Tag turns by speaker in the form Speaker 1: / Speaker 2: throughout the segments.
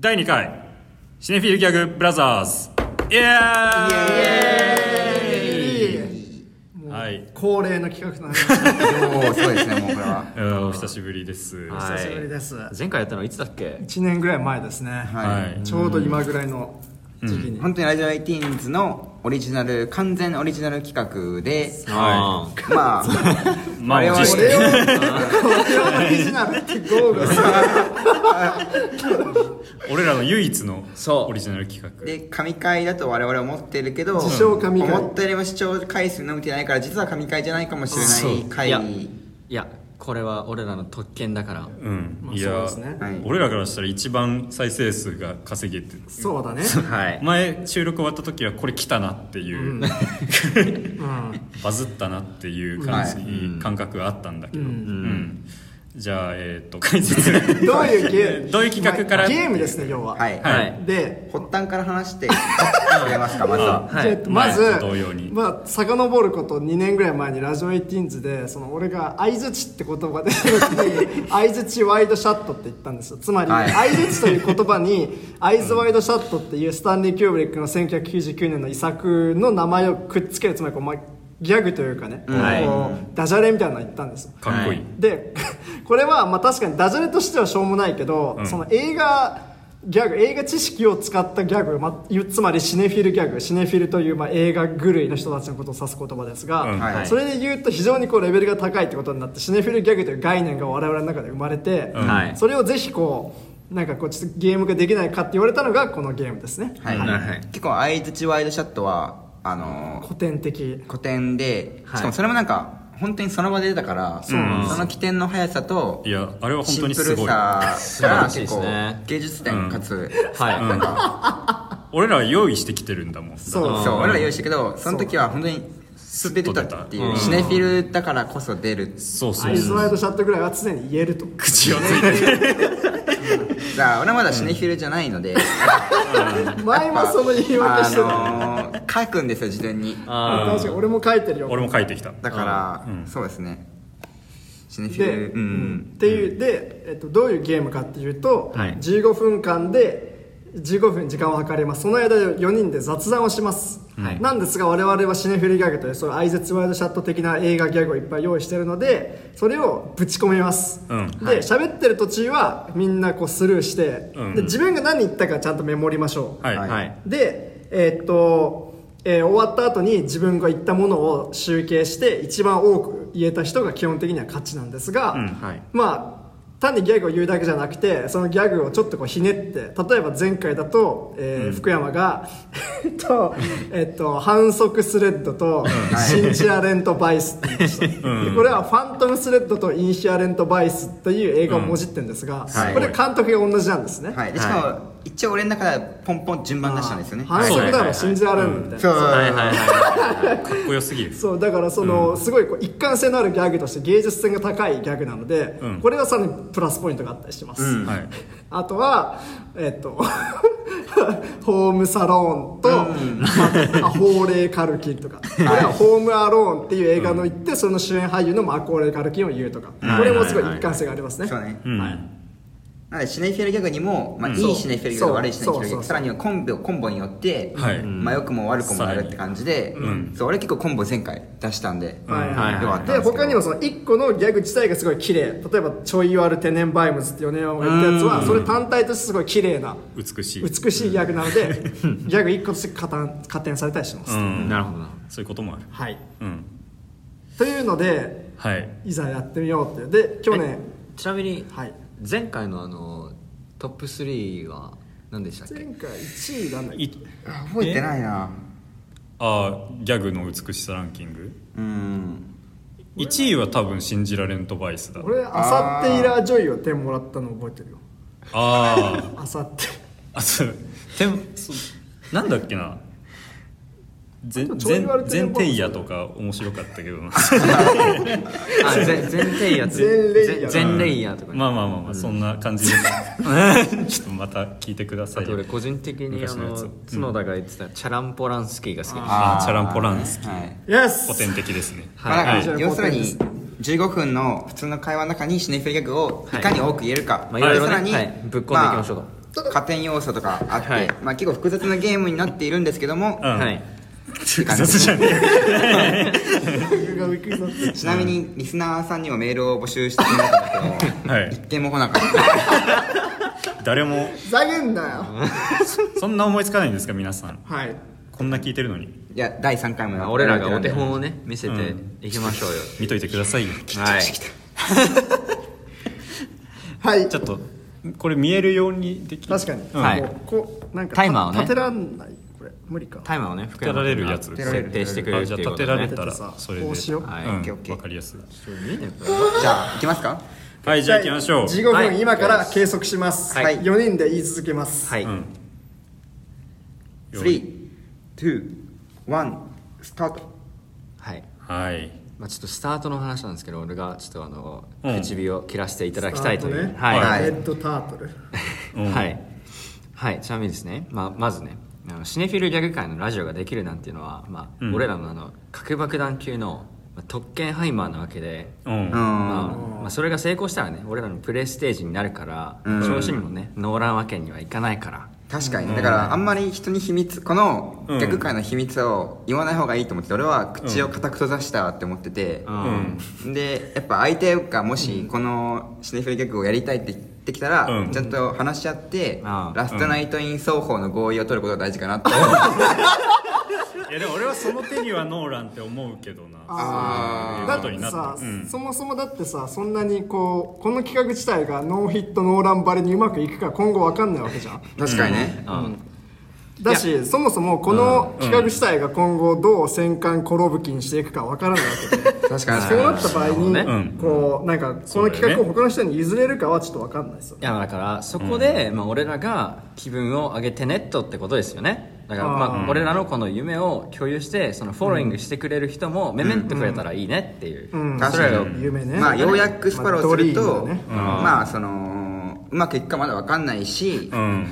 Speaker 1: 第2回シネフィルギャグブラザーズイエーイはい
Speaker 2: 恒例の企画となりました
Speaker 3: おお、そうですね、もうこれは。
Speaker 1: えーお久しぶりです
Speaker 4: は
Speaker 1: はい
Speaker 2: 久しぶりです
Speaker 4: 前回やったのいつだっけ
Speaker 2: 1年ぐらい前ですね、
Speaker 3: はい。
Speaker 2: ちょうど今ぐらいの時期に、
Speaker 3: 本当にラジオエイティーンズのオリジナル、完全オリジナル企画で、
Speaker 4: あー
Speaker 3: まあ、
Speaker 1: まあ
Speaker 3: 我々
Speaker 1: 実質
Speaker 2: これをこれをオリジナルって豪語する
Speaker 1: 俺らの唯一の
Speaker 4: そう
Speaker 1: オリジナル企画
Speaker 3: で、神回だと我々は思ってるけど、
Speaker 2: 自称神回
Speaker 3: 思ったよりも視聴回数伸びてないから、実は神回じゃないかもしれない回。
Speaker 4: やいやこれは俺らの特権だから
Speaker 1: うん、
Speaker 2: まあ
Speaker 1: い
Speaker 2: そう
Speaker 1: や
Speaker 2: ですね
Speaker 3: はい
Speaker 1: 俺らからしたら一番再生数が稼げてる
Speaker 2: そうだね、
Speaker 4: は
Speaker 1: 前収録終わった時はこれ来たなっていう、
Speaker 2: うんうん、
Speaker 1: バズったなっていう感じ、
Speaker 4: はい
Speaker 1: 感覚があったんだけど、
Speaker 2: うん
Speaker 1: うんじゃあえっ、と解説
Speaker 2: どういうゲー ム
Speaker 1: どういう企画から
Speaker 2: まあゲームですね今日は、
Speaker 3: はい。
Speaker 1: はい
Speaker 4: はい
Speaker 2: で
Speaker 3: 発端から 話してくれますか、まずは。
Speaker 2: じゃあえっとまず、
Speaker 1: 前と同様に
Speaker 2: まあ遡ること2年ぐらい前にラジオエイティーンズでその俺が相槌って言葉で相槌ワイドシャットって言ったんですよつまり、
Speaker 3: はい
Speaker 2: 相槌という言葉にアイズワイドシャットっていうスタンリー・キューブリックの1999年の遺作の名前をくっつけるつまりこう、まあ、ギャグというかね、
Speaker 4: はい
Speaker 2: こうダジャレみたいなの言ったんですよ
Speaker 1: かっこいい、
Speaker 4: は
Speaker 2: で これはまあ確かにダジャレとしてはしょうもないけど、
Speaker 1: うん
Speaker 2: その映画ギャグ映画知識を使ったギャグ、まあ、つまりシネフィルギャグシネフィルというまあ映画狂いの人たちのことを指す言葉ですが、
Speaker 1: うん
Speaker 3: はい
Speaker 2: それで言うと非常にこうレベルが高いってことになってシネフィルギャグという概念が我々の中で生まれて、
Speaker 1: うん
Speaker 4: はい
Speaker 2: それをぜひこうなんかこうちょっとゲームができないかって言われたのがこのゲームですね、
Speaker 3: はい。
Speaker 4: はい
Speaker 3: 結構、相槌ワイドシャットは、あのー
Speaker 2: 古典的
Speaker 3: 古典で、
Speaker 4: はい
Speaker 3: しかもそれもなんか本当にその場で出たから、そ
Speaker 1: ん
Speaker 3: の起点の速さと
Speaker 1: いやあれは本
Speaker 3: シ
Speaker 1: 当
Speaker 3: ン
Speaker 1: に
Speaker 3: プ
Speaker 1: す
Speaker 3: ル
Speaker 1: ごい
Speaker 3: さ
Speaker 4: 素晴
Speaker 3: が
Speaker 4: らしい
Speaker 3: 結
Speaker 4: です
Speaker 3: 構
Speaker 4: ね
Speaker 3: 芸術点かつ、
Speaker 4: はい
Speaker 3: なんか
Speaker 1: 俺らは用意してきてるんだもん
Speaker 2: そう
Speaker 4: うん
Speaker 3: そう俺ら用意したけどその時は本当に素で出たっていう、
Speaker 1: うん
Speaker 3: シネフィルだからこそ出る
Speaker 1: そうそ
Speaker 2: ア
Speaker 1: う
Speaker 2: イズ
Speaker 1: そう
Speaker 2: ワイドシャットぐらいは常に言える と
Speaker 1: 口をついてる
Speaker 3: だから俺はまだシネフィルじゃないので、
Speaker 2: 前もその言い訳してた、
Speaker 3: あのー書くんですよ自分に
Speaker 4: あ
Speaker 2: 確かに俺も書いてるよ
Speaker 1: 俺も書いてきた
Speaker 3: だから、
Speaker 1: うん
Speaker 3: そうですねシネフィ
Speaker 2: で、
Speaker 3: ルうん
Speaker 2: っていうで、えっと、どういうゲームかっていうと、
Speaker 4: はい
Speaker 2: 15分間で15分時間を計りますその間4人で雑談をします、
Speaker 4: はい
Speaker 2: なんですが我々はシネフィルギャグというその相槌ワイドシャット的な映画ギャグをいっぱい用意してるのでそれをぶち込みます、
Speaker 1: うん
Speaker 2: で喋ってる途中はみんなこうスルーして、
Speaker 1: うん
Speaker 2: で自分が何言ったかちゃんとメモりましょう、
Speaker 1: はい、
Speaker 4: ーはい
Speaker 2: でえーっと、えー終わった後に自分が言ったものを集計して一番多く言えた人が基本的には勝ちなんですが、
Speaker 1: うん
Speaker 4: はい
Speaker 2: まあ単にギャグを言うだけじゃなくてそのギャグをちょっとこうひねって例えば前回だと、えー福山が えっと、えっと、反則スレッドとシンチアレントバイスって言いました、でこれはファントムスレッドとインヒアレントバイスという映画をもじってるんですが、
Speaker 3: はい
Speaker 2: これ監督が同じなんですね、
Speaker 3: はい、でしかも、一応俺の中ではポンポン順番出したんですよね
Speaker 2: 反則だから信じられるみたいな、
Speaker 3: そう
Speaker 4: はいはいは
Speaker 1: かっこよすぎる
Speaker 2: そうだからその、すごいこう一貫性のあるギャグとして芸術性が高いギャグなので、
Speaker 1: うん
Speaker 2: これはさらにプラスポイントがあったりしてます、
Speaker 3: うん
Speaker 1: はい
Speaker 2: あとはえっと ホームサローンと、あ法令カルキンとか、これはホームアローンっていう映画の言って、その主演俳優のマコーレーカルキンを言うとか、
Speaker 4: ん
Speaker 2: これもすごい一貫性がありますね、
Speaker 3: そうね
Speaker 1: うん、
Speaker 3: なのでシネフィルギャグにも、まあ、いいシネフィルギャグ悪いシネフィルギャ
Speaker 2: そうそうそうそう
Speaker 3: グさらにはコンビをコンボによって、
Speaker 1: はい
Speaker 3: まあ、良くも悪くもなるって感じで、
Speaker 1: ん
Speaker 3: そう俺結構コンボ前回出したんで、
Speaker 2: はいはい
Speaker 4: はい
Speaker 3: よかったん
Speaker 2: で
Speaker 3: ですけど
Speaker 2: 他にもその1個のギャグ自体がすごい綺麗例えば「ちょいワルテネンバイムズ」って米山が言ったやつはそれ単体としてすごい綺麗な
Speaker 1: 美しい
Speaker 2: 美しいギャグなのでギャグ1個として加担加点されたりします、
Speaker 1: うん
Speaker 4: いなるほどな
Speaker 1: そういうこともある
Speaker 2: はい
Speaker 1: うん
Speaker 2: というので
Speaker 1: はい
Speaker 2: いざやってみようっていうで去年
Speaker 4: ちなみに
Speaker 2: はい
Speaker 4: 前回のあのトップ3は何でしたっけ
Speaker 2: 前回1位なんだっけ
Speaker 1: い
Speaker 3: あ覚えてないな
Speaker 1: あーギャグの美しさランキング
Speaker 3: うん
Speaker 1: 1位は多分信じられんとバイスだ
Speaker 2: 俺あさってイラージョイを点もらったの覚えてるよ
Speaker 1: ああ
Speaker 2: あさって
Speaker 1: あそうてんそうなんだっけな全
Speaker 2: あとちょい
Speaker 1: 全
Speaker 2: 悪天
Speaker 1: 全
Speaker 2: 然ボン
Speaker 1: 天野とか面白かったけどな
Speaker 4: あ全全レイヤーって
Speaker 2: 全レイ
Speaker 4: 全
Speaker 2: ヤー
Speaker 4: 全レイヤーとかね
Speaker 1: まあまあまあまあそんな 感じでちょっとまた聞いてくださ
Speaker 4: あ
Speaker 1: い
Speaker 4: と俺個人的にあ
Speaker 1: 昔のや
Speaker 4: の
Speaker 1: つ
Speaker 4: 角田が言ってたチャランポランスキーが好きです
Speaker 1: あ
Speaker 3: ー
Speaker 1: チャランポランスキー
Speaker 3: はい
Speaker 2: イエス
Speaker 1: 古典的ですね
Speaker 3: まあ
Speaker 4: はい
Speaker 3: だから要する
Speaker 2: はい
Speaker 3: に15分の普通の会話の中にシネフィルギャグをいかに多く言えるか、
Speaker 4: まあいろいろね
Speaker 3: さらに
Speaker 4: はいぶっ込んでいきましょうと
Speaker 3: まあ加点要素とかあって、
Speaker 4: はい
Speaker 3: まあ、結構複雑なゲームになっているんですけども、
Speaker 1: うん
Speaker 4: はい
Speaker 1: 複雑じゃねえ、
Speaker 2: 僕が行くぞって
Speaker 3: ちなみにリスナーさんにもメールを募集してみましたけど
Speaker 1: はい
Speaker 3: 一件も来なかった
Speaker 1: 誰も
Speaker 2: ふざけんなよ
Speaker 1: そんな思いつかないんですか皆さん
Speaker 2: はい
Speaker 1: こんな聞いてるのに
Speaker 3: いや第3回も
Speaker 4: 俺らがお手本をね見せて
Speaker 1: うん
Speaker 4: いきましょうよ、
Speaker 1: 見といてくださいよ
Speaker 4: はい
Speaker 2: はい
Speaker 1: ちょっとこれ見えるようにでき
Speaker 2: 確かに、
Speaker 1: うん
Speaker 4: はい
Speaker 2: もうこうなんか
Speaker 4: タイマーをね
Speaker 2: 立てらんないこれ無理か
Speaker 4: タイマーをね福
Speaker 1: 立てられるやつ
Speaker 4: 君が設定してくれるっ
Speaker 1: あ
Speaker 4: て
Speaker 1: じ
Speaker 4: い
Speaker 1: ゃあ
Speaker 4: うこ
Speaker 1: 立
Speaker 4: と
Speaker 1: て
Speaker 4: で
Speaker 1: ら
Speaker 4: ね
Speaker 1: れたらそれで
Speaker 2: こうしよう
Speaker 4: はい
Speaker 1: ん
Speaker 3: オッケーオッケー
Speaker 1: わかりやすい
Speaker 3: じゃあ行きますか
Speaker 1: はいじゃあ行きましょう
Speaker 2: 15分、
Speaker 4: はい
Speaker 2: 今から計測します、
Speaker 3: はい
Speaker 2: 4人で言い続けます、
Speaker 4: はい、
Speaker 1: うん
Speaker 3: 321スタート
Speaker 4: はい
Speaker 1: はい
Speaker 4: まあ、ちょっとスタートの話なんですけど俺がちょっとあの、
Speaker 1: うん
Speaker 4: 唇を切らせていただきたいとい
Speaker 2: スター
Speaker 4: う、
Speaker 2: トね
Speaker 4: はい、
Speaker 3: は
Speaker 4: はいい
Speaker 2: レッドタートル
Speaker 1: うん
Speaker 4: はい、はい、ちなみにですね、まあ、まずねあのシネフィルギャグ界のラジオができるなんていうのは、まあ
Speaker 1: うん
Speaker 4: 俺らのあの核爆弾級のまあ特権ハイマーなわけで、
Speaker 1: う
Speaker 3: うん
Speaker 1: ん
Speaker 4: まあまあ、それが成功したらね俺らのプレイステージになるから、
Speaker 3: うん
Speaker 4: 調子にもねノーランわけにはいかないから
Speaker 3: 確かにだからあんまり人に秘密この
Speaker 1: うん
Speaker 3: 逆界の秘密を言わない方がいいと思ってて俺は口を固く閉ざしたって思ってて
Speaker 4: うん、
Speaker 3: でやっぱ相手がもしこのシネフィルギャグをやりたいって言ってきたら、
Speaker 1: うん
Speaker 3: ちゃんと話し合って、
Speaker 4: ああ
Speaker 3: ラストナイトイン双方の合意を取ることが大事かなと、
Speaker 1: いやでも俺はその手にはノーランって思うけどなそ
Speaker 2: あ
Speaker 3: あー
Speaker 1: ういう
Speaker 2: だ
Speaker 1: こと
Speaker 2: って
Speaker 1: にな
Speaker 2: さ
Speaker 1: っ、たうん
Speaker 2: そもそもだってさそんなにこうこの企画自体がノーヒットノーランバレにうまくいくか今後わかんないわけじゃん
Speaker 3: 確かにね、
Speaker 2: だしそもそもこの企画自体が今後どう戦艦転ぶきにしていくかわからないわけで、
Speaker 3: 確かに
Speaker 2: そうなった場合に、
Speaker 4: なる
Speaker 1: ほどね
Speaker 2: こうなんかこの企画を他の人に譲れるかはちょっとわかんないですよ
Speaker 4: いやだからそこで、まあ、俺らが気分を上げてネットってことですよねだから
Speaker 2: あー
Speaker 4: まあ俺らのこの夢を共有してそのフォローイングしてくれる人もメメンってくれたらいいねっていう、
Speaker 2: うん
Speaker 4: それら
Speaker 3: 確
Speaker 4: を
Speaker 3: かに
Speaker 2: 夢ね
Speaker 3: まあようやくスパ
Speaker 2: ま
Speaker 3: ローする
Speaker 2: あ
Speaker 3: と、
Speaker 2: ドリームだね
Speaker 3: まあそのうまくいくかまだ分かんないし、
Speaker 1: うん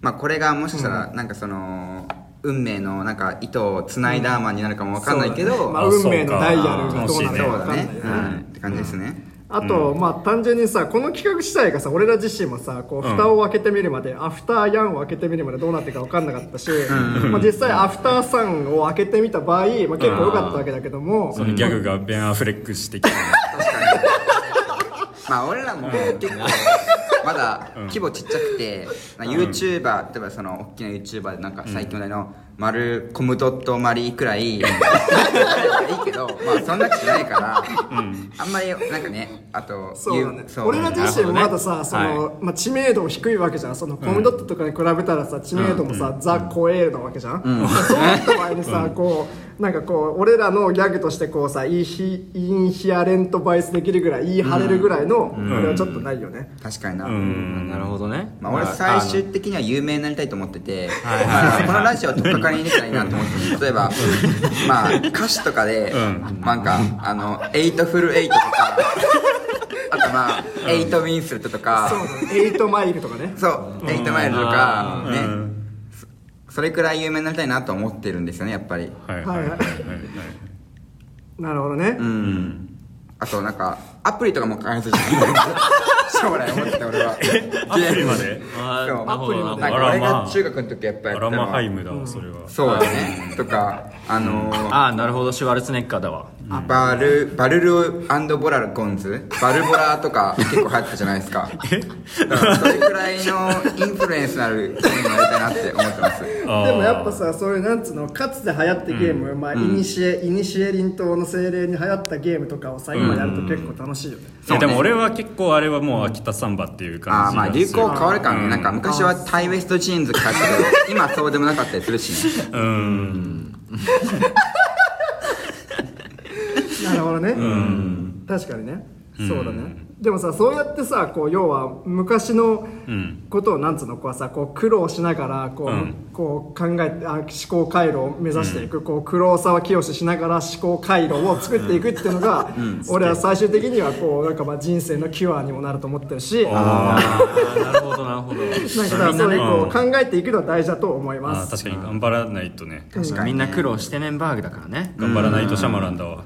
Speaker 3: まあ、これがもしかしたらなんかその運命のなんか糸をつないだマンになるかも分かんないけ
Speaker 2: そうだね
Speaker 3: ど、
Speaker 2: まあ、
Speaker 1: あ
Speaker 2: 運命のダイヤルがど
Speaker 1: そうう
Speaker 2: な
Speaker 1: か
Speaker 2: るか
Speaker 3: そ
Speaker 2: わ
Speaker 3: う
Speaker 2: か
Speaker 3: だ
Speaker 2: んない
Speaker 3: ね
Speaker 2: よね、
Speaker 3: うん、って感じですね、
Speaker 2: あと、まあ単純にさこの企画自体がさ俺ら自身もさこう蓋を開けてみるまで、アフターヤンを開けてみるまでどうなってるか分かんなかったし、まあ、実際アフターさんを開けてみた場合、まあ、結構良かったわけだけども、
Speaker 1: そのギャグがベン・アフレックしてきて
Speaker 3: まあ俺らも結構まだ規模ちっちゃくて、まあ、YouTuber 例えばその大きな YouTuber でなんか最近話題の「マルコムドットマリー」くらいいいけどまあそんなちないから、あんまりなんかねあと
Speaker 2: そうだね
Speaker 3: ゆそう
Speaker 2: 俺ら自身もまださ、
Speaker 4: なるほ
Speaker 2: そ
Speaker 4: どね
Speaker 2: のまあ、知名度も低いわけじゃんそのコムドットとかに比べたらさ知名度もさ、ザ・コエールなわけじゃん、 そうなった場合にさ、こうなんかこう俺らのギャグとしてこうさいいひインヒアレントバイスできるぐらいいい晴れるぐらいの、これはちょっとないよね、
Speaker 3: 確かにな、
Speaker 1: うん
Speaker 4: なるほどね、
Speaker 3: まあ、俺最終的には有名になりたいと思ってて、
Speaker 4: い
Speaker 3: まあ、このラジオを取っかかりにできたらいいなと思ってて例えば、まあ、歌詞とかで、
Speaker 1: うん
Speaker 3: なんかあの「エイトフルエイト」とかあとまあ「エイトウィンスレット」とか
Speaker 2: そうだねエイトマイルとかね
Speaker 3: そう「エイトマイル」とか
Speaker 1: う
Speaker 3: ね、
Speaker 1: ん
Speaker 3: それくらい有名になりたいなと思ってるんですよねやっぱり
Speaker 1: はいはいはいはい
Speaker 2: なるほどね、
Speaker 3: うんあとなんかアプリとかも開発してる将来思ってた俺は
Speaker 1: アプリまで
Speaker 4: あー
Speaker 3: そう
Speaker 4: なるほどなるほど
Speaker 3: なんか俺が中学の時やっぱや
Speaker 1: ア
Speaker 3: った
Speaker 1: ラ
Speaker 3: の
Speaker 1: マハ
Speaker 3: は
Speaker 1: イムだわそれは
Speaker 3: そうだねとかあのー
Speaker 4: ああなるほどシュワルツェネッカーだわ
Speaker 3: バルバルルボラルゴンズバルボラとか結構流行ったじゃないです かだからそれくらいのインフルエンスのある人になりたいなって思って ます
Speaker 1: あー
Speaker 2: でもやっぱさそういうなんつうのかつて流行ったゲーム、まあ、イニシエイニシエリン島の精霊に流行ったゲームとかをさ今やると結構楽しいよね、
Speaker 1: いやでも俺は結構あれはもう秋田サンバっていう感
Speaker 3: あー
Speaker 1: じ
Speaker 3: まあ流行変わるからね、
Speaker 1: うん
Speaker 3: なんか昔はタイウエストジーンズ買ったけど今そうでもなかったりするしね
Speaker 1: うん
Speaker 2: なるほどね、確かにね、そうだねでもさそうやってさこう要は昔の
Speaker 1: うん
Speaker 2: ことをなんつうのこうさこう苦労しながらこう,、
Speaker 1: うん
Speaker 2: こう考えてあ思考回路を目指していく、こう苦労沢清しながら思考回路を作っていくっていうのが、俺は最終的にはこうなんかまあ人生のキュアにもなると思ってるし
Speaker 4: ああなるほどなるほど
Speaker 2: なんかだからそういうこう考えていくのは大事だと思い
Speaker 1: あ
Speaker 2: ま
Speaker 1: ー
Speaker 2: す。
Speaker 1: 確かに頑張らないとね
Speaker 3: 確か
Speaker 4: み
Speaker 3: に
Speaker 4: ん
Speaker 3: ね、
Speaker 4: な苦労してメンバーグだからね
Speaker 1: 頑張らないとシャマランだわ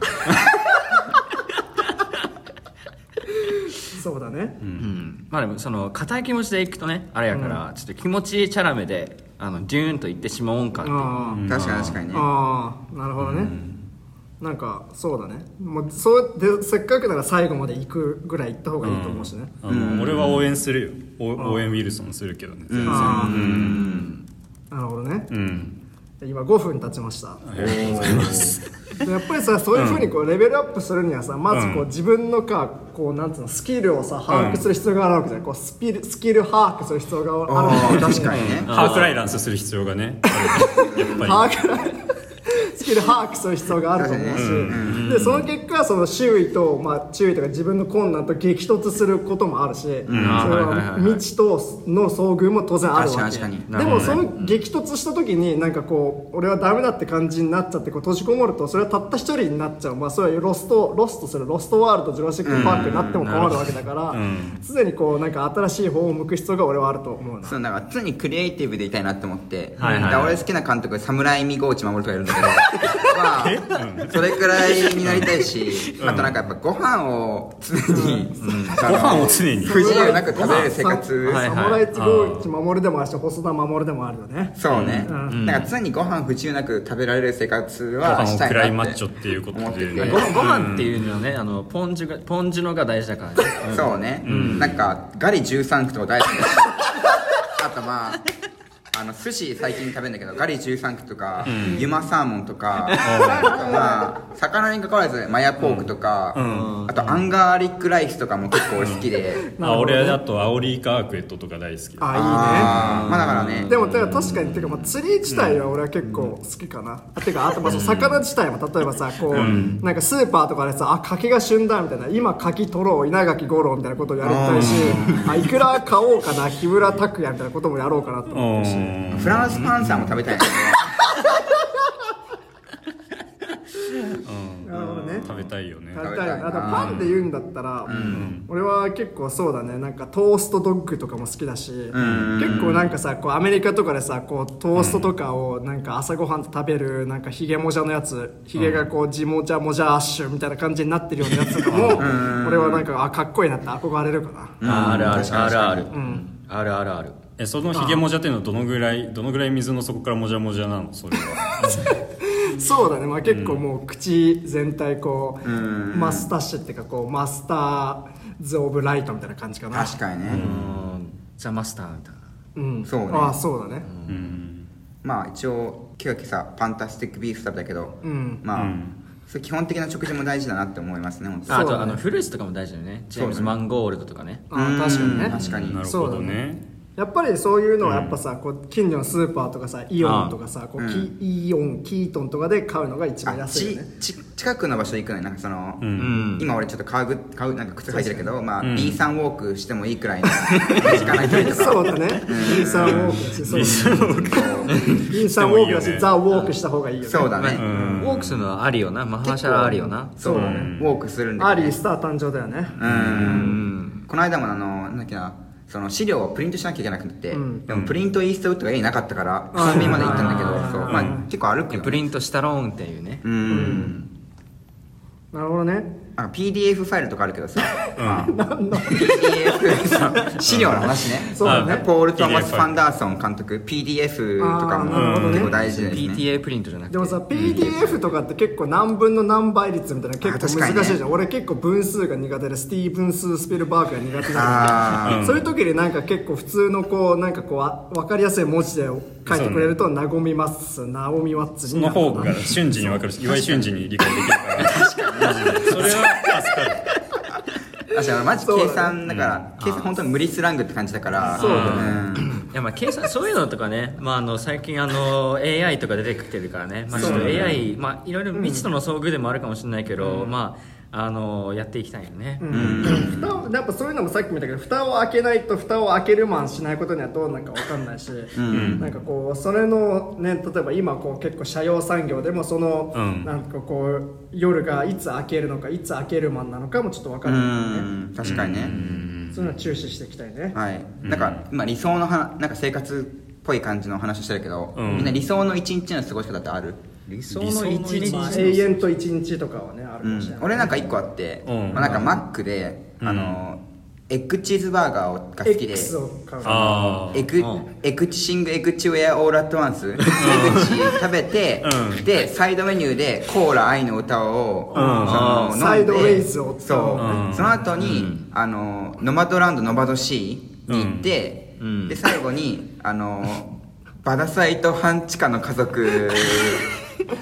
Speaker 2: そうだね
Speaker 4: うんまあでもその硬い気持ちでいくとねあれやから、ちょっと気持ちチャラめであのデューンといってしまおうんかっていう
Speaker 2: あー
Speaker 3: 確かに確かにね
Speaker 2: ああなるほどね、なんかそうだねもうそうでせっかくなら最後まで行くぐらい行った方がいいと思うしね、
Speaker 1: あの俺は応援するよお応援ウィルソンするけどね全然
Speaker 2: ああなるほどね
Speaker 1: うん
Speaker 2: 今5分経ちました
Speaker 1: ありがとうございます
Speaker 2: でやっぱりさそういうふうにこうレベルアップするにはさまずこ
Speaker 1: う
Speaker 2: うん自分のかこうなんつうのスキルをさ把握する必要があるわけじゃんこうスピルスキル把握する必要があるわ
Speaker 3: あ
Speaker 2: け
Speaker 3: ー確かにね
Speaker 1: ハーフライランスする必要がねやっぱ
Speaker 2: 把握スキル把握する必要があると思うし、でその結果その周囲と、まあ、注意とか自分の困難と激突することもあるし、それ
Speaker 4: はいはい
Speaker 2: は
Speaker 4: はいはい
Speaker 2: 未知との遭遇も当然あるわけ
Speaker 3: 確かに確
Speaker 4: かに
Speaker 2: でもその激突した時になんかこう俺はダメだって感じになっちゃってこう閉じこもるとそれはたった一人になっちゃう、まあ、それはロストロストするロストワールドジュラシック・パークになっても困るわけだから、常にこうなんか新しい方を向く必要が俺はあると思うな
Speaker 3: そうなんか常にクリエイティブでいたいなって思って、
Speaker 4: はいはいはい
Speaker 3: だから俺好きな監督侍見河内守とかいる んだけどまあそれくらいになりたいし、あとなんかやっぱご飯を常に、あ
Speaker 1: りご
Speaker 3: の
Speaker 1: 飯を常に
Speaker 3: 不自由なく食べれる生活、
Speaker 4: ご飯はい
Speaker 2: サムライチ・ゴーイチ守るでもあるし細田守るでもあるよね
Speaker 3: そうね、なんか常にご飯不自由なく食べられる生活は
Speaker 1: ご飯
Speaker 3: し
Speaker 1: を
Speaker 3: たいなっ
Speaker 1: 食
Speaker 3: て
Speaker 1: らいマッチョっていうことで
Speaker 3: 思ってて
Speaker 1: は
Speaker 4: ごご飯っていうのはね、あのポン酢がポン酢のが大事だからね、
Speaker 3: そうね、なんかガリ13区とか大好きだ しあとまああの寿司最近食べるんだけどガリ13区とか、ユマサーモンとか、あとまあ魚に関わらずマヤポークとか、あとアンガーリックライスとかも結構俺好きで、
Speaker 1: あ俺だとアオリイカアークエットとか大好き
Speaker 2: あいいね
Speaker 3: あーまあだからね
Speaker 2: でもてか確かにてか、まあ、釣り自体は俺は結構好きかな、あてかあとまあその魚自体も例えばさこう、なんかスーパーとかでさあ柿が旬だみたいな今柿取ろう稲垣吾郎みたいなことをやりたいしあいくら買おうかな木村拓哉みたいなこともやろうかなと
Speaker 1: う
Speaker 2: 思うん
Speaker 3: フランスパンサーも食べたいんだけど
Speaker 2: なるほどね
Speaker 1: 食べたいよね
Speaker 2: 食べた
Speaker 3: 食べた
Speaker 2: い
Speaker 3: い
Speaker 2: な
Speaker 3: な
Speaker 2: あとパンで言うんだったら、俺は結構そうだねなんかトーストドッグとかも好きだし、結構なんかさこうアメリカとかでさこうトーストとかをなんか朝ごはんと食べるなんかヒゲもじゃのやつヒゲがこう地もじゃもじゃアッシュみたいな感じになってるようなやつとかも俺はなんかあかっこいいなって憧れるかな
Speaker 4: ああるある
Speaker 3: 確か
Speaker 4: あ
Speaker 3: に確
Speaker 4: る
Speaker 3: か
Speaker 4: ある、うん、あるあるある
Speaker 1: えそのヒゲもじゃっていうのはどのぐらいどのぐらい水の底からもじゃもじゃなのそれは
Speaker 2: そうだね、まあ、結構もう口全体こう、マスタッシュっていうかこうマスターズ・オブ・ライトみたいな感じかな
Speaker 3: 確かにね、
Speaker 4: うんザ・マスターみたいな
Speaker 2: うん
Speaker 3: そうね
Speaker 2: ああそうだね、
Speaker 3: まあ一応今日さパンタスティックビーフ食べたけど、
Speaker 2: ん
Speaker 3: まあ、そう基本的な食事も大事だなって思いますね本当
Speaker 4: あ
Speaker 2: そうだね
Speaker 4: あとあのフルーツとかも大事だよねジェームズ・マンゴールドとかね
Speaker 2: ああ確かにね
Speaker 3: うん確かに
Speaker 1: なる
Speaker 2: そ
Speaker 1: ほ
Speaker 2: うだ
Speaker 1: ど
Speaker 2: ね
Speaker 1: ね
Speaker 2: やっぱりそういうのはやっぱさ、こう近所のスーパーとかさイオンとかさこうキイオンキートンとかで買うのが一番
Speaker 3: あ
Speaker 2: 安い
Speaker 3: ち
Speaker 2: よね
Speaker 3: ち近くの場所行くのになんかその、
Speaker 4: ん
Speaker 3: 今俺ちょっと買う買うなんか靴履いてるけど、まあ B3 ウォークしてもいいくらいの時間ない距離とか
Speaker 2: そうだねイーサンウォークだしそうだねイーサンウォー
Speaker 1: してもいい
Speaker 2: クだ
Speaker 1: よ
Speaker 2: し
Speaker 1: ね
Speaker 2: ザ・ウォークした方がいいよね
Speaker 3: そうだ
Speaker 4: まあ
Speaker 3: ね、
Speaker 4: ウォークするのはありよなマハーシャラありよな
Speaker 3: そうだね、ウォークするんだ
Speaker 2: アー
Speaker 3: け
Speaker 2: リー
Speaker 3: ど、ね、
Speaker 2: スター誕生だよね
Speaker 3: うんこの間もあのなんだっけなその資料をプリントしなきゃいけなくて、でもプリントイーストウッドが家になかったからコンビニまで行ったんだけどそう、まあ、結構歩くよ
Speaker 4: プリントしたろーんっていうね
Speaker 3: うん
Speaker 2: なるほどね
Speaker 3: なんか PDF ファイルとかあるけどさ、まあ PDF 資料の話ね
Speaker 2: そうだね
Speaker 3: あポール・トーマ
Speaker 1: PDF
Speaker 3: ス・ファンダーソン監督 PDF とか
Speaker 2: あーなるほど
Speaker 3: も
Speaker 2: ね
Speaker 3: 結構大事ですね
Speaker 4: PTA プリントじゃなくて
Speaker 2: でもさ PDF とかって結構何分の何倍率みたいな結
Speaker 3: あ確
Speaker 2: 構
Speaker 3: かにね
Speaker 2: 難しいじゃん俺結構分数が苦手でスティーブンス・スピルバーグが苦手
Speaker 3: あ
Speaker 2: だ
Speaker 3: ー
Speaker 2: そういう時になんか結構普通のこうなんかこうあ分かりやすい文字で書いてくれると「なごみます」「なおみワッツ」
Speaker 1: その方が瞬時に分かるし岩井瞬時に理解できるから確かにそれは助かる
Speaker 3: 確かにマジ
Speaker 2: そうだ
Speaker 3: 計
Speaker 2: ね
Speaker 3: 算だから計算本当に無理スラングって感じだから
Speaker 2: そうだね
Speaker 3: うん
Speaker 4: いやまあ計算そういうのとかね、まあ、あの最近あの AI とか出てきてるからね、まあ、ちょっと AI、まあ、いろいろ未知との遭遇でもあるかもしれないけど、まあ、あのやっていきたいよね、
Speaker 2: 蓋をやっぱそういうのもさっきも言ったけど蓋を開けないと蓋を開けるマンしないことにはどうなるか分かんないし、なんかこうそれのね例えば今こう結構社用産業でもその、
Speaker 1: うん
Speaker 2: なんかこう夜がいつ開けるのかいつ開けるマンなのかもちょっと分か
Speaker 3: う
Speaker 2: らないからね
Speaker 3: ん確かにね
Speaker 2: そういうのは注視していきたいね、
Speaker 3: はいなんか今理想のはなんか生活っぽい感じの話をしてるけどみんな理想の一日の過ごし方ってある
Speaker 4: 理想の一
Speaker 1: 理
Speaker 4: 日
Speaker 1: 想の一
Speaker 2: 永遠と一日とかはねあるかもしれない、
Speaker 3: 俺なんか一個あって、
Speaker 1: うん
Speaker 3: まあ、なんかマックで、あのエッグチーズバーガーが好きで
Speaker 2: X を買う
Speaker 1: あ
Speaker 3: エク
Speaker 4: うん
Speaker 3: エクチシングエクチウェアオーラットワンスエクチ食べて、
Speaker 1: うん
Speaker 3: でサイドメニューでコーラ愛の歌を、
Speaker 1: ん
Speaker 3: その飲んで
Speaker 2: サイドウェイズを
Speaker 3: そう、
Speaker 1: うん
Speaker 3: その後に、あのノマドランドノマドシーに行って、
Speaker 4: うん
Speaker 3: で最後にあのバダサイと半地下の 家族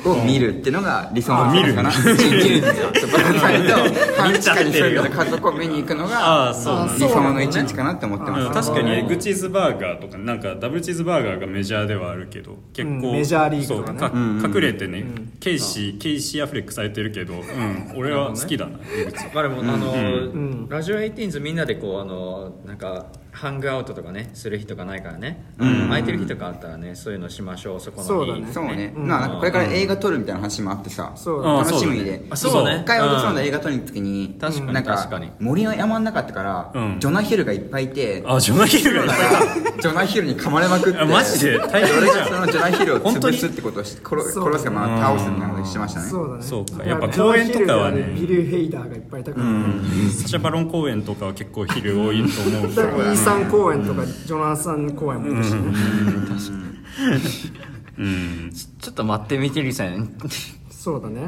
Speaker 3: を見るっていうのが理想の
Speaker 1: うん
Speaker 3: か
Speaker 1: あ
Speaker 3: な
Speaker 1: 見る
Speaker 3: 地球人そうバダサイと半地下に住んで
Speaker 1: 見ちゃってるよ
Speaker 3: る家族を見に行くの
Speaker 1: あー
Speaker 3: が
Speaker 1: そう
Speaker 2: なんだ
Speaker 3: 理想の一日かなって思ってます、
Speaker 1: うん確かにエッグチーズバーガーとかなんかダブルチーズバーガーがメジャーではあるけど結構、
Speaker 2: うんメジャーリーグとかね
Speaker 1: そう隠れてね、ケイシーケイシーアフレックされてるけど、うん、俺は好きだなエッグチーズ
Speaker 4: まあでも、あの、
Speaker 2: ん
Speaker 4: ラジオ18ズみんなでこうあのなんかハングアウトとかねする日とかないからね、空いてる日とかあったらねそういうのしましょうそこの日
Speaker 2: そうだね
Speaker 3: そうね、
Speaker 2: うん
Speaker 3: まあなんかこれから映画撮るみたいな話もあってさ
Speaker 2: そう
Speaker 1: あ
Speaker 3: 楽しみで
Speaker 4: あそうだね
Speaker 3: 一回
Speaker 4: うん
Speaker 3: 私の映画撮りに行った時に
Speaker 4: 確かに
Speaker 3: なん
Speaker 4: 確かに
Speaker 3: 森の山の中だったから、
Speaker 1: うん
Speaker 3: ジョナヒルがいっぱいいて
Speaker 1: あジョナヒルがいっぱいいた
Speaker 3: ジョナヒルに噛まれまくって
Speaker 1: あマジで大変じゃん
Speaker 3: 俺がそのジョナヒルを
Speaker 1: 本当
Speaker 3: 潰
Speaker 1: に
Speaker 3: すってことをして殺
Speaker 2: そう
Speaker 3: 殺せまあ倒すみたいなことしてましたね
Speaker 2: そうだね
Speaker 1: そうか
Speaker 2: だ
Speaker 1: やっぱ
Speaker 2: らジョナヒル
Speaker 1: 公園とかはね
Speaker 2: であるビル・ヘイダーがいっぱいいたからね
Speaker 1: サ シャバロン公園とかは結構昼多いと思うか
Speaker 2: だ
Speaker 1: ら
Speaker 2: からイーサン公園とかジョナサン公園もいるしね
Speaker 1: うん
Speaker 4: ちょっと待ってみてりさん
Speaker 2: そうだね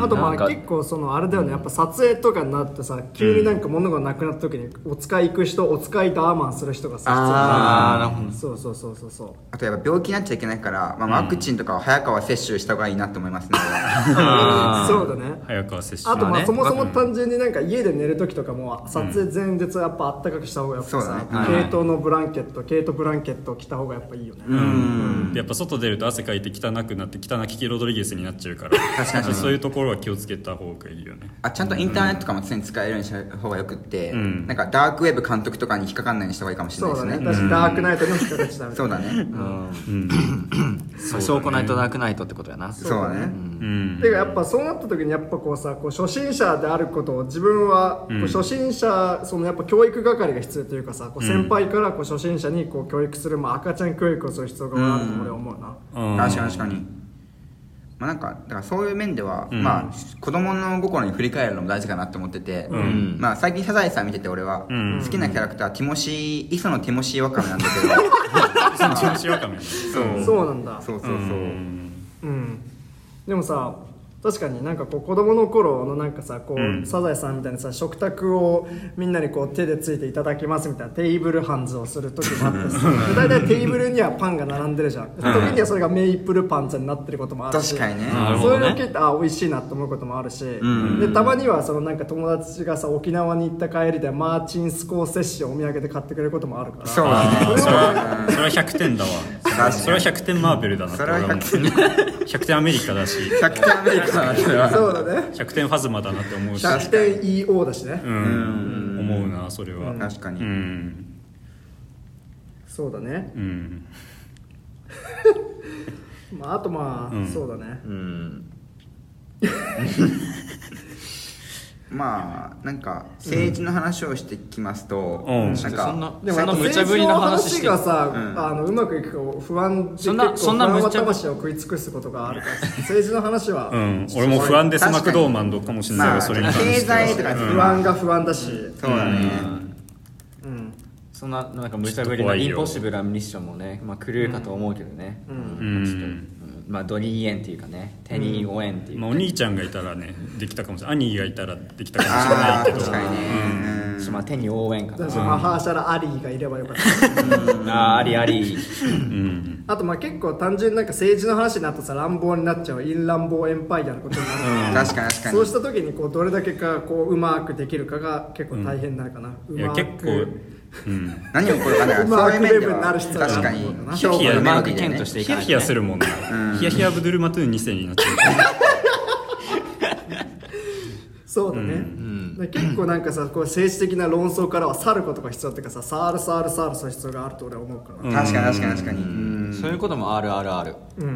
Speaker 2: あとま
Speaker 4: なん
Speaker 2: あ
Speaker 4: か
Speaker 2: 結構そのあれだよねやっぱ撮影とかになってさ急になんか物がなくなった時にお使い行く人お使いダーマンする人が
Speaker 3: あ
Speaker 2: さ普通にそうそうそうそうそう
Speaker 3: あとやっぱ病気になっちゃいけないから、まあ、ワクチンとかを早川接種した方がいいなと思います ね、
Speaker 4: あ
Speaker 2: そうだね
Speaker 1: 早川接種
Speaker 2: あとま
Speaker 4: まあ
Speaker 2: あ
Speaker 4: ね
Speaker 2: そもそも単純になんか家で寝る時とかも撮影前日はやっぱあったかくした方がやっぱ
Speaker 3: そうだ
Speaker 2: さ
Speaker 3: ね
Speaker 2: 毛糸のブランケット毛糸ブランケットを着た方がやっぱいいよね
Speaker 1: でやっぱ外出ると汗かいて汚くなって汚きキロドリゲスになっちゃうから
Speaker 3: 確かに
Speaker 1: そういうところは気をつけた方がいいよね
Speaker 3: あちゃんとインターネットとかも常に使えるようにした方がよくって、
Speaker 1: ん
Speaker 3: なんかダークウェブ監督とかに引っかかんないようにした方がいいかもしれ
Speaker 2: そう
Speaker 3: ない
Speaker 2: だ
Speaker 3: で
Speaker 2: ね
Speaker 3: す
Speaker 2: 確
Speaker 3: ね
Speaker 2: かにダークナイトの人たちだみた
Speaker 3: そ
Speaker 2: いう
Speaker 3: だね
Speaker 4: そうそうこないとなくないとってことやな
Speaker 3: そうだね
Speaker 1: うん
Speaker 2: てかやっぱそうなった時にやっぱこうさこう初心者であることを自分はこう初心者、そのやっぱ教育係が必要というかさこう先輩からこう初心者にこう教育する、まあ、赤ちゃん教育をする必要があると俺は思うな、
Speaker 1: うん
Speaker 3: 確かに確かに、まあ、なんかだからそういう面では、まあ、子供の心に振り返るのも大事かなと思ってて、まあ、最近サザエさん見てて俺は、
Speaker 1: ん
Speaker 3: 好きなキャラクターティモシー磯野ティモシーワカメなんだけど
Speaker 1: チムシワカ メね
Speaker 3: そう
Speaker 2: そうなんだ
Speaker 3: そうそうそ
Speaker 2: う
Speaker 3: う、
Speaker 2: ん、でもさ確かになんかこう子供の頃のなんかさこう、
Speaker 1: うん
Speaker 2: サザエさんみたいなさ食卓をみんなにこう手でついていただきますみたいなテーブルハンズをする時もあってさで 大体テーブルにはパンが並んでるじゃん、時にはそれがメイプルパンツになってることもあるし
Speaker 3: 確かにね
Speaker 4: なるほ
Speaker 2: そうい
Speaker 4: どね
Speaker 2: うの聞いてあ美味しいなと思うこともあるし、でたまにはそのなんか友達がさ沖縄に行った帰りでマーチンスコーセッシをお土産で買ってくれることもあるから
Speaker 3: そうだね
Speaker 1: あーそれはそれは100点だ
Speaker 3: か
Speaker 1: わ
Speaker 3: に
Speaker 1: それは100点マーベルだなって
Speaker 3: それは
Speaker 1: 俺は思う100点アメリカだし
Speaker 3: 100点アメリカなんだよ
Speaker 2: そうだね
Speaker 1: 100点ファズマだなって思うし
Speaker 2: 100点 EO だしね、
Speaker 1: うん思うなそれは
Speaker 3: 確かに、
Speaker 1: うん
Speaker 2: そうだね
Speaker 1: うん
Speaker 2: まあ、あとまあ、そうだね、
Speaker 4: うん
Speaker 3: まあなんか政治の話をしてきますと、
Speaker 1: うん
Speaker 3: なん
Speaker 4: そん
Speaker 3: か
Speaker 4: な
Speaker 2: でも
Speaker 4: そ
Speaker 2: なん
Speaker 4: な
Speaker 2: んか
Speaker 4: 無茶ぶりな話して
Speaker 2: 政治の話がさ、うあのうまくいくかを不安で
Speaker 4: そんな
Speaker 2: 結
Speaker 4: そ
Speaker 2: 構
Speaker 4: ん
Speaker 2: 不
Speaker 4: な
Speaker 2: 安
Speaker 4: 無
Speaker 2: は
Speaker 4: 茶ぶり
Speaker 2: 魂を食い尽くすことがあるから 政治の話は、
Speaker 1: うん俺も不安でスマクドーマンドかもしれない
Speaker 3: ま
Speaker 1: け
Speaker 3: あ
Speaker 1: どそれに関
Speaker 3: 経
Speaker 1: しては
Speaker 3: 済とか
Speaker 2: 不安が不安だし、
Speaker 3: そうだね、
Speaker 2: うん
Speaker 4: そんななんか無茶ぶりなインポッシブルなミッションもね、まあ、狂うかと思うけどね、
Speaker 1: うん
Speaker 4: うんまあドリーエンっていうかねテニー応援っていう
Speaker 1: まあ、お兄ちゃんがいたらねできたかもしれない兄がいたらできたかもしれ
Speaker 3: あ
Speaker 1: ない
Speaker 3: あ
Speaker 1: けど
Speaker 3: 確かにね、うん
Speaker 4: まあ手に応援か
Speaker 2: だ
Speaker 4: な
Speaker 2: からそのハーシャラアリーがいればよかっ
Speaker 4: あー
Speaker 2: た
Speaker 4: ありあり
Speaker 1: うん
Speaker 2: あとまあ結構単純になんか政治の話になるとさ乱暴になっちゃうイン乱暴エンパイアのことになるから、
Speaker 3: 確かに確かに
Speaker 2: そうした時にこうどれだけかこううまくできるかが結構大変になるかな、う
Speaker 1: いや
Speaker 2: まく
Speaker 1: 結構うん
Speaker 3: 何をこれかね
Speaker 2: う
Speaker 3: そ
Speaker 2: ま
Speaker 3: う
Speaker 2: く
Speaker 3: いう面で
Speaker 2: レベルにな
Speaker 3: は
Speaker 2: る必要がある
Speaker 3: 確かに
Speaker 1: ヒヤヒヤ
Speaker 3: 評価の
Speaker 4: マー
Speaker 3: 面
Speaker 4: ク
Speaker 3: でね
Speaker 4: ケンとして
Speaker 1: ヒ
Speaker 4: いか
Speaker 1: ヤ
Speaker 4: ないとね
Speaker 1: ヒヤするもんなヒヤヒヤアブドゥルマトゥーン2世になっちゃう
Speaker 2: そうだね、だから結構なんかさこう政治的な論争からは去ることが必要っていうかさ触る触る触るする必要があると俺は思うから、
Speaker 3: 確かに確かに確かに、
Speaker 4: そういうこともあるあるある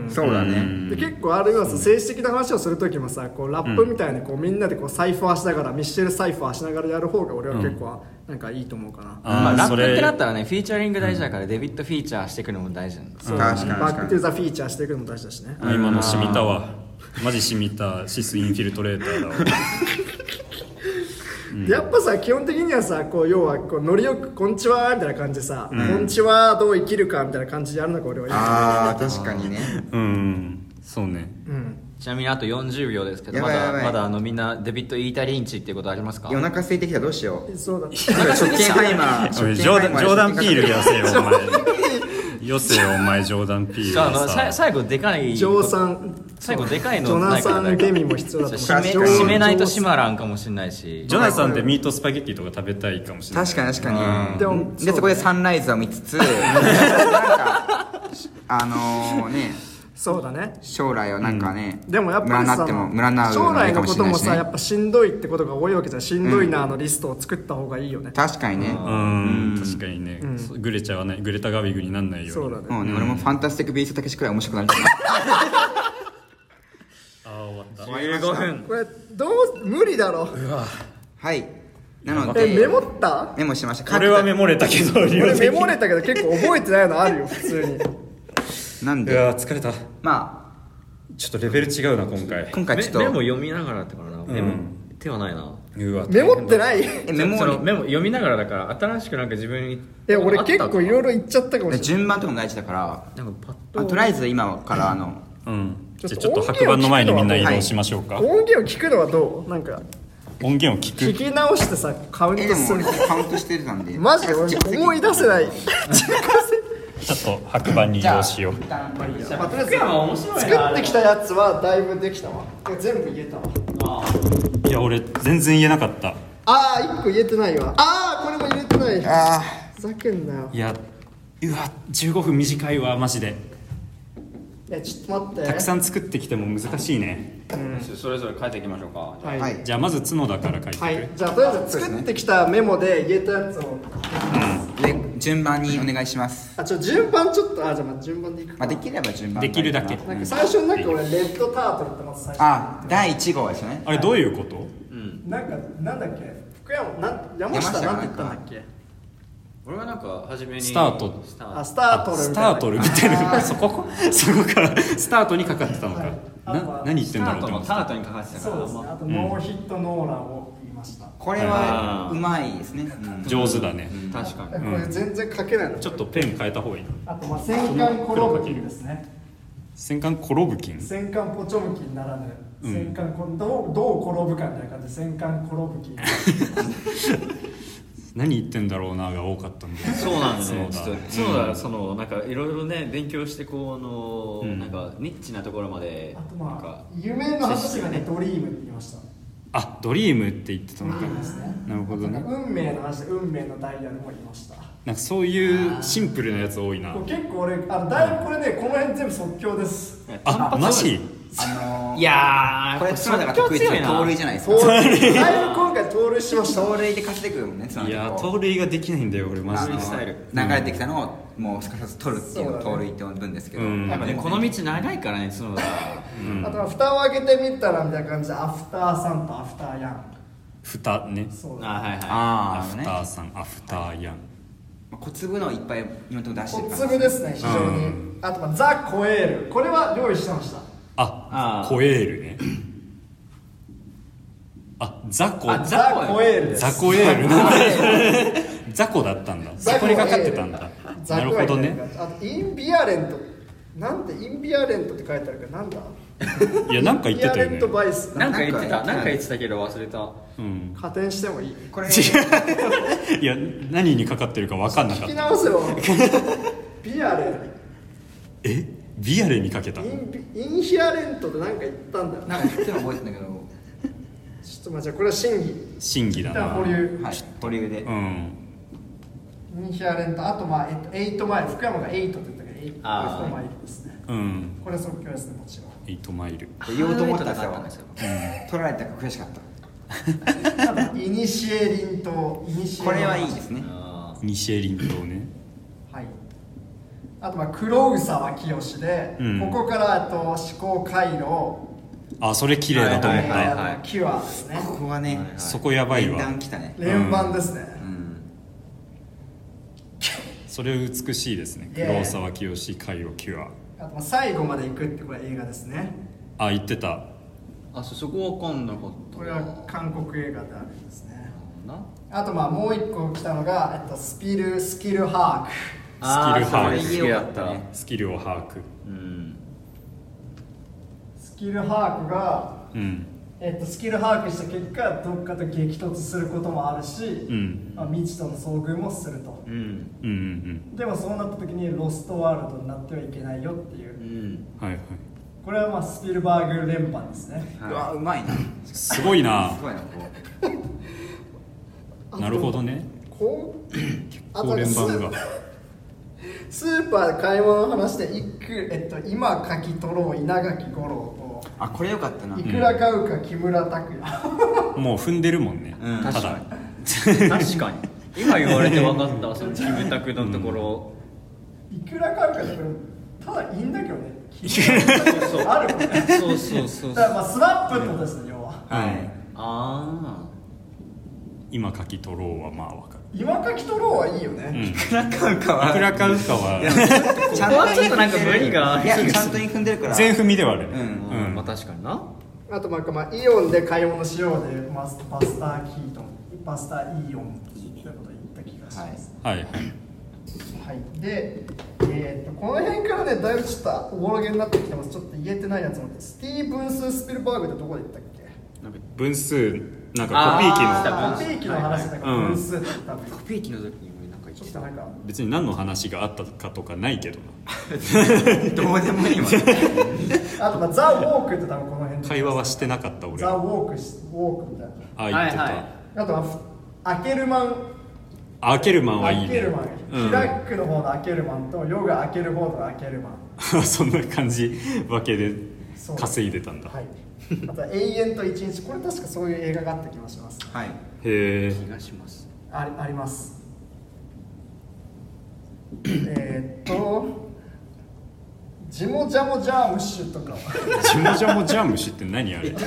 Speaker 3: そうだね、
Speaker 2: で結構あれはさ政治的な話をする時もさこうラップみたいにこうみんなでこうサイファーしながらミッシェルサイファーしながらやる方が俺は結構なんかいいと思うかな、
Speaker 4: まあ、ラップ
Speaker 1: そ
Speaker 4: って
Speaker 1: れ
Speaker 4: なったらねフィーチャリング大事だから、デビットフィーチャーしてくるのも大事なんです
Speaker 2: そう
Speaker 3: 確かに確か
Speaker 2: バ
Speaker 3: に
Speaker 2: ック・トゥ・ザ・フィーチャーしていくのも大事だしね、
Speaker 1: あ今の染みたわマジ染みたシスインフィルトレーターだわ
Speaker 2: でやっぱさ基本的にはさこう要はこうノリよく「こんにちは」みたいな感じでさ「こんにちはどう生きるか」みたいな感じでやるのが俺はいい
Speaker 3: ああ確かにね
Speaker 1: うんそうね
Speaker 4: ちなみにあと40秒ですけど
Speaker 3: や
Speaker 4: ま
Speaker 3: ばいや
Speaker 4: だ
Speaker 3: ばい
Speaker 4: まだあのみんなデビッド・イータリンチっていうことありますか
Speaker 3: 夜中空いてきたどうしよう
Speaker 2: そうだね
Speaker 3: 食券ハイマー
Speaker 1: おい
Speaker 3: 食券
Speaker 1: 冗
Speaker 3: ハイマ
Speaker 1: 談冗談ピール
Speaker 3: や
Speaker 1: よせよお前よせよお前冗談ピール
Speaker 4: じゃああのさ
Speaker 1: さ
Speaker 4: い最後でかい
Speaker 2: ジョーさん
Speaker 4: 最後でかい
Speaker 2: ジョ
Speaker 4: のな
Speaker 2: ナ
Speaker 4: いか
Speaker 2: サ
Speaker 4: ら
Speaker 2: ン・
Speaker 4: 誰か
Speaker 2: ゲミも必要だと思う
Speaker 4: 締め
Speaker 3: 確かに
Speaker 4: 締めないと閉まらんかもしれないし
Speaker 1: ジョナサンってミートスパゲッティとか食べたいかもしれない
Speaker 3: 確かに確かに
Speaker 2: でもそう
Speaker 3: で
Speaker 2: ね
Speaker 3: そこでサンライズを見つつなんかあのね
Speaker 2: そうだね
Speaker 3: 将来をなんかね
Speaker 2: でもやっぱり
Speaker 3: 占
Speaker 2: さ
Speaker 3: っても占う
Speaker 2: 将
Speaker 3: もい
Speaker 2: 来
Speaker 3: い
Speaker 2: の
Speaker 3: かも
Speaker 2: こ
Speaker 3: しれ
Speaker 2: と
Speaker 3: ない
Speaker 2: も
Speaker 3: し
Speaker 2: さや
Speaker 3: ね
Speaker 2: っぱしんどいってことが多いわけじゃんしんどいなのリストを作った方がいいよね
Speaker 3: 確かにね
Speaker 1: うん確かにねグレちゃわないグレタガビグになんないように
Speaker 2: そうだね
Speaker 3: もうね俺もファンタスティックビーストたけしくらい面白くなる
Speaker 1: ああ終わった
Speaker 4: 15分
Speaker 2: これどう無理だろ
Speaker 3: はいなので
Speaker 2: えメモった
Speaker 3: メモしました
Speaker 1: これはメモれたけど俺
Speaker 2: 俺メモれたけど結構覚えてないのある よ普通に
Speaker 3: なん
Speaker 1: い
Speaker 3: で
Speaker 1: やー疲れた
Speaker 3: ま
Speaker 1: ちょっとレベル違うな今回
Speaker 3: あ今回
Speaker 4: メ
Speaker 3: ちょっと
Speaker 4: メモ読みながらってからなメモ手はないな
Speaker 1: うわ
Speaker 2: メモってない
Speaker 3: えメモ
Speaker 4: そのメモ読みながらだから新しくなんか自分に
Speaker 2: え俺結構いろ
Speaker 4: い
Speaker 2: いろ言っちゃったかもしれない
Speaker 3: 順番とかも大事だから
Speaker 4: ろなんかパ
Speaker 3: あ
Speaker 4: ッ
Speaker 3: と
Speaker 4: と
Speaker 3: りあえず今からあの
Speaker 1: うんじ
Speaker 2: ち
Speaker 1: ゃあ
Speaker 2: ょっ
Speaker 1: ちょ
Speaker 2: と
Speaker 1: っと白板の前にみんな移動しましょうか
Speaker 2: 音源を聞くのはどうなんか
Speaker 1: 音源を聞
Speaker 2: 聞
Speaker 1: く
Speaker 2: き直してさカウン
Speaker 3: え
Speaker 2: ト
Speaker 3: ですも俺
Speaker 2: る
Speaker 3: カウントしてたんで
Speaker 2: マジで俺思い出せ ない
Speaker 1: ちょっと白板に移
Speaker 3: じゃあ
Speaker 1: 動しよう
Speaker 3: 一旦
Speaker 2: まあとりあえず作ってきたやつはだいぶできたわ全部言えたわ
Speaker 1: いや俺全然言えなかった
Speaker 2: あー1個言えてないわあーこれも言えてない
Speaker 3: あ
Speaker 2: ふざけんなよ
Speaker 1: いやうわ15分短いわマジで
Speaker 2: いやちょっと待って
Speaker 1: たくさん作ってきても難しいね
Speaker 4: それぞれ書いていきましょうか
Speaker 2: はい、
Speaker 3: は
Speaker 2: はいい
Speaker 1: じゃあまず角田から書いてく、
Speaker 2: じゃあとりあえず作ってきたメモで言えたやつを
Speaker 3: で順番にお願いします
Speaker 2: あちょ順番ちょっとあじゃあまあ順番でいく
Speaker 3: まあできれば順番
Speaker 1: できるだけ
Speaker 2: なんか最初なんか俺レッドタートルってまず最初
Speaker 3: あ第1号ですよね
Speaker 1: あれどういうこと
Speaker 2: なんかなんだっけ福山なん山下なんて言ったんだっけ
Speaker 4: 俺はなんか初めに
Speaker 1: スタート
Speaker 4: スター
Speaker 2: あ
Speaker 4: ト
Speaker 2: スタートルみたいな
Speaker 1: スタートルみたいなそこそこからスタートにかかってたのか、な何言ってんだろうって思って
Speaker 4: タートに書かせて
Speaker 2: そうですねあとノーヒットノーランを言いました、
Speaker 3: これはうまいですね、うん
Speaker 1: 上手だね、
Speaker 4: 確かに
Speaker 2: えこれ全然書けないの
Speaker 1: ちょっとペン変えた方がいいな
Speaker 2: あとまあ戦艦コロブキンですね
Speaker 1: 戦艦コロブキン
Speaker 2: 戦艦ポチョムキンならぬ戦艦こどうどう転ぶかみたいな感じで戦艦コロブキン
Speaker 1: 何言ってんだろうなが多かったんで
Speaker 4: そうなんですねちょ
Speaker 1: そ
Speaker 4: っ
Speaker 1: うだ
Speaker 4: とそうだそのなんかいろいろね勉強してこうあの
Speaker 1: うん
Speaker 4: なんかニッチなところまで
Speaker 2: あと
Speaker 4: なん
Speaker 2: ま
Speaker 4: か
Speaker 2: あ夢の話がねドリームって言いました
Speaker 1: あドリームって言ってた
Speaker 2: ドリ
Speaker 1: のか
Speaker 2: ームですね
Speaker 1: なるほどね
Speaker 2: 運命の話で運命のダイヤルも言いました
Speaker 1: なんかそういうシンプルなやつ多いな
Speaker 2: これ結構俺あのだいぶこれねこの辺全部即興です
Speaker 1: あマジ
Speaker 3: あのー
Speaker 4: いやー
Speaker 3: これ角田が得意
Speaker 4: 強
Speaker 3: ない
Speaker 4: な
Speaker 3: 盗塁じゃないですか
Speaker 2: 盗 塁だいぶ今回盗塁しました
Speaker 3: 盗塁で稼いでくるもんね角
Speaker 1: い
Speaker 3: 田
Speaker 1: や
Speaker 3: こう
Speaker 1: 盗塁ができないんだよ俺マ
Speaker 3: あ
Speaker 1: ジで
Speaker 3: の
Speaker 4: スタイル
Speaker 3: 流れてきたのをもうすかさず取るっていうのを盗塁って呼ぶんですけど、
Speaker 1: うん
Speaker 4: やっぱねこの道長いからねそ の
Speaker 2: あとは蓋を開けてみたらみたいな感じでアフターさんとアフターヤン
Speaker 1: 蓋ね
Speaker 2: そう
Speaker 4: あはいは
Speaker 1: ア
Speaker 3: ああ
Speaker 1: フ
Speaker 3: ね
Speaker 1: ターさんアフターヤン
Speaker 3: まあ小粒のをいっぱい今のところ出してる
Speaker 2: 小
Speaker 3: から
Speaker 2: 粒ですね非常に、あとまあザ・コエールこれは用意してました
Speaker 1: あ
Speaker 4: あー
Speaker 1: コエールねあザコ
Speaker 4: あザ
Speaker 2: ザ・コエールです
Speaker 1: ザコエールなんだ ザコだったんだそこにかかってたんだ
Speaker 2: ザ
Speaker 1: なる
Speaker 2: コエール
Speaker 1: ほどね
Speaker 2: あとインビアレントなんでインビアレントって書いてあるからなんだ
Speaker 1: いやなんか言ってた
Speaker 2: インビア
Speaker 1: よ
Speaker 2: レ
Speaker 1: ね
Speaker 2: ントバイス
Speaker 4: いなんか言ってたなん
Speaker 3: な
Speaker 4: んか
Speaker 3: か
Speaker 4: 言ってたけど忘れた
Speaker 1: うん
Speaker 2: 加点してもいい
Speaker 3: これ
Speaker 1: いや何にかかってるか分かんなか
Speaker 2: 聞
Speaker 1: っ
Speaker 2: き
Speaker 1: た
Speaker 2: 直せよビアレン
Speaker 1: えビアレにかけた
Speaker 2: インビインヒアレントってなんか言ったんだよな
Speaker 3: なんか言っても覚えてんだけど
Speaker 2: ちょっとまあじゃあこれは審議
Speaker 1: 審議だ
Speaker 2: 一旦
Speaker 1: な
Speaker 2: 保留
Speaker 3: はい保留で、
Speaker 1: うん
Speaker 2: インヒアレントあとまあ、えっと、エイトマイル福山がエイトって言ったけどエイト
Speaker 4: あー
Speaker 2: マイルですね
Speaker 1: うん
Speaker 2: これ即興ですねもちろん
Speaker 1: 8マイル
Speaker 3: 言おうと思ったんですよ
Speaker 4: ハイライトなかったん
Speaker 3: 取られたから悔しかった
Speaker 2: ただイニシエリンとイニシエリン
Speaker 3: これはいいですね
Speaker 4: あ
Speaker 1: 西エリン島ね
Speaker 2: はいあとまあ黒沢清で、
Speaker 1: うん
Speaker 2: ここからあと思考回路
Speaker 1: あそれ綺麗だと思っ
Speaker 4: はい
Speaker 1: た、
Speaker 4: はいはい
Speaker 2: キュアですね
Speaker 3: ここはね、
Speaker 1: そこやばいわ
Speaker 3: 連弾来たね
Speaker 2: 連番ですね、
Speaker 3: うん
Speaker 1: それ美しいですね
Speaker 2: イエーイ
Speaker 1: 黒沢清海をキュア
Speaker 2: あとまあ最後まで行くってこれ映画ですね
Speaker 1: あ言ってた
Speaker 4: ーあそそこわかんなかった
Speaker 2: これは韓国映画であるんですね
Speaker 5: んな
Speaker 2: あとまあもう一個来たのが、えっと、スピルスキル把
Speaker 5: あー
Speaker 1: スキルハーフ
Speaker 5: それ言えよかったね
Speaker 1: スキルを把握
Speaker 5: うん
Speaker 2: 握スキル把握が、
Speaker 1: うん
Speaker 2: えっと、スキル把握した結果どっかと激突することもあるし、
Speaker 1: ん
Speaker 2: まあ、未知との遭遇もすると
Speaker 5: うん
Speaker 1: うんうん
Speaker 2: でもそうなった時にロストワールドになってはいけないよっていううん
Speaker 1: うんはいはい
Speaker 2: これはまあスピルバーグ連番ですね
Speaker 3: うわうまいなす
Speaker 1: すごいな
Speaker 3: ごいなこ
Speaker 1: なるほどね
Speaker 2: こう あ
Speaker 1: こう連番が
Speaker 2: スーパーで買い物の話でいく、えっと、今書き取ろう稲垣吾郎
Speaker 3: うあこれよかったな
Speaker 2: といくら買うか木村拓哉
Speaker 1: もう踏んでるもんね、
Speaker 3: うん
Speaker 1: た
Speaker 3: 確
Speaker 1: だ
Speaker 5: 確かに今言われて分かったそのキムタクのところ、
Speaker 2: いくら買うかってこれただいいんだけどね 木村拓哉あるもんね
Speaker 5: そうそうそう
Speaker 2: だか
Speaker 5: そ
Speaker 2: ら
Speaker 5: う
Speaker 2: まあスラップってことですね要は
Speaker 3: はい
Speaker 5: あ
Speaker 1: 今書き取ろうはまあわかる
Speaker 2: 今書き取ろうはいいよ
Speaker 1: う
Speaker 2: ね、
Speaker 1: んい
Speaker 3: いくら買うかは
Speaker 1: くら買うかは
Speaker 3: ち
Speaker 5: ここはちょっとなんか無理があ
Speaker 3: い
Speaker 5: る
Speaker 3: やちゃんとに踏んでるから
Speaker 1: 全踏みではあるね
Speaker 3: う
Speaker 5: あ、
Speaker 3: ん
Speaker 5: うん、ま
Speaker 1: う
Speaker 5: あ
Speaker 1: ん
Speaker 5: 確かにな
Speaker 2: あとなんかまあイオンで買い物しようでマスパスターキートンパスタイオンということを言った気がします、
Speaker 1: はいはい
Speaker 2: はいで、えー、とこの辺からねだいぶちょっとおぼろげになってきてますちょっと言えてないやつもあってスティーブンス・スピルバーグってどこで言ったっけ
Speaker 1: 分数なんかコピー機の
Speaker 2: あコピー機の話だから
Speaker 1: うん
Speaker 2: 分数って多分
Speaker 5: コピー機の時にもなんか言
Speaker 2: ちょっとなんか
Speaker 1: 別に何の話があったかとかないけど
Speaker 3: どうでもいいわ
Speaker 2: あとまあザ・ウォークって多分この辺
Speaker 1: な会話はしてなかった俺
Speaker 2: ザ・ウ
Speaker 1: あ
Speaker 2: ォークしウォークみたいな
Speaker 1: あ言ってた、
Speaker 5: はいはい
Speaker 2: あとはふアケルマン
Speaker 1: アケルマンはいい
Speaker 2: ア
Speaker 1: ね
Speaker 2: ケルマン、
Speaker 1: うん
Speaker 2: ヒラックの方のアケルマンとヨガアケルボードのアケルマン
Speaker 1: そんな 感じ分けで
Speaker 2: そう
Speaker 1: 稼いでたんだ、
Speaker 2: はいあとは永遠と一日これ確かそういう映画があった気がします
Speaker 3: はい
Speaker 1: へえ
Speaker 5: 気がします
Speaker 2: ありありますえーっとジモジャモジャームッシュとか
Speaker 1: ジモジャモジャムシって何あれいて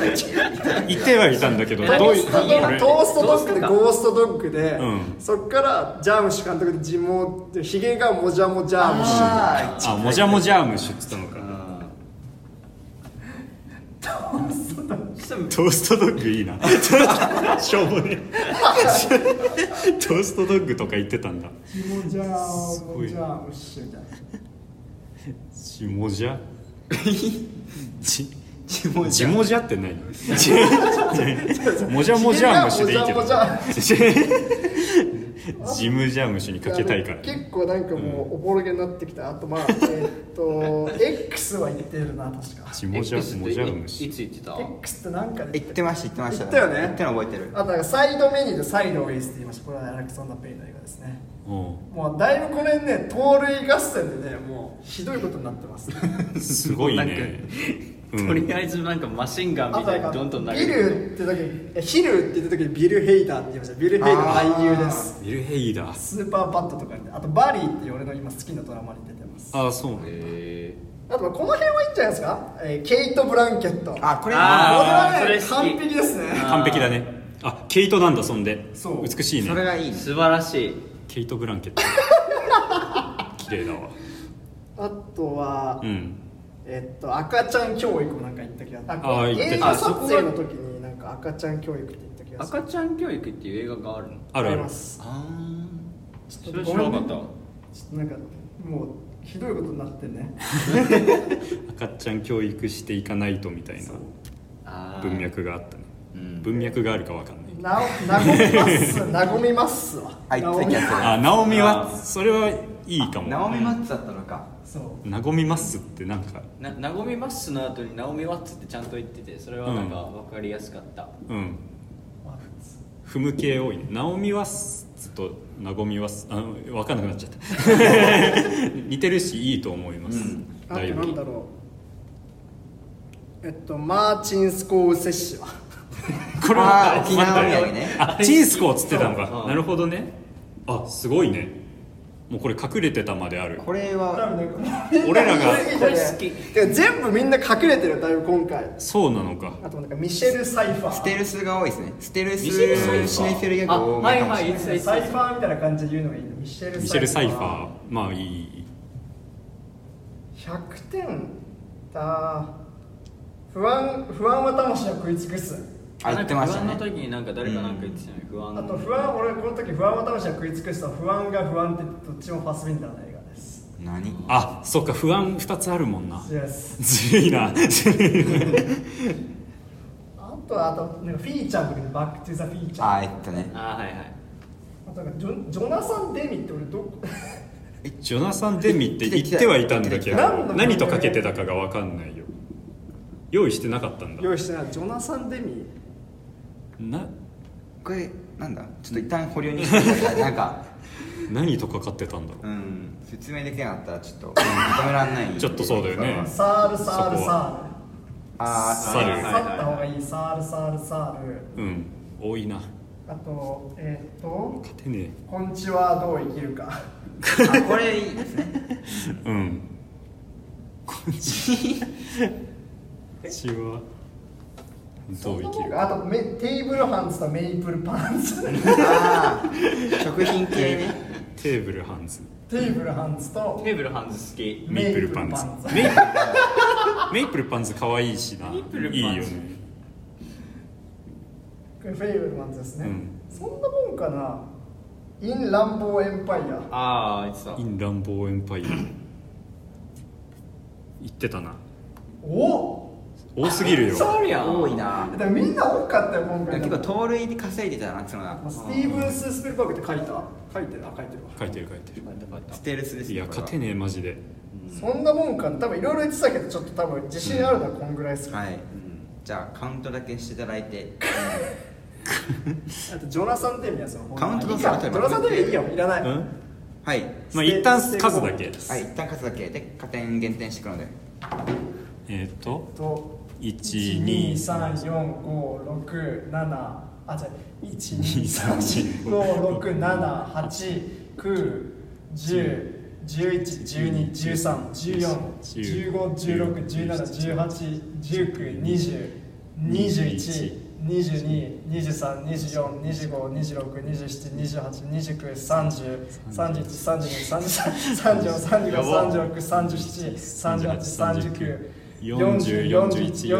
Speaker 1: はいたんだけど
Speaker 5: え
Speaker 1: どういうこ
Speaker 2: トー
Speaker 1: れ
Speaker 2: ストドッグでゴーストドッグで、
Speaker 1: うん
Speaker 2: そっからジャームッシュ監督でジモってヒゲがモジャモジャームッシュ
Speaker 3: あ
Speaker 1: あモジャモジャムシって言ったのかトーストドッグいいな しょうもね トーストドッグとか言ってたんだ
Speaker 2: ジモジャー
Speaker 1: ご
Speaker 2: モ
Speaker 1: い
Speaker 2: ジャームッシュみたいな
Speaker 1: ジモジャジ
Speaker 3: ジモ
Speaker 1: ジ
Speaker 3: ジャ
Speaker 1: モジャって何モジャモジャムシでいいけど
Speaker 2: モジャモ
Speaker 1: ジムジャムシにかけたいから
Speaker 2: 結構なんかもうおぼろげになってきたあとまあえーっ と X は言ってるな確か
Speaker 1: ジモジャ
Speaker 5: X
Speaker 1: モ
Speaker 5: ってい
Speaker 1: ジャムシ
Speaker 5: いつ言ってた
Speaker 2: X ってなんかで
Speaker 3: 言ってました言ってまし
Speaker 2: 言っ
Speaker 3: た
Speaker 2: たよね
Speaker 3: 言ったの覚えてる
Speaker 2: あとなんかサイドメニューでサイドウェイスって言いましたこれはアレクサンダー・ペインの映画ですね
Speaker 1: お
Speaker 2: もうだいぶこれね盗塁合戦でねもうひどいことになってます
Speaker 1: うすごいねうん
Speaker 5: とりあえずなんかマシンガン
Speaker 2: あ
Speaker 5: み
Speaker 2: と
Speaker 5: たい
Speaker 2: な
Speaker 5: にどん
Speaker 2: ん
Speaker 5: どん投
Speaker 2: か
Speaker 5: げ
Speaker 2: ビルって時にえヒルって言った時にビル・ヘイダーって言いましたビル・ヘイダーの俳優です
Speaker 1: ビルヘイダー
Speaker 2: スーパーバットとかにあとバリーっていう俺の今好きなドラマに出てます
Speaker 1: ああそうね
Speaker 5: え
Speaker 2: あとまあこの辺はいいんじゃないですか、えーケイト・ブランケット
Speaker 3: あこれ
Speaker 5: あー
Speaker 2: これ
Speaker 5: そ
Speaker 2: は
Speaker 5: れ
Speaker 2: ね
Speaker 5: 好き
Speaker 2: 完璧ですね
Speaker 1: 完璧だねあケイトなんだそんで
Speaker 2: そう
Speaker 1: 美しい
Speaker 3: それ
Speaker 1: ね
Speaker 3: がいい
Speaker 5: ー、
Speaker 3: ね
Speaker 5: 素晴らしい
Speaker 1: ケイトブランケット綺麗だわ
Speaker 2: あとは、
Speaker 1: うん
Speaker 2: えっと赤ちゃん教育もなんか言った気があ
Speaker 1: あー言って
Speaker 2: 映
Speaker 1: た
Speaker 2: 画撮影の時になんか赤ちゃん教育って言った気がする
Speaker 5: 赤ちゃん教育っていう映画があるの
Speaker 1: あるあ
Speaker 2: り
Speaker 1: る
Speaker 2: ます
Speaker 5: あ
Speaker 2: ち
Speaker 5: そ
Speaker 2: ょっと
Speaker 5: れ
Speaker 2: ご
Speaker 5: 知
Speaker 2: め
Speaker 5: ら
Speaker 2: ん
Speaker 5: な
Speaker 2: ね
Speaker 5: かっ
Speaker 2: ち
Speaker 5: た
Speaker 2: ょっとなんかもうひどいことになって ね
Speaker 1: 赤ちゃん教育していかないとみたいな
Speaker 5: あー
Speaker 1: 文脈があったね
Speaker 5: うん
Speaker 1: 文脈があるかわかんない
Speaker 2: ななごみますなごみますわ
Speaker 3: はい
Speaker 2: なごみ
Speaker 3: 次やつ
Speaker 1: あナオミは
Speaker 5: あー
Speaker 1: それはいいかも
Speaker 3: ナオミ・マッツだったのか
Speaker 2: そう
Speaker 1: ナゴミマッスってなんか
Speaker 5: なナゴミマッスの後にナオミワッツってちゃんと言っててそれはなんか分かりやすかった、
Speaker 1: うん
Speaker 2: まあ普通
Speaker 1: 踏む系多いねナオミワッスとナゴミワッスあ分かんなくなっちゃった 似てるしいいと思います、
Speaker 5: うん
Speaker 2: あと
Speaker 1: だいぶ
Speaker 2: なんだろうえっとマーチンスコーセッシは
Speaker 1: これは
Speaker 3: あー沖縄土産ね
Speaker 1: あチンスコをつってたの
Speaker 5: そう
Speaker 1: か
Speaker 5: うん
Speaker 1: なるほどねあすごいねもうこれ隠れてたまである
Speaker 3: これは
Speaker 1: 俺らが
Speaker 5: これ好き
Speaker 2: てか全部みんな隠れてるよだいぶ今回
Speaker 1: そうなのか
Speaker 2: あとなんかミシェル・サイファー
Speaker 3: ステルスが多いですねステルス
Speaker 5: ミシェルサイファー
Speaker 3: シネフェルギャグ多
Speaker 5: あは
Speaker 3: め
Speaker 5: い
Speaker 3: かも
Speaker 5: は
Speaker 3: し
Speaker 5: い
Speaker 3: れな
Speaker 5: 言
Speaker 3: い
Speaker 5: ってた言って
Speaker 2: サ
Speaker 5: た
Speaker 2: イファーみたいな感じで言うのがいいのミシェル・
Speaker 1: ミシェル・サイファーまあいい
Speaker 2: 100点だ不安不安は魂を食い尽くす
Speaker 3: あ言ってました
Speaker 5: なんか
Speaker 3: ね
Speaker 5: 不安の時になんか誰かなんか言ってたよね不安
Speaker 2: あと不安俺この時不安は魂は食い尽くした不安が不安ってどっちもファスビンダーの映画です
Speaker 3: 何
Speaker 1: あそっか不安2つあるもんな
Speaker 2: イエス
Speaker 1: ずるいな
Speaker 2: あとはあとなんかフィーチャーの時にバック・トゥ・ザ・フィーチャー
Speaker 3: あ
Speaker 2: あ
Speaker 3: えっとね
Speaker 5: あーはいはい
Speaker 2: となんかジョジョナサン・デミって俺どこ
Speaker 1: ジョナサン・デミって言ってはいたんだけど
Speaker 2: 何の
Speaker 1: 何とかけてたかが分かんないよ用意してなかったんだ
Speaker 2: 用意してないジョナサン・デミ
Speaker 1: な
Speaker 3: これなんだちょっと一旦保留 にしてくださいなんか
Speaker 1: 何とかかってたんだろ
Speaker 3: うん説明できなかったらちょっと認められない
Speaker 1: ちょっとそうだよね
Speaker 2: サール・サール・サ
Speaker 3: あ
Speaker 1: 猿
Speaker 2: ール
Speaker 5: は
Speaker 2: 去
Speaker 5: い
Speaker 2: った方がいいサール・サール・サール
Speaker 1: ううん多いな
Speaker 2: あとえーっと
Speaker 1: 勝てね
Speaker 2: 「こんちはどう生きるか
Speaker 3: ーあこれいいですね
Speaker 1: えうんこんちはどう」生きる
Speaker 2: あとメテーブルハンズとメイプルパンツ
Speaker 3: あー食品系ね
Speaker 1: テーブルハンズ
Speaker 2: テーブルハンズと
Speaker 5: テーブルハンズ好き
Speaker 1: メイプルパンツ
Speaker 2: メイプルパン
Speaker 1: メイプルパンツ可愛いしな
Speaker 5: メイプルパン
Speaker 1: い
Speaker 5: ツ
Speaker 1: いよね
Speaker 2: ツこれフェイブルパンツですね、
Speaker 1: うん
Speaker 2: そんなもんかなイン・ランボー・エンパイア
Speaker 5: ああ言ってた
Speaker 1: イン・ランボー・エンパイア言ってたな
Speaker 2: お
Speaker 1: 多すぎるよ
Speaker 5: そうやん
Speaker 3: 多いな
Speaker 2: だからみんな多かったよ今回
Speaker 3: 結構盗塁で稼いでたなそのな
Speaker 2: スティーブンス・スピルバーグって書いた書いてるあ書いてるわ
Speaker 1: 書いてる書いてる
Speaker 3: ステルスです
Speaker 1: いや勝て
Speaker 3: ね
Speaker 1: ねえマジで
Speaker 2: そんなもんかな多分いろいろ言ってたけどちょっと多分自信あるのはこんぐらいですか、
Speaker 3: これははいじゃあカウントだけしていただいて
Speaker 2: あとジョナサン・デミアその
Speaker 3: カウント
Speaker 2: い
Speaker 3: ダウン
Speaker 2: い
Speaker 3: さ
Speaker 2: や
Speaker 3: れ
Speaker 2: ジ
Speaker 3: てる
Speaker 2: ョナサン・デミアいいよいらない、
Speaker 1: うん
Speaker 3: はい
Speaker 1: まあ
Speaker 2: ステ
Speaker 1: 一旦
Speaker 2: ステ
Speaker 1: 数だけ
Speaker 3: はい一旦勝つだけで加点減点していくので
Speaker 1: えっと
Speaker 2: と
Speaker 1: 1 2 3
Speaker 2: 1234567あじゃ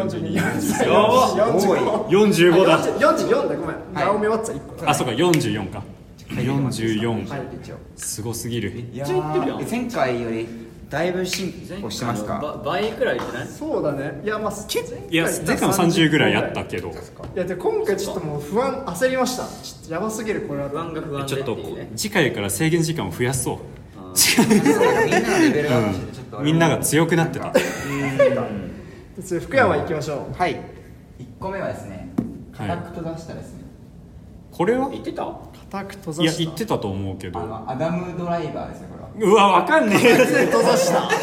Speaker 1: 45
Speaker 2: 1234567891010111213141516171819202021232324252326272728293030313233343434343434343434343434343434343434343434343434343435 45だごめん、
Speaker 3: はい
Speaker 2: ナオミ・ワッツは1個
Speaker 1: あそうか44か
Speaker 3: は
Speaker 1: 44
Speaker 3: い一応
Speaker 1: すごすぎる
Speaker 3: いや
Speaker 5: めっちゃ言ってるやん
Speaker 3: ー前回よりだいぶ進歩してますか
Speaker 5: ば倍くらいじゃない
Speaker 2: そうだねいやまあ
Speaker 1: いや前回も30ぐらいあったけど
Speaker 2: いやで今回ちょっともう不安焦りましたちょっとやばすぎるこれは
Speaker 5: 不安が不安
Speaker 1: ち
Speaker 5: でっ
Speaker 1: ょってと
Speaker 5: いうね
Speaker 1: 次回から制限時間を増やそう
Speaker 3: みんなのレベルがちょっと
Speaker 1: みんなが強くなってた
Speaker 2: それ福山行きましょ
Speaker 3: はい1個目はですね
Speaker 1: はい
Speaker 3: 硬く閉ざしたですね
Speaker 1: これは
Speaker 5: 言ってた
Speaker 2: う固く閉ざ
Speaker 1: いや
Speaker 2: した
Speaker 1: 言ってたと思うけ
Speaker 3: あ
Speaker 1: ど
Speaker 3: のアダムドライバーですねこれ
Speaker 1: う
Speaker 3: は
Speaker 1: わわかんねえ
Speaker 2: 閉ざした
Speaker 1: なんか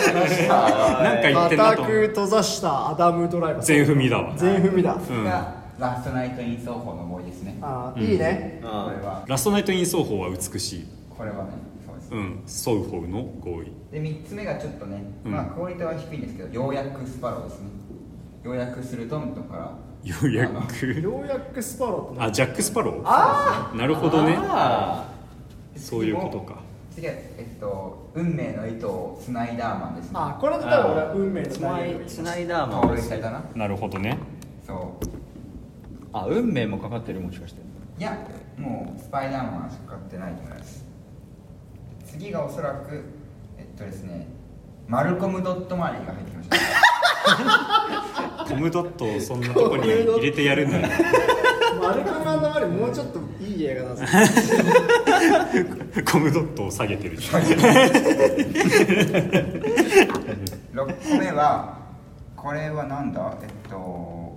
Speaker 1: 言ってんなと
Speaker 2: 固
Speaker 1: 思う
Speaker 2: く閉ざしたアダムドライバー
Speaker 1: 全踏みだわ
Speaker 2: 全踏みだ、
Speaker 1: うん
Speaker 3: がラストナイトイン奏法の思いですねこ
Speaker 2: あーいいね、
Speaker 3: れは
Speaker 1: ラストナイトイン奏法は美しい
Speaker 3: これはねそうです
Speaker 1: うん奏法の合意
Speaker 3: で3つ目がちょっとね
Speaker 1: うん
Speaker 3: まあクオリティは低いんですけど要約スパローですね要約するとのとこから
Speaker 1: ようやく
Speaker 2: ようやくスパローと
Speaker 1: あジャック・スパローあなるほどねそういうことか
Speaker 3: 次は、えっと、運命の糸をスナイダーマンですね
Speaker 2: あこれだったら俺は運命の
Speaker 5: つない
Speaker 2: つ
Speaker 5: つないだ
Speaker 3: 盗塁されたな
Speaker 1: なるほどね
Speaker 3: そう
Speaker 5: あ運命もかかってるもしかして
Speaker 3: いやもうスパイダーマンしか買ってないと思います次がおそらくえっとですねマルコム・ドット・マリーが入ってきました
Speaker 1: コムドットをそんなとこに入れてやるんだ よ
Speaker 2: マルカムアンドマリーもうちょっといい映画だぞ
Speaker 1: コムドットを下げてるじゃん
Speaker 3: 6個目はこれはなんだえっと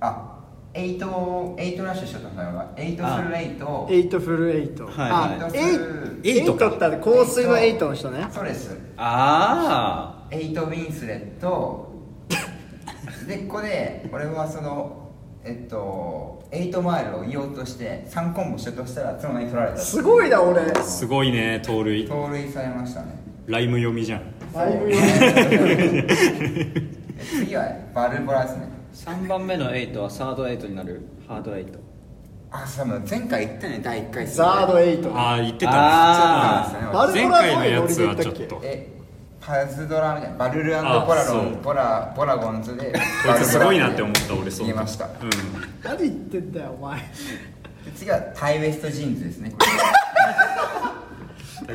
Speaker 3: あエイトエイトラッシュしようと思ったのがエイトするレイト
Speaker 2: エイトフルエイト、
Speaker 5: はい
Speaker 2: あ
Speaker 3: はい
Speaker 2: エイエイトってあれ香水のエイトの人ね
Speaker 3: そうです
Speaker 5: あ
Speaker 3: エイト・ウィンスレッ トでここで俺はそのえっとエイトマイルを言おうとして3コンボしようとしたらその間に取られた
Speaker 2: すごいな俺
Speaker 1: すごいね盗塁
Speaker 3: 盗塁されま したね
Speaker 1: ライム読みじゃん
Speaker 2: だいぶ
Speaker 3: 次はバルボラですね
Speaker 5: あ3番目の8はサード8になるハード8
Speaker 3: あそう多分前回言ったね第1回
Speaker 2: ザードエイト
Speaker 1: ああ言って
Speaker 5: あ
Speaker 1: た
Speaker 3: そうなんですね
Speaker 2: バ
Speaker 1: 前
Speaker 2: ルボラ
Speaker 1: 回のやつはちょっ
Speaker 2: どういうノリで言った
Speaker 1: と
Speaker 3: えパズドラみたいなバルルポ
Speaker 1: あ
Speaker 3: ラロ
Speaker 1: そう
Speaker 3: ンポラポラゴンズで
Speaker 1: こいつすごいなって思った俺そう
Speaker 3: 言えました
Speaker 1: うん
Speaker 3: で
Speaker 2: 何言ってんだよお前
Speaker 3: 次はタイウエストジーンズですねこれ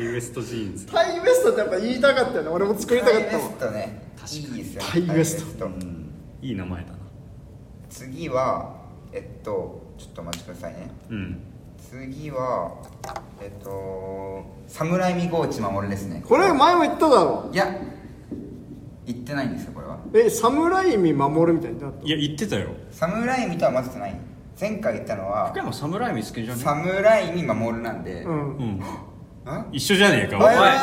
Speaker 1: タイウエストジーンズ
Speaker 2: タイウエストってやっぱ言いたかったよね俺も作りたかったもん
Speaker 3: タイウエストね
Speaker 1: 確か
Speaker 3: いいですよ
Speaker 2: タイウエスト
Speaker 3: タイウエストうん
Speaker 1: いい名前だな
Speaker 3: 次はえっとちょっとお待ちくださいね
Speaker 1: うん
Speaker 3: 次はえっと侍見郷地守ですね
Speaker 2: これ前も言っただろ
Speaker 3: いや言ってないんですよこれは
Speaker 2: え侍海守るみたいになった
Speaker 1: いや言ってたよ
Speaker 3: 侍見とは混ぜてない前回言ったのは
Speaker 4: 福山侍見つけじゃね
Speaker 3: 侍見守るなんで、
Speaker 2: う
Speaker 1: うんん
Speaker 3: あ
Speaker 1: 一緒じゃねえか
Speaker 3: おい
Speaker 1: おい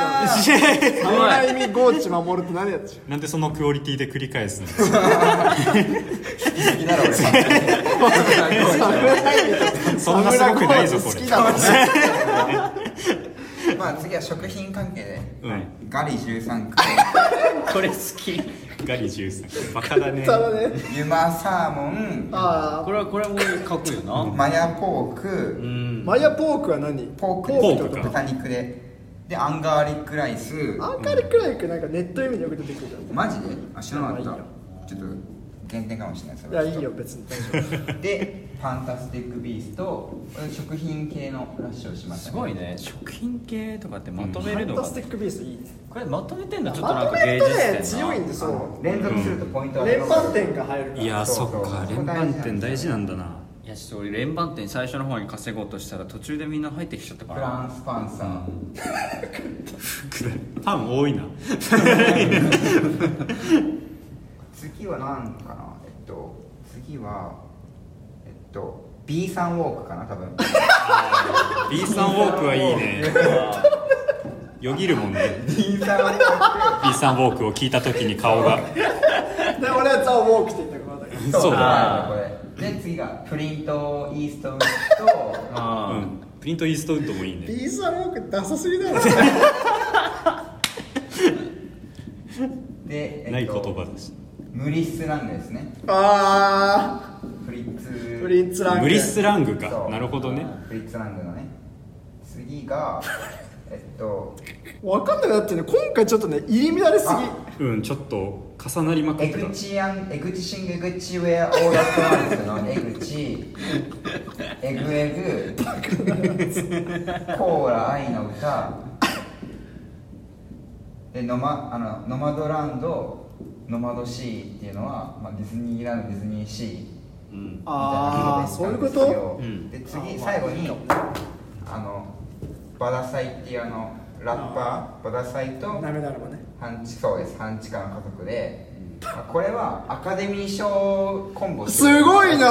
Speaker 2: 侍海ゴーチ守るって何や つ
Speaker 1: なんでそのクオリティで繰り返 すの
Speaker 3: 好きだろ俺
Speaker 1: そんなすごくないぞこ
Speaker 2: 侍
Speaker 1: れ
Speaker 2: ゴーチ好きだもんね
Speaker 3: まあ次は食品関係で、
Speaker 1: うん
Speaker 3: ガリ13区
Speaker 4: これ好き
Speaker 1: ガリ13バカだね
Speaker 2: ただね
Speaker 3: ユマサーモン
Speaker 2: あ
Speaker 5: これはこれもかっこいいよな
Speaker 3: マヤポーク、
Speaker 2: あマヤポークは何
Speaker 3: ポーク
Speaker 1: ポークか
Speaker 3: 豚肉ででアンガーリックライス
Speaker 2: アンカリクライクなんかネット意味でよく出てくるじゃん
Speaker 3: マジであ知らなかったちょっと減点かもしれないそ
Speaker 2: い
Speaker 3: れ
Speaker 2: や
Speaker 3: はい
Speaker 2: いよ別に大丈
Speaker 3: でファンタスティック・ビースト食品系のラッシュをしました
Speaker 5: すごいね食品系とかってまと
Speaker 2: 夫
Speaker 5: め
Speaker 2: フ
Speaker 5: る
Speaker 2: ァン
Speaker 5: の
Speaker 2: タ
Speaker 5: が
Speaker 2: スティックビーストいいね
Speaker 5: これまとめてんのちょっ
Speaker 2: ま
Speaker 5: となん
Speaker 2: とめ
Speaker 5: か芸
Speaker 2: る
Speaker 5: 術
Speaker 2: と
Speaker 5: 点
Speaker 2: ね
Speaker 5: な
Speaker 2: 強いんで
Speaker 3: そ
Speaker 2: そう
Speaker 3: 連続するとポイント
Speaker 2: 連番
Speaker 3: 点
Speaker 2: 点が入るから
Speaker 1: いやそっ
Speaker 3: そうそう
Speaker 1: か連番点大事なんだない
Speaker 4: やちょっと俺連番点最初の方に稼ごうとしたら途中でみんな入ってきちゃったか
Speaker 3: フ
Speaker 4: ら
Speaker 3: ランスパンさん
Speaker 1: パン多いな
Speaker 3: 次は何かなえっと次はえっと B さんウォークかな 多分
Speaker 1: B さんウォークはいいねよぎるもんね
Speaker 3: B さんウォー
Speaker 1: B さんウォークを聞いた時に顔が
Speaker 2: で俺はザ・ウォークって言ったからまだけど
Speaker 3: ク
Speaker 1: そうだ
Speaker 3: だこれで次がプリントイーストウッド
Speaker 1: う
Speaker 4: あ
Speaker 1: んプリントイーストウッドもいいね
Speaker 2: ビーズ・ザ・ウォークダサすぎだろ
Speaker 3: で、
Speaker 1: ない言葉だし
Speaker 3: 無理スラングですね
Speaker 2: あ
Speaker 3: フリッツ
Speaker 2: ープリンツランク
Speaker 1: 無理スラング
Speaker 3: そ
Speaker 1: か
Speaker 3: う
Speaker 1: なるほどね
Speaker 3: フリッツラングのね次 がえっと
Speaker 2: わかんなくなってね今回ちょっとね入り乱れすぎ
Speaker 1: うんちょっと重なりまくっ
Speaker 3: エ
Speaker 1: てた
Speaker 3: グチアンエグチシングエグチウェアオーラットマンズのエグチエグエグコーラ愛の歌 でノマあのノマドランドノマドシーっていうのは、まあ、ディズニーランドディズニーシー
Speaker 2: ああそういうこと
Speaker 1: うん
Speaker 3: で次最後にあのバダサイっていうあのラッパーバダサイと
Speaker 2: ダメならばね
Speaker 3: 半地そうです半地下の家族で、あこれはアカデミー賞コンボして
Speaker 2: すごいな
Speaker 3: 実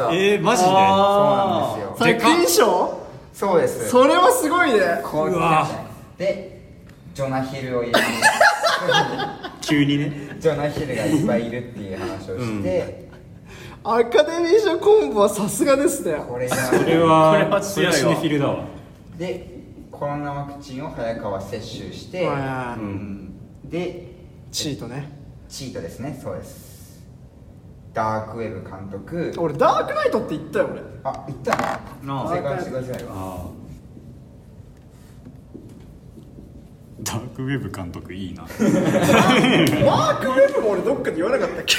Speaker 3: は
Speaker 1: えー、マジで
Speaker 3: そうなんですよ
Speaker 1: で
Speaker 2: 作
Speaker 1: かっ
Speaker 2: 品賞
Speaker 3: そうです
Speaker 2: それはすごいね
Speaker 3: こう
Speaker 1: うわ
Speaker 3: でジョナヒルを入れて
Speaker 1: 急にね
Speaker 3: ジョナヒルがいっぱいいるっていう話をして、
Speaker 2: アカデミー賞コンボはさすがですね
Speaker 3: これが
Speaker 1: これ
Speaker 4: これ
Speaker 1: は
Speaker 4: は
Speaker 1: それ
Speaker 4: 強い
Speaker 1: は
Speaker 4: わ
Speaker 1: シネフィルだわ
Speaker 3: でコロナワクチンを早川接種して、
Speaker 2: わあ
Speaker 3: うんで
Speaker 2: チートね
Speaker 3: チートですねそうですダークウェブ監督
Speaker 2: 俺ダークナイトって言った よ俺
Speaker 3: あ言った
Speaker 4: な
Speaker 3: な
Speaker 4: あ
Speaker 3: 正解してくださいよ
Speaker 1: あーダークウェブ監督いいな
Speaker 2: ダークウェブも俺どっかで言わなかったっけ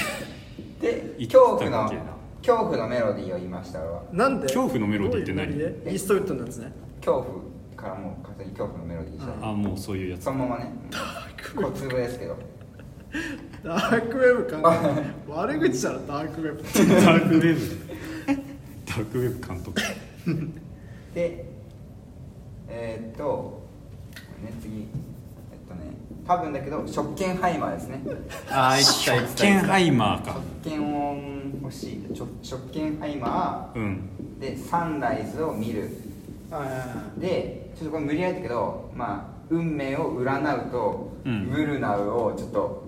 Speaker 3: で
Speaker 1: 言ってた
Speaker 3: 恐怖
Speaker 1: っ
Speaker 3: の
Speaker 1: けな
Speaker 3: 恐怖のメロディーを言いました俺は
Speaker 2: なんで
Speaker 1: 恐怖のメロディーって何
Speaker 2: どういうノリでイーストウッドなんですね
Speaker 3: 恐怖からもう完全に恐怖のメロディーでした、
Speaker 1: あもうそういうやつ
Speaker 3: そのままね小粒ですけど
Speaker 2: ダークウェブ か悪口したらダークウェブ
Speaker 1: ダークウェブダークウェブ監督
Speaker 3: でえー、っとね次えっとね多分だけど食券ハイマーですね
Speaker 4: あ一体
Speaker 1: ケンハイマーか
Speaker 3: 食券を欲しいちょ食券ハイマ
Speaker 1: うん
Speaker 3: ーでサンライズを見る
Speaker 2: あ
Speaker 3: でちょっとこれ無理やりだけど、まあ、運命を占うと、
Speaker 1: うん
Speaker 3: ムルナウをちょっと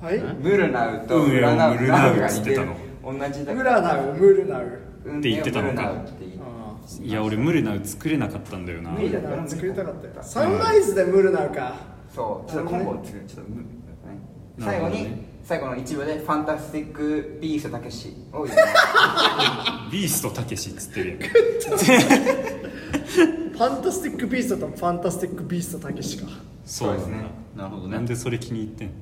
Speaker 2: あはい
Speaker 3: ムルナウと
Speaker 1: 運命を
Speaker 3: 占う
Speaker 1: 占う
Speaker 3: が
Speaker 1: っつ
Speaker 3: 似
Speaker 1: ってて
Speaker 3: る
Speaker 1: たの
Speaker 3: 同じだ
Speaker 2: ウラナウムルナウ
Speaker 3: 運
Speaker 1: って
Speaker 3: 命
Speaker 1: 言
Speaker 3: を
Speaker 1: ってたのか
Speaker 3: 占うって言う
Speaker 2: あー
Speaker 1: いや俺ムルナウ作れなかったんだよな
Speaker 3: 無
Speaker 2: ム
Speaker 3: 理
Speaker 2: ルナウ作りたかったよ
Speaker 3: うん
Speaker 2: サンライズでムルナウか
Speaker 3: そうちょっとコンボを作るちょっとムルナウね最後
Speaker 1: なる
Speaker 3: に、
Speaker 1: ほどね
Speaker 3: 最後の一部で「ファンタスティック・ビーストたけし」を言う
Speaker 1: ビーストたけしっつってるやん
Speaker 2: ファンタスティックビーストとファンタスティックビーストたけしか
Speaker 1: そうなんだ
Speaker 3: そうですね
Speaker 5: なるほど
Speaker 1: なん
Speaker 5: ね
Speaker 1: でそれ気に入ってんの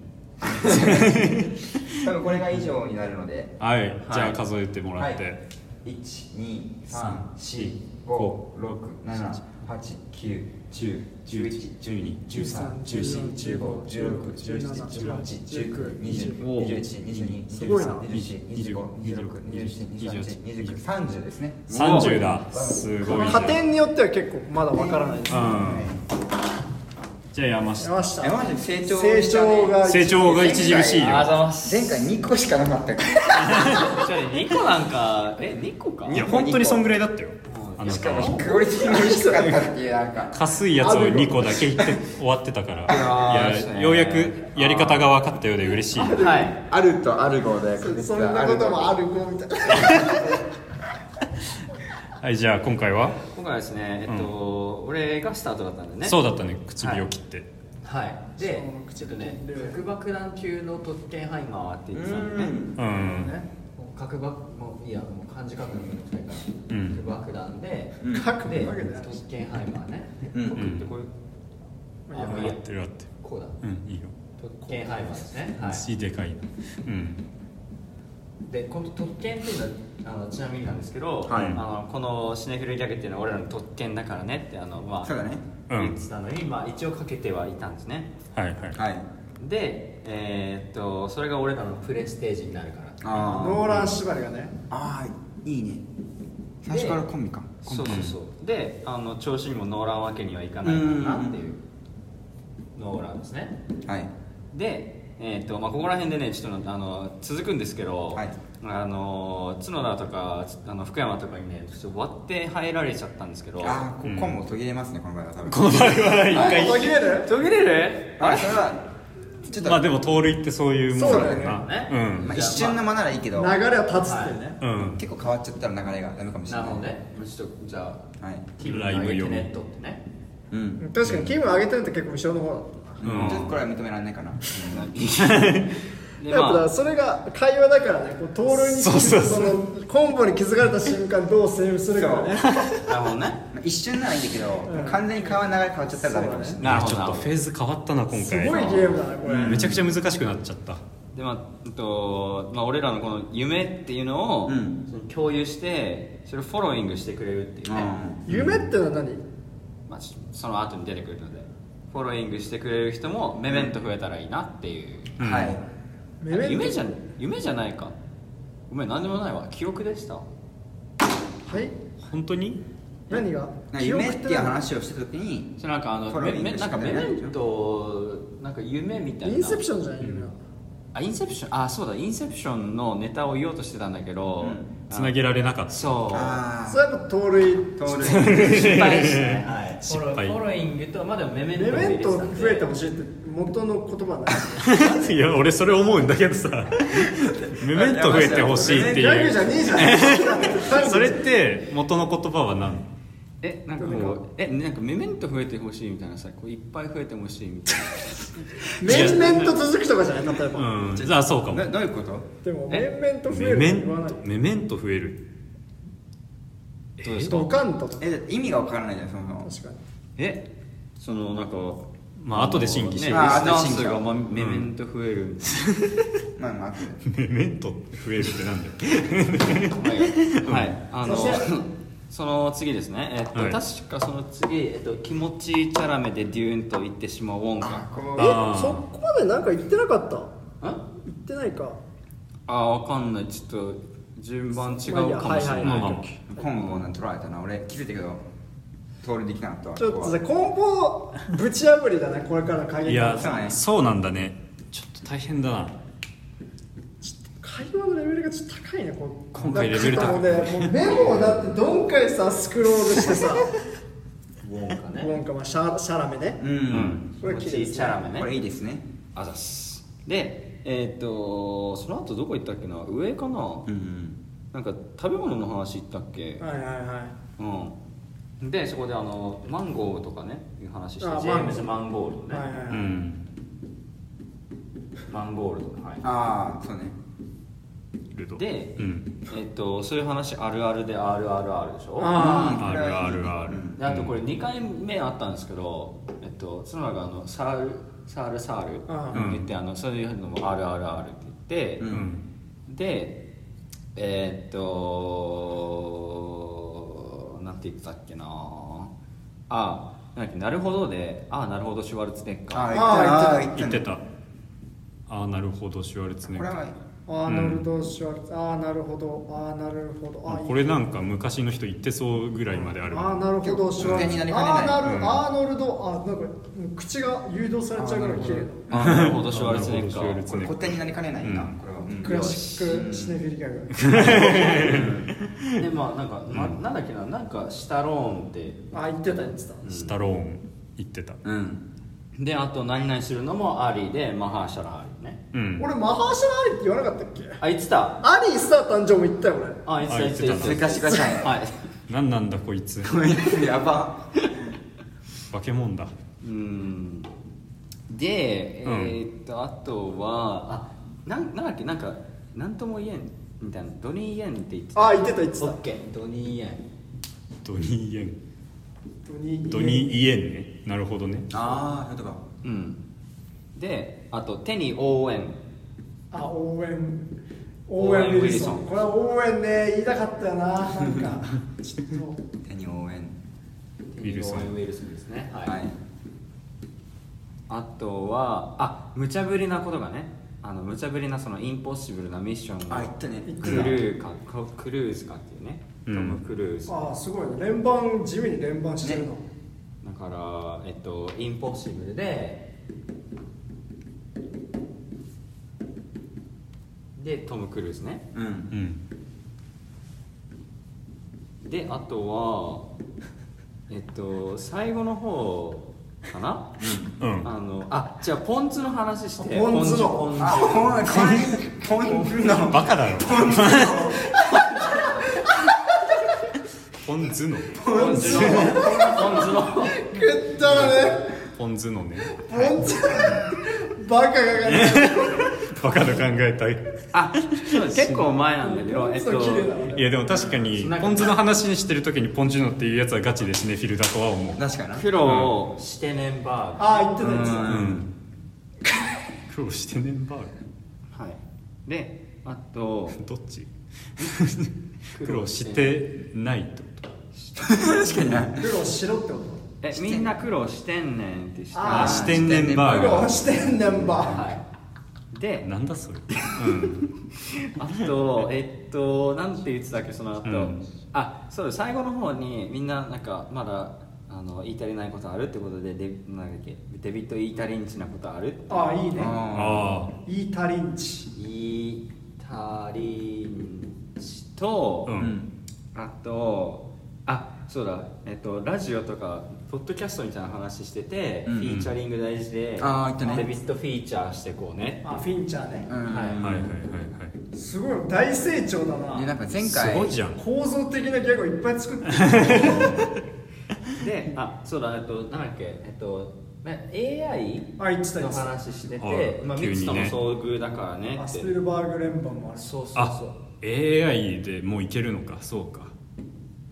Speaker 3: 多分これが以上になるので
Speaker 1: はい、じゃ
Speaker 3: は
Speaker 1: あ
Speaker 3: い
Speaker 1: 数えてもらって、
Speaker 3: 30ですね
Speaker 1: 30だすごい
Speaker 2: 加点によっては結構まだわからないです
Speaker 1: う、んじゃあ山下
Speaker 2: 山下
Speaker 3: えマジで成長
Speaker 2: 成長が
Speaker 1: 成長が著しいよ
Speaker 5: あざます
Speaker 3: 前回2個しかなか ったから
Speaker 5: じゃあ2個なんかえ2個か
Speaker 1: いや本当にそんぐらいだったよあな
Speaker 3: しか
Speaker 1: た
Speaker 3: も
Speaker 1: は
Speaker 3: クオリティが低かったっていうなんか
Speaker 1: かすいやつを2個だけ言って終わってたから
Speaker 3: あ
Speaker 1: い
Speaker 3: ー
Speaker 1: やようやくやり方が分かったようで嬉しい
Speaker 5: はい
Speaker 3: あるとアルゴで
Speaker 2: そんなこともある子みたいな
Speaker 1: はいじゃあ今回は
Speaker 5: 今回はですねえっと俺がスタートだったんでね
Speaker 1: そうだったね唇を切って、
Speaker 5: はいでちょっとね核爆弾級の特権ハイマーって言ってたんでね
Speaker 1: うん
Speaker 5: ねもう核爆もういいやもう漢字書くのめんどくさいから、
Speaker 1: うん
Speaker 5: 核爆弾で、
Speaker 3: うん
Speaker 5: で
Speaker 2: 書くわけない
Speaker 5: 特権ハイマーね、
Speaker 3: うんうん
Speaker 5: 僕ってこういう
Speaker 1: あ
Speaker 5: あもういい
Speaker 1: 合
Speaker 5: や
Speaker 1: ってる合ってる
Speaker 5: こうだ
Speaker 1: うんいいよ
Speaker 5: 特権ハイマーですねは
Speaker 1: 字でかいなうん
Speaker 5: いでこの特権っていうのはあのちなみになんですけど、
Speaker 3: はい
Speaker 5: あのこのシネフルギャグっていうのは俺らの特権だからねってあのまあ
Speaker 3: そうだね
Speaker 1: うん
Speaker 5: 言ってたのに、まあ、一応かけてはいたんですね
Speaker 1: はいはい
Speaker 3: はい
Speaker 5: でえーっとそれが俺らのプレステージになるから
Speaker 3: あ
Speaker 2: ノーラン縛りがね
Speaker 3: あいいね最初からコンビか
Speaker 5: そうそうそうであの調子にもノーランわけにはいかないからなっていうノーランですね
Speaker 3: はい
Speaker 5: で、えーとまあ、ここら辺でねちょっとあの続くんですけど、
Speaker 3: はい
Speaker 5: あの角田とかつあの福山とかにねちょっと割って入られちゃったんですけど
Speaker 3: ああコ
Speaker 1: うん
Speaker 3: ンボ途切れますねこの場合は多分
Speaker 1: この場合は一回
Speaker 2: 途切れる
Speaker 5: 途切れる
Speaker 3: あれそれはちょっと
Speaker 1: まあでも盗塁ってそういうもんだもん
Speaker 5: そうだ
Speaker 1: な
Speaker 5: よね
Speaker 1: うん
Speaker 3: まあ一瞬の間ならいいけ
Speaker 2: 流れ
Speaker 3: ど
Speaker 2: は立つっていうね、
Speaker 1: うん
Speaker 3: 結構変わっちゃったら流れがダメかもしれ
Speaker 5: な
Speaker 3: な
Speaker 5: る
Speaker 3: い
Speaker 5: ほどねちょっとじゃあ
Speaker 3: はい
Speaker 5: キムの上げてネットってね
Speaker 3: うん
Speaker 2: 確かにキム上げてるって結構後ろの方だった
Speaker 1: うん
Speaker 3: ちょっとこれは認められないかな
Speaker 2: やっぱだか
Speaker 5: でま
Speaker 2: ら
Speaker 5: あ
Speaker 2: それが会話だからねこう盗塁に
Speaker 1: そうそうそう
Speaker 2: そのコンボに気づかれた瞬間どうセーブするかね
Speaker 5: なるほどね
Speaker 3: まあ一瞬ならいいんだけど完全に顔は流れ変わっちゃったらダメかもしれない
Speaker 1: いやちょっとフェーズ変わったな今回
Speaker 2: すごいゲームだなこれ、
Speaker 1: うんめちゃくちゃ難しくなっちゃった
Speaker 5: でまあえっとまあ、俺らのこの夢っていうのを、
Speaker 3: うん
Speaker 5: その共有してそれをフォローイングしてくれるっていうね、
Speaker 2: 夢ってのは何
Speaker 5: まあ、しその後に出てくるのでフォローイングしてくれる人もメメント増えたらいいなっていう、
Speaker 3: うんはい
Speaker 2: メメント
Speaker 5: 夢じゃ夢じゃないかごめん何でもないわ記憶でした
Speaker 2: はい
Speaker 1: 本当に
Speaker 2: 何が
Speaker 3: なんか夢っていう
Speaker 2: 何
Speaker 3: 話をした時に
Speaker 5: それなんかあの
Speaker 3: フォロ
Speaker 5: め
Speaker 3: ーイング
Speaker 5: めなんか
Speaker 3: して
Speaker 5: メ
Speaker 3: くれる
Speaker 5: メントなんか夢みたいな
Speaker 2: インセプションじゃない夢は、
Speaker 5: あインセプションあそうだインセプションのネタを言おうとしてたんだけど、
Speaker 3: うん
Speaker 5: あ
Speaker 1: つなげられなかった
Speaker 5: そう
Speaker 3: あ
Speaker 2: それはやっぱ盗塁
Speaker 3: あ盗塁
Speaker 5: 失敗ですね、はい、
Speaker 1: 失
Speaker 5: フ
Speaker 1: 敗
Speaker 5: ォローフォローイングとまあでもメメントも
Speaker 2: メ
Speaker 5: 入
Speaker 2: メ
Speaker 5: れ
Speaker 2: ン
Speaker 5: てた
Speaker 2: ト
Speaker 5: んで
Speaker 2: 増えてほしいって元の言葉なんですよ
Speaker 1: いや俺それ思うんだけどさメメント増えてほしいって
Speaker 2: ギャグじゃ
Speaker 1: いう
Speaker 2: ねえじゃん
Speaker 1: それって元の言葉は何
Speaker 5: えなんかこうえなんかメメント増えてほしいみたいなさこういっぱい増えてほしいみたいな
Speaker 2: 面々と続くとかじゃない例えば、
Speaker 1: うんじゃあそうかも
Speaker 3: などういうこと
Speaker 2: でも
Speaker 5: え
Speaker 2: 面々と増え
Speaker 1: メ
Speaker 2: るっ
Speaker 1: メ
Speaker 2: て言わ
Speaker 1: ン
Speaker 2: ない
Speaker 1: トメメント増える
Speaker 5: どうですか
Speaker 2: ドカンととか
Speaker 3: えだって意味がわからないじゃんその
Speaker 2: 確かに
Speaker 5: えそのなんか
Speaker 1: まあ後で審議し
Speaker 5: ね
Speaker 1: よ
Speaker 5: リ
Speaker 1: う
Speaker 5: ス
Speaker 3: あー
Speaker 5: ナー
Speaker 3: 後で審議
Speaker 5: 数がまあ
Speaker 1: ん
Speaker 5: メメント増えるみ
Speaker 3: まあまあ後で
Speaker 1: メメント増えるってなんだよ
Speaker 5: たいなはいあの
Speaker 2: そして
Speaker 5: その次ですねえっと
Speaker 1: はい
Speaker 5: 確かその次えっと気持ちいいチャラメでデューンと言ってしまおうんか
Speaker 3: こう
Speaker 1: あー
Speaker 2: えそこまでなんか言ってなかった言
Speaker 5: ん
Speaker 2: ってないか
Speaker 5: あわかんないちょっと順番違うかもし
Speaker 2: ま
Speaker 5: れな
Speaker 2: あ
Speaker 5: い
Speaker 2: いいやはいはい
Speaker 1: はい
Speaker 3: コンボなんて取られたな俺気づいたけど盗塁できなかったわ
Speaker 2: ちょっと
Speaker 3: こ
Speaker 2: さ梱包ぶち破りだねこれから会議
Speaker 1: いや
Speaker 3: そうね
Speaker 1: そうなんだねちょっと大変だな
Speaker 2: 会話のレベルがちょっと高いねこう
Speaker 1: 今回レベル高い
Speaker 2: なんかちょっともうねもうメモをだってどんかいさスクロールしてさ
Speaker 5: ウォンか
Speaker 2: ウォンカまあシャシャラメね
Speaker 3: ううん
Speaker 5: 気持ちいいチャラメね
Speaker 3: これいいですね
Speaker 5: あざっすでえーっとその後どこ行ったっけな上かな
Speaker 3: うん
Speaker 5: なんか食べ物の話行ったっけ
Speaker 2: はいはいは
Speaker 5: うんでそこであのマンゴーとかねいう話して
Speaker 2: あ
Speaker 5: ジェームズ・マンゴールド
Speaker 2: いはい
Speaker 5: ね、
Speaker 2: はい、
Speaker 1: うん
Speaker 5: マンゴールドはい
Speaker 3: ああそうね
Speaker 1: ルド
Speaker 5: で
Speaker 1: うん
Speaker 5: えっとそういう話あるあるで RRR でしょ
Speaker 2: あ
Speaker 3: うん
Speaker 1: あるあるある
Speaker 5: であとこれ2回目あったんですけど、えっっと角田があのサールサールサールって言って、あのそういうのもあるあるあるって言って、でえーっとなんて言ってたっけなあなんだっけなるほどでああなるほどシュワルツェネッガー
Speaker 2: あー
Speaker 3: 言って
Speaker 1: 言っ
Speaker 3: た
Speaker 1: てたああなるほどシュワルツェネッ
Speaker 3: これ
Speaker 1: ガー
Speaker 3: は
Speaker 2: あーなるほどシュワルツああなるほどああなるほどあー
Speaker 1: これなんか昔の人言ってそうぐらいまである
Speaker 2: あーなるほどシュワル
Speaker 3: 無
Speaker 2: ツ
Speaker 3: 限になりか
Speaker 2: あー
Speaker 3: ねない
Speaker 2: なる
Speaker 1: うん
Speaker 2: アーノルドあーなんかうん口が誘導されちゃうぐらい綺麗だ
Speaker 5: あなるほどシュワルツェネッガ
Speaker 1: なるほどシュワルツ
Speaker 5: ー
Speaker 3: これ古典になりかねないな、
Speaker 1: うん
Speaker 3: これは、うん
Speaker 2: クラシックシネフィリギャグ
Speaker 5: でまあなんか、ま、なんだっけななんかシタローンって
Speaker 2: あー言ってたやつだ
Speaker 1: スタローン言ってた
Speaker 5: うんであと何々するのもアリーでマハーシャラアリーね
Speaker 1: うん
Speaker 2: 俺マハーシャラアリって言わなかったっけ
Speaker 5: あいつだ
Speaker 2: アリースター誕生も言ったよ俺
Speaker 5: あいつだいつだいつだ
Speaker 3: 通過してください
Speaker 5: はい
Speaker 1: 何なんだこいつ
Speaker 3: これ やば
Speaker 1: 化け物だ
Speaker 5: うんでえ
Speaker 1: うん
Speaker 5: ーっとあとはあなんなんだっけなんかなんとも言えんみたいなドニー・イエンって言って
Speaker 2: あー言ってた言ってた
Speaker 5: オッケードニー・イエン
Speaker 1: ドニーイエン
Speaker 2: ドニー
Speaker 1: ドニーイエンねなるほどね
Speaker 3: ああそういうこ
Speaker 5: うんであと手に応援
Speaker 2: あ応援
Speaker 5: オ
Speaker 2: 応
Speaker 5: ーウ
Speaker 2: 援
Speaker 5: ェン
Speaker 2: ウィルソ
Speaker 5: ウィルソ
Speaker 2: ン
Speaker 5: ン
Speaker 2: これは応援ね言いたかったよななんかちょっと
Speaker 3: と手に応援
Speaker 1: ウィルソン
Speaker 5: 手に応援ウィルソンですねはい、
Speaker 3: はい
Speaker 5: あとはあ無茶ぶりなことがねあの無茶ぶりなそのインポッシブルなミッション
Speaker 3: あ
Speaker 5: が
Speaker 3: 言ったね
Speaker 5: クルーかククルーズかっていうね、
Speaker 1: うん
Speaker 5: トム・クルーズだ
Speaker 2: ああすごいね連番地味に連番してるの、
Speaker 5: からえっとインポッシブルででトム・クルーズね
Speaker 3: うん
Speaker 1: うん
Speaker 5: であ とはえっと最後の方かな、
Speaker 1: う
Speaker 5: あ
Speaker 1: ん
Speaker 5: のあじゃあポン酢の話して
Speaker 2: ポン酢の
Speaker 5: ポン酢
Speaker 3: あほらこれポン酢の
Speaker 1: バカだろポン酢の
Speaker 5: ポン酢のポン酢の
Speaker 2: くったらね
Speaker 1: ポン酢のね
Speaker 2: 本当にバカがかね
Speaker 1: バカの考えたい
Speaker 5: あそうです結構前なんだけどえっ
Speaker 2: ポン
Speaker 5: と
Speaker 2: 酢の綺麗だね
Speaker 1: いやでも確かにポン酢の話にしてる時にポン酢のっていうやつはガチでシネフィルだとは思う
Speaker 3: 確かにな
Speaker 5: 苦労してねんバ
Speaker 2: ああ言ってたやつだ
Speaker 1: う
Speaker 3: うん
Speaker 1: ん苦労してねんばー
Speaker 5: ーグはいであと
Speaker 1: どっち苦労してないってこと
Speaker 3: 確かにな
Speaker 2: 苦労しろってこと
Speaker 5: えみんな苦労してんねんってして
Speaker 2: あ
Speaker 1: あしてんねんバー
Speaker 2: 苦
Speaker 1: ガ
Speaker 2: 労
Speaker 1: ー
Speaker 2: してんねんば
Speaker 5: はいで
Speaker 1: なんだそれうん
Speaker 5: あとえっとなんて言ってたっけその後、
Speaker 1: うん
Speaker 5: あそう最後の方にみんななんかまだあの言い足りないことあるってことでデなんだっけデビット言い足りんちなことあるって
Speaker 2: ああいいね
Speaker 1: ああ
Speaker 2: いいタリンチ
Speaker 5: 言い足りんちと、
Speaker 1: う
Speaker 3: うんん
Speaker 5: あとあそうだえっとラジオとかポッドキャストみたいな話してて、
Speaker 3: うんうん
Speaker 5: フィーチャリング大事で
Speaker 3: あー言ったね
Speaker 5: デビットフィーチャーしてこうね
Speaker 2: あフィンチャーね
Speaker 3: う、ん
Speaker 5: はい
Speaker 1: はいはいはい
Speaker 2: すごい大成長だな
Speaker 3: でなんか前回
Speaker 1: はいすごいじゃん
Speaker 2: 構造的なギャグをいっぱい作ってる
Speaker 5: であそうだえっとなんだっけえっとね AI
Speaker 2: あ言ってた言
Speaker 5: の
Speaker 2: ってた
Speaker 5: 話してて
Speaker 1: はい
Speaker 5: まあ、
Speaker 1: 急にね
Speaker 5: 未知との遭遇だからね
Speaker 2: あ
Speaker 5: っ
Speaker 2: ス
Speaker 5: て
Speaker 2: ピルバーグ連番もあるし
Speaker 5: そうそう
Speaker 1: あ
Speaker 5: そう
Speaker 1: AI でもういけるのかそうか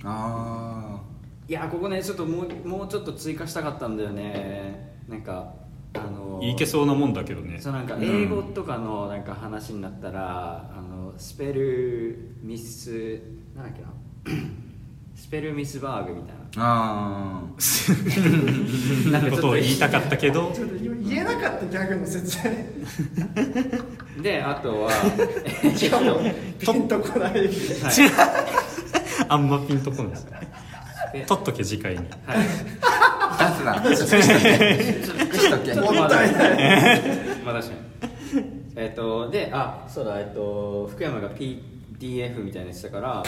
Speaker 3: あ
Speaker 5: いやここねちょっともうもうちょっと追加したかったんだよねなんかあの
Speaker 1: いけそうなもんだけどね
Speaker 5: そうなんか英語とかのなんか話になったら、あのスペルミスなんだっけな スペルミスバーグみた
Speaker 3: ー
Speaker 5: い
Speaker 3: あー
Speaker 1: な ことを言いたかったけど
Speaker 2: ちょっと今言えなかったギャグの説明
Speaker 5: なであとはえっと
Speaker 2: ピンとこない
Speaker 1: あんまピンとこない取っとけ次回に
Speaker 3: 出すな尽くしとけ尽くしとけ
Speaker 5: ちょっと
Speaker 2: も
Speaker 5: ま
Speaker 2: っ
Speaker 5: だ
Speaker 2: たいない
Speaker 5: まあ確かにえっとであそうだえっと福山が PDF みたいにしてたから、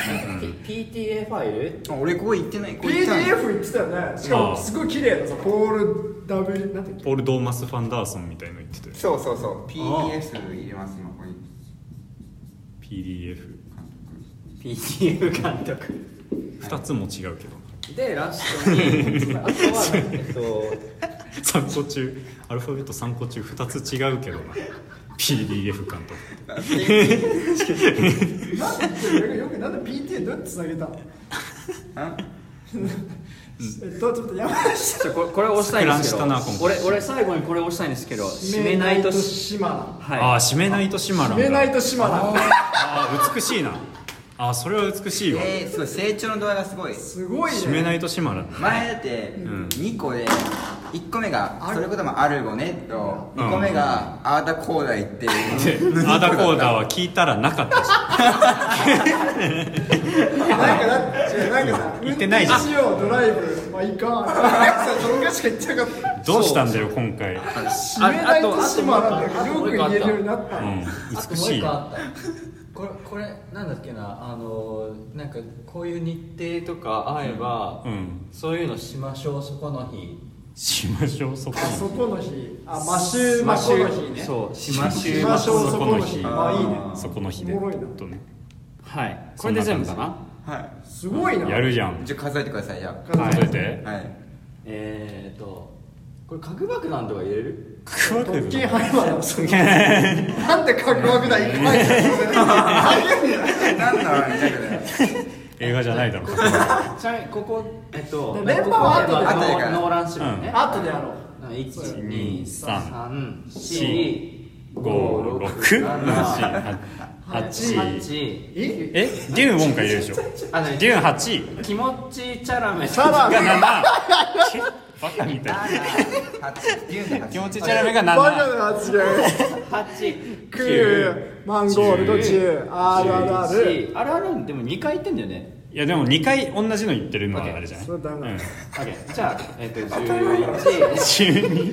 Speaker 5: P- PTA ファイル
Speaker 3: あ俺ここ行ってないここ行った
Speaker 2: PDF 言ってたよねしか
Speaker 1: あ
Speaker 2: も
Speaker 1: あ
Speaker 2: すごい綺麗なさポール W なんていうっ
Speaker 1: ポール・ドーマス・ファンダーソンみたいの言ってたよ
Speaker 3: そうそうそう PDF 入れます今これ
Speaker 1: PDF2
Speaker 5: PTA 監督
Speaker 1: つも違うけど
Speaker 5: でラストにあとはえっと
Speaker 1: 3個中アルファベット3個中2つ違うけどな PDF 監督
Speaker 2: けなんでよくなんで PTA どうやってつなげたの
Speaker 3: あ
Speaker 2: えっとちょっと山下
Speaker 5: ちょこれこれ押したいんですけ
Speaker 1: 膨らんしたな
Speaker 5: ど
Speaker 1: 今
Speaker 5: 俺
Speaker 1: 回
Speaker 5: 俺最後にこれ押したいんですけど締めないとし
Speaker 2: 島
Speaker 5: はい
Speaker 1: ああ締めないと島なんだ
Speaker 2: 名締めないと島なんだ
Speaker 1: ああ美しいなああそれは美しいわ、
Speaker 3: えー、すごい成長の度合いがすごい
Speaker 2: すごいね
Speaker 1: 締めないと島なんだ
Speaker 3: 前だって2個で1個目がそれこそもアルゴねと
Speaker 1: うん
Speaker 3: 2個目がアーダコーダイっていう
Speaker 1: アーダコーダーは聞いたらなかったし
Speaker 2: なんかだって違うなんかさ
Speaker 1: 言ってないじゃん
Speaker 2: 運転しようドライブまあいいかなんか さそれがしか言ってなかった
Speaker 1: どうしたんだよ今回、うん、
Speaker 2: 締めないと島なんだ
Speaker 5: あ
Speaker 2: よ
Speaker 5: と
Speaker 2: く言えるようになった
Speaker 1: 美しい
Speaker 5: あともう一個あったこれこれなんだっけなあのなんかこういう日程とか合えば、
Speaker 1: うん
Speaker 5: そういうのしましょうそこの日
Speaker 1: しましょうそこ
Speaker 2: あそこの日あマシューマ
Speaker 5: ま
Speaker 2: コの日ね
Speaker 5: そうしましゅ
Speaker 2: し
Speaker 5: う
Speaker 2: ましょう
Speaker 1: そ
Speaker 2: そ
Speaker 1: こ
Speaker 2: こ
Speaker 1: の
Speaker 2: の
Speaker 1: 日
Speaker 2: 日あいいね
Speaker 1: そこの日で
Speaker 2: おもろいな
Speaker 1: とね
Speaker 5: はいこれで全部かな
Speaker 3: は
Speaker 2: すごいな
Speaker 1: やるじゃん
Speaker 3: いじゃあ数えてくださいじゃ
Speaker 2: はい
Speaker 1: 数えて
Speaker 3: あはい
Speaker 5: えー、っとこれ核爆弾とか入れる
Speaker 1: クワクワ
Speaker 2: 特権入るわなそれなんで角膜だ一回入る
Speaker 3: 何だろうねジャックで
Speaker 1: 映画じゃないだろ
Speaker 5: ちなみにここえっと
Speaker 2: 連覇は後で
Speaker 5: ここ
Speaker 3: 後でか
Speaker 5: ノーノーランするのね、
Speaker 2: あとでやろう
Speaker 1: 56788
Speaker 5: 1
Speaker 1: え
Speaker 2: え
Speaker 1: デューンウォンカ入れるでしょデ
Speaker 5: あの
Speaker 1: ューン8
Speaker 5: 気持ちチャラメ
Speaker 2: ただ
Speaker 1: が7バカみたい
Speaker 3: 8言うんだ
Speaker 1: 気持ち
Speaker 3: ち
Speaker 1: チャラめが
Speaker 2: バカ
Speaker 1: 7
Speaker 2: な発言
Speaker 5: 8
Speaker 2: 9マンゴールド10 RRR
Speaker 5: あれあれでも2回言ってんだよね
Speaker 1: いやでも2回同じの言ってるのはあれじゃない
Speaker 2: それダメだ
Speaker 5: じゃあえっと11
Speaker 1: 12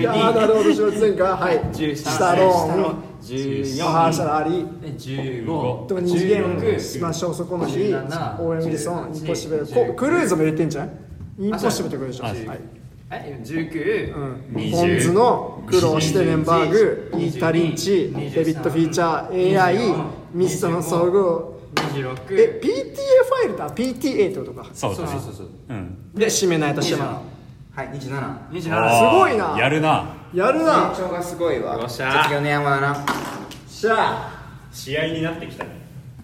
Speaker 2: いやーなるほど、承知前回、はい、
Speaker 5: 13
Speaker 2: スタローン、マハーシャ
Speaker 5: 14
Speaker 2: ラリ、
Speaker 5: 15
Speaker 2: と二次元しましょう、そこの日、オーエン・
Speaker 5: 17
Speaker 2: ウィルソン、インポッシブル、
Speaker 5: 19
Speaker 2: こクルーズも入れてんじゃんインポッシブルとかでしょ、
Speaker 1: あ
Speaker 2: は
Speaker 1: そう
Speaker 2: い
Speaker 5: え19
Speaker 2: うん、
Speaker 1: 20
Speaker 2: ポンズの苦労してレンバーグ、イ
Speaker 5: 21
Speaker 2: ータリンチ、
Speaker 5: 23
Speaker 2: デビット・フィーチャー、AI
Speaker 5: 24、
Speaker 2: ミストの総合、
Speaker 5: 26
Speaker 2: え、PTA ファイルだ、PTA ってことか。
Speaker 1: そう
Speaker 5: そ
Speaker 1: だ
Speaker 5: う
Speaker 1: ね
Speaker 5: そうそうそう
Speaker 1: うん
Speaker 2: で、締めないとしても。
Speaker 3: はい27
Speaker 5: 27
Speaker 1: あー
Speaker 2: すごいな
Speaker 1: やるな
Speaker 2: やるな
Speaker 3: 成長がすごいわ
Speaker 5: よっしゃー
Speaker 3: 卒業の山だな
Speaker 2: しゃあ
Speaker 1: 試合になってきたね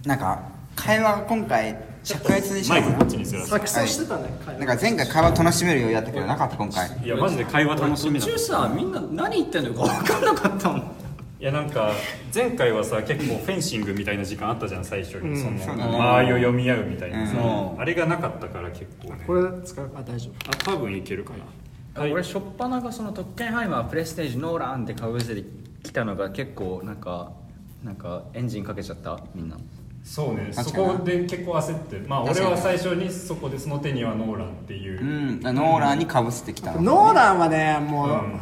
Speaker 3: なんか会話が今回灼熱にし
Speaker 1: マイ
Speaker 3: たか
Speaker 1: ク
Speaker 3: な
Speaker 1: こっちにする
Speaker 2: 錯綜してたね、会話
Speaker 3: なんか前回会話楽しめるようにやったけどなかった今回
Speaker 1: いやマジで会話楽しみだ
Speaker 5: 途中さみんな何言ってんのか分かんなかったもん
Speaker 1: いやなんか前回はさ結構フェンシングみたいな時間あったじゃん最初に、その
Speaker 3: そうだね
Speaker 1: 間合いを読み合うみたいなさ、
Speaker 5: うん
Speaker 1: あれがなかったから結構ね
Speaker 2: これ使うあ、大丈夫。
Speaker 1: あ多分いけるかなはい
Speaker 4: 俺しょっぱながその特権ハイマープレステージノーランってかぶせてきたのが結構なんかなんかエンジンかけちゃったみんな
Speaker 1: そうねそ
Speaker 3: 確かに
Speaker 1: こで結構焦ってまあ
Speaker 3: 確
Speaker 1: 俺
Speaker 3: かに
Speaker 1: は最初にそこでその手にはノーランっていうう、
Speaker 3: んノーランにかぶせてきたの
Speaker 2: ノーランはね、も
Speaker 1: う
Speaker 2: う、
Speaker 1: ん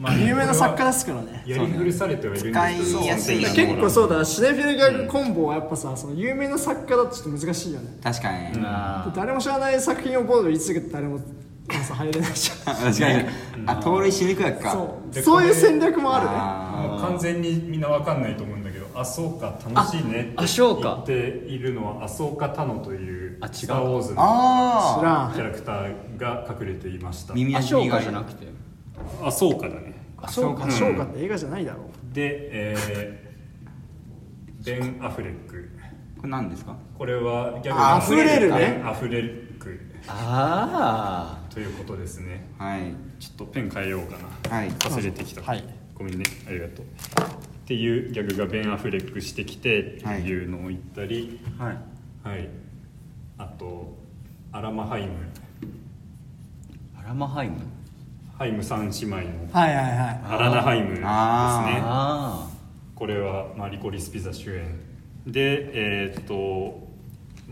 Speaker 1: まあ
Speaker 2: 有名な作家ですからね
Speaker 1: やり古されてはいるんですけど
Speaker 3: 使いやすいよね
Speaker 2: 結構そうだなシネフィルギャグコンボはやっぱさその有名な作家だとちょっと難しいよね
Speaker 3: 確かに
Speaker 2: 誰も知らない作品をボードで言い続けて誰もさ入れないじゃん
Speaker 3: 確かにあ盗塁しにくいわけか
Speaker 2: そう
Speaker 1: で
Speaker 2: そういう戦略もあるね
Speaker 3: あ
Speaker 1: もう完全にみんなわかんないと思うんだけど「あそうか楽しいね」って
Speaker 4: ああ
Speaker 1: 言
Speaker 4: そうか
Speaker 1: っているのは「あそうかタノ」という
Speaker 4: あ違う
Speaker 1: スター・ウォーズ
Speaker 3: ー
Speaker 1: の
Speaker 3: あ
Speaker 2: 知
Speaker 3: ー
Speaker 1: キャ
Speaker 2: らん
Speaker 1: ラクターが隠れていました
Speaker 3: 耳
Speaker 4: あ
Speaker 3: 足
Speaker 4: しょ
Speaker 3: 以
Speaker 4: う
Speaker 3: 外
Speaker 4: かじゃなくて
Speaker 1: あそうかだね
Speaker 2: あそうかそうかって映画じゃないだろ
Speaker 1: で、えーベン・アフレック
Speaker 3: これ何ですか
Speaker 1: これはギャグ
Speaker 2: あ溢れるね
Speaker 1: ベンアフレック
Speaker 4: あ
Speaker 1: ということですね
Speaker 3: はい
Speaker 1: ちょっとペン変えようかな、
Speaker 3: はい
Speaker 1: 忘れてきた、
Speaker 2: はい
Speaker 1: ごめんねありがとうっていうギャグがベン・アフレックしてきてっていうのを言ったり
Speaker 3: はい
Speaker 1: はい、あとアラマハイム
Speaker 4: あアラマハイム
Speaker 1: ハイム三姉妹の
Speaker 2: はいはいはい
Speaker 1: アラナハイムですね
Speaker 3: あ
Speaker 4: あ
Speaker 1: これは、まあ、リコリスピザ主演でえーっと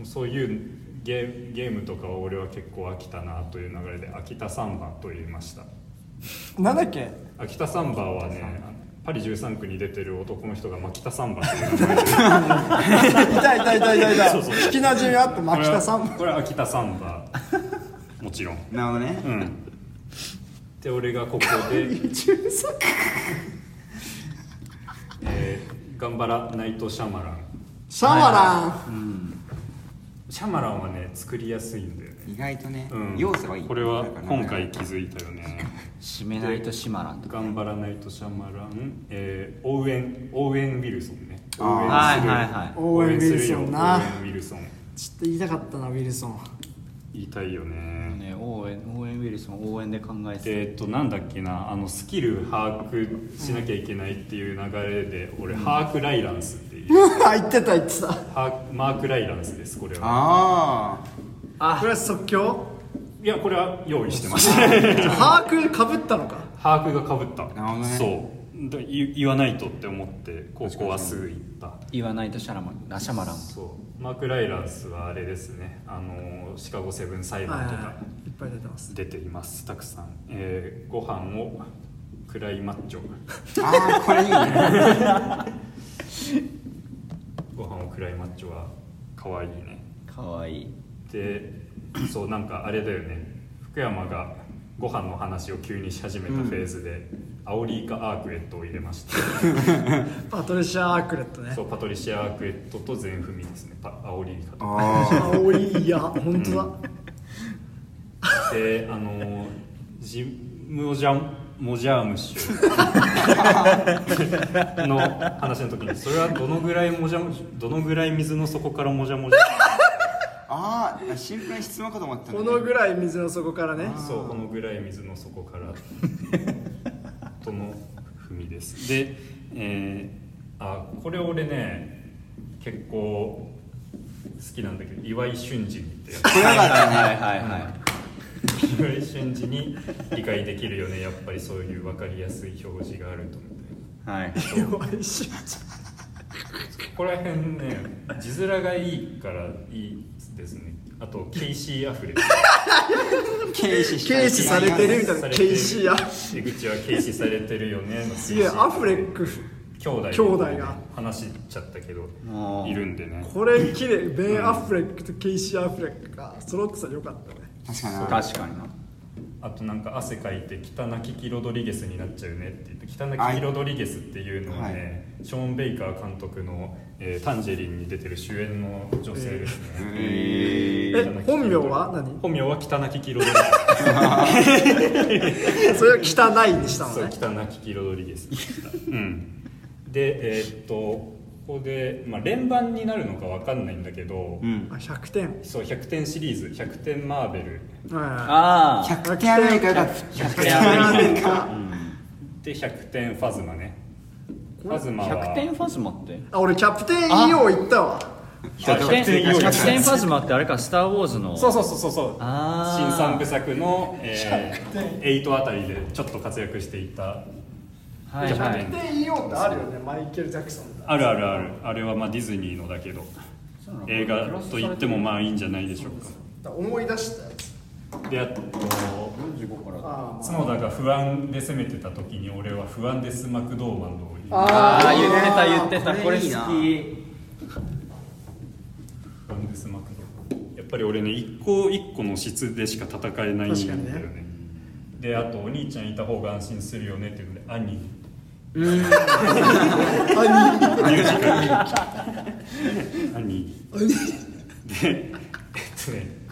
Speaker 1: そういうゲーゲームとかは俺は結構飽きたなという流れで「秋田サンバ」と言いました
Speaker 2: なんだっけ
Speaker 1: 秋田サンバはねパリ13区に出てる男の人が牧田サンバという名前で
Speaker 2: いたいたいたいたいた
Speaker 1: そうそう
Speaker 2: 聞きなじみあって牧田さん
Speaker 1: こ
Speaker 2: も
Speaker 1: れはこれは秋田サンバもちろん
Speaker 3: ーなるほどね
Speaker 1: うんで俺がここ で
Speaker 2: 13作
Speaker 1: えー頑張らないとシャマラン
Speaker 2: シャマラン
Speaker 1: シャマランはね作りやすいんだよね、
Speaker 3: 意外とね
Speaker 1: うん、
Speaker 3: 要素がいい
Speaker 1: これは今回気づいたよね
Speaker 4: あ締めないと閉まらんとか
Speaker 1: 頑張らないとシャマラン、えー、応援応援ウィルソンね
Speaker 3: あ
Speaker 1: 応援す
Speaker 3: ー
Speaker 4: はい
Speaker 1: る
Speaker 4: はいはい
Speaker 2: 応援ウィルソンな
Speaker 1: 応援ウィルソン
Speaker 2: ちょっと言いたかったなウィルソン
Speaker 1: 言いたいよね
Speaker 5: ね、応援応援ウイルスも応援で考えて
Speaker 1: えっとなんだっけなあのスキル把握しなきゃいけないっていう流れで俺ハークライランスっていう
Speaker 2: 言ってた言ってた
Speaker 1: ハーマークライランスですこれは
Speaker 3: あ
Speaker 2: あこれは即興
Speaker 1: いやこれは用意してました
Speaker 2: 把握かぶったのか
Speaker 1: 把握がかぶった
Speaker 3: なるほどね
Speaker 1: そうだ言言わないとって思って高校はすぐ行った
Speaker 5: 言わないとシャラマンあシャマラン
Speaker 1: そうマーク・ライランスはあれですねあのシカゴセブン裁
Speaker 2: はい
Speaker 1: 判
Speaker 2: はい
Speaker 1: と
Speaker 2: は
Speaker 1: か
Speaker 2: いいっぱい出てます
Speaker 1: 出ていますたくさん、えーご飯をクライマッチョ
Speaker 3: ーあーこれいいね
Speaker 1: ご飯をクライマッチョは可愛いね
Speaker 5: かわいい
Speaker 1: でそうなんかあれだよね福山がご飯の話を急にし始めたフェーズで、アオリイカ・アークレットを入れました
Speaker 2: パトリシア・アークレットね
Speaker 1: そうパトリシア・アークレットと全文ですねパアオリイカと
Speaker 3: あー
Speaker 2: あおいいや本当だ、
Speaker 1: であのジムジャンモジャームッシュの話の時にそれはどのぐらいもじゃどのぐらい水の底からもじゃもじゃ
Speaker 3: あーシンプルに質問かと思った
Speaker 2: このぐ
Speaker 3: い
Speaker 2: らい水の底からね
Speaker 1: そうこのぐらい水の底 からとの踏みですで、えーあこれ俺ね結構好きなんだけど岩井俊二ってやつ
Speaker 3: これだからね
Speaker 5: はいはいはい
Speaker 1: 岩井俊二に理解できるよねやっぱりそういう分かりやすい表示があるとみたいな。
Speaker 5: はい
Speaker 2: 弱いし
Speaker 1: ここら辺ね字面がいいからいいですねあとケイシー・アフレ
Speaker 3: 軽視したい
Speaker 2: 軽視されてるみたいな
Speaker 1: されてる
Speaker 2: ケイシーや
Speaker 1: 出口は軽視されてるよね
Speaker 2: すげえアフレック
Speaker 1: 兄弟
Speaker 2: 兄弟が
Speaker 1: 話しちゃったけど
Speaker 5: もう
Speaker 1: いるんでね
Speaker 2: これ綺麗ベン・アフレックとケイシー・アフレックが揃ってたらよかったね
Speaker 3: 確かにな
Speaker 5: 確かにな
Speaker 1: あとなんか汗かいて北なキキロドリゲスになっちゃうねって言って北なキキロドリゲスっていうのはね、ショーン・ベイカー監督の、えータンジェリン」に出てる主演の女性ですね、
Speaker 2: え本名は何
Speaker 1: 本名は北なキキロドリゲス
Speaker 2: それは汚いにしたの
Speaker 1: そう
Speaker 2: ね
Speaker 1: 北なきキロドリゲスでした、うん、でえーっとここで、まあ、連番になるのかわかんないんだけど、
Speaker 3: うん
Speaker 2: あ100点
Speaker 1: そう100点シリーズ100点マーベル
Speaker 2: あ
Speaker 5: ああ
Speaker 3: 100点アメリカよかった
Speaker 2: 100点アメリカ
Speaker 1: で100点ファズマねファズマは
Speaker 5: 100点ファズマって
Speaker 2: あ俺キャプテンイオ行ったわ
Speaker 1: 100点
Speaker 5: キ
Speaker 1: 用意
Speaker 5: ャ
Speaker 1: し
Speaker 5: プ
Speaker 1: た
Speaker 5: テンファズマってあれかスター・ウォーズの
Speaker 1: そうそうそうそうそう
Speaker 5: あー
Speaker 1: 新三部作の、えー、8あたりでちょっと活躍していた
Speaker 5: はい
Speaker 1: キャ
Speaker 5: は
Speaker 1: プテ
Speaker 5: い
Speaker 1: ン
Speaker 2: キャプテンイオってあるよねマイケル・ジャクソンが
Speaker 1: あるあるあるあれはまあディズニーのだけど映画と言ってもまあいいんじゃないでしょうか
Speaker 2: だから思い出したやつ
Speaker 1: であと
Speaker 2: あ
Speaker 1: 角田が不安で攻めてた時に俺は不安ですマクドーマンドを言う
Speaker 2: あ
Speaker 5: ああ言ってた言ってた
Speaker 3: こ
Speaker 5: こ
Speaker 3: れ
Speaker 5: れ
Speaker 3: いいな
Speaker 5: 好き
Speaker 1: 不安ですマクドーマンドやっぱり俺ね一個一個の質でしか戦えないんだよ
Speaker 2: 確
Speaker 1: ね
Speaker 2: かに
Speaker 1: であとお兄ちゃんいた方が安心するよねっていうので兄ミュージカル兄でえっとね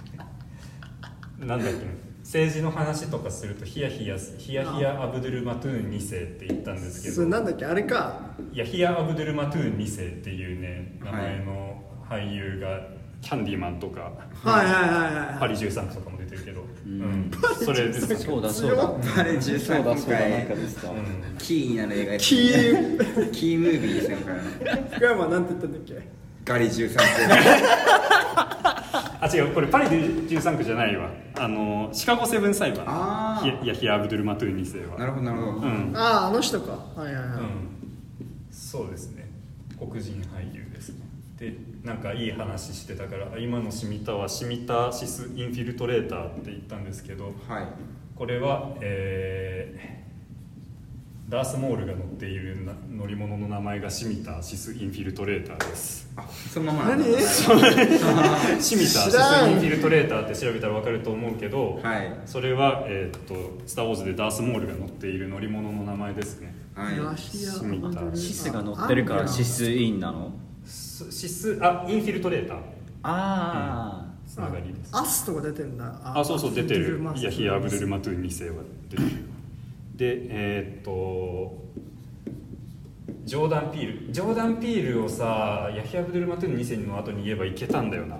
Speaker 1: なんだっけな政治の話とかするとヒヤヒヤすヒヤヒヤアブドゥル・マトゥーン2世って言ったんですけ
Speaker 2: ー
Speaker 1: ど
Speaker 2: それなんだっけあれか
Speaker 1: ヤヒヤ・アブドゥル・マトゥーン2世っていうね名前の俳優がキャンディーマンとか
Speaker 2: はいはいはいはい
Speaker 1: パリ13区とかも出てるけど、うんそれですね
Speaker 5: そうだそうだ
Speaker 3: あれ13今回
Speaker 5: か
Speaker 1: うん
Speaker 3: キーになる映画です
Speaker 2: キー
Speaker 3: キームービーですねこれは
Speaker 2: 福山なんて言ったんだっけ
Speaker 3: ガリ13
Speaker 1: あ違うこれパリ13区じゃないわあのシカゴセブン裁判
Speaker 3: あー
Speaker 1: ヒヤヤヒヤ・アブドゥル・マトゥーン2世は
Speaker 3: なるほどなるほど
Speaker 1: うん、
Speaker 2: あああの人かはいはいは
Speaker 1: う
Speaker 2: い、
Speaker 1: ん、そうですね黒人俳優ですねでなんかいい話してたからあ今のシミタはシミタシス・インフィルトレーターって言ったんですけど
Speaker 3: はい
Speaker 1: これは、えーダース・モールが乗っているな乗り物の名前がシミターシス・インフィルトレーターです
Speaker 3: あそのままなんだ
Speaker 2: 何
Speaker 1: シミターシス・
Speaker 2: 知らん
Speaker 1: インフィルトレーターって調べたら分かると思うけど、
Speaker 3: はい
Speaker 1: それは、えーっと「スター・ウォーズ」でダース・モールが乗っている乗り物の名前ですね
Speaker 3: はい
Speaker 1: シミタ
Speaker 5: シスが乗ってるからシスインなの
Speaker 1: スシスあインフィルトレーター
Speaker 5: あ
Speaker 1: つながりです
Speaker 2: アスとか出てんだあ
Speaker 1: あそうそう出てるいやヒア・アブドゥル・
Speaker 2: マ
Speaker 1: マトゥーン2世は出てるでえーっとジョーダン・ピールジョーダン・ピールをさヤヒア・アブドゥル・マトゥーン2世の後に言えばいけたんだよな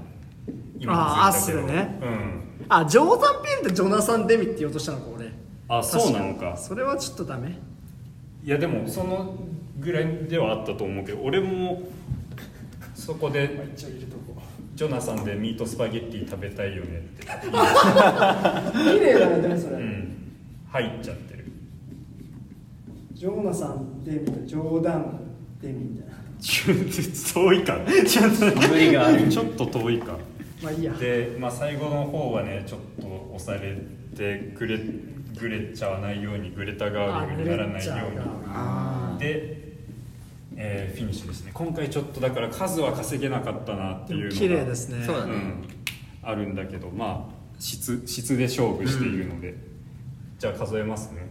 Speaker 2: あーア
Speaker 1: に
Speaker 2: ス
Speaker 1: つい
Speaker 2: で
Speaker 1: たけど
Speaker 2: ね
Speaker 1: うん
Speaker 2: あジョーダン・ピールってジョナサン・デミって言おうとしたのか俺
Speaker 1: あそうなのか
Speaker 2: それはちょっとダメ
Speaker 1: いやでもそのぐらいではあったと思うけど俺もそこでジョナサンでミートスパゲッティ食べたいよねって、
Speaker 2: 綺麗だねでもそうれ
Speaker 1: ん、入っちゃってる
Speaker 2: ジョナサン・デミとジョーダン・デミみたいな
Speaker 1: ちょっと遠いかちょっと
Speaker 4: 無理がある
Speaker 1: ちょっと遠いか
Speaker 2: まあいいや
Speaker 1: で、まあ、最後の方はねちょっと押されてくれぐれちゃわないようにグレタ・ガーリングにならないように
Speaker 2: あ
Speaker 1: で、えーフィニッシュですね今回ちょっとだから数は稼げなかったなって
Speaker 2: で
Speaker 1: いうの
Speaker 2: も
Speaker 1: が
Speaker 2: 綺麗ですね
Speaker 3: そうだ
Speaker 1: う
Speaker 3: ね
Speaker 1: ん、あるんだけどまあ質質で勝負しているので、じゃあ数えますね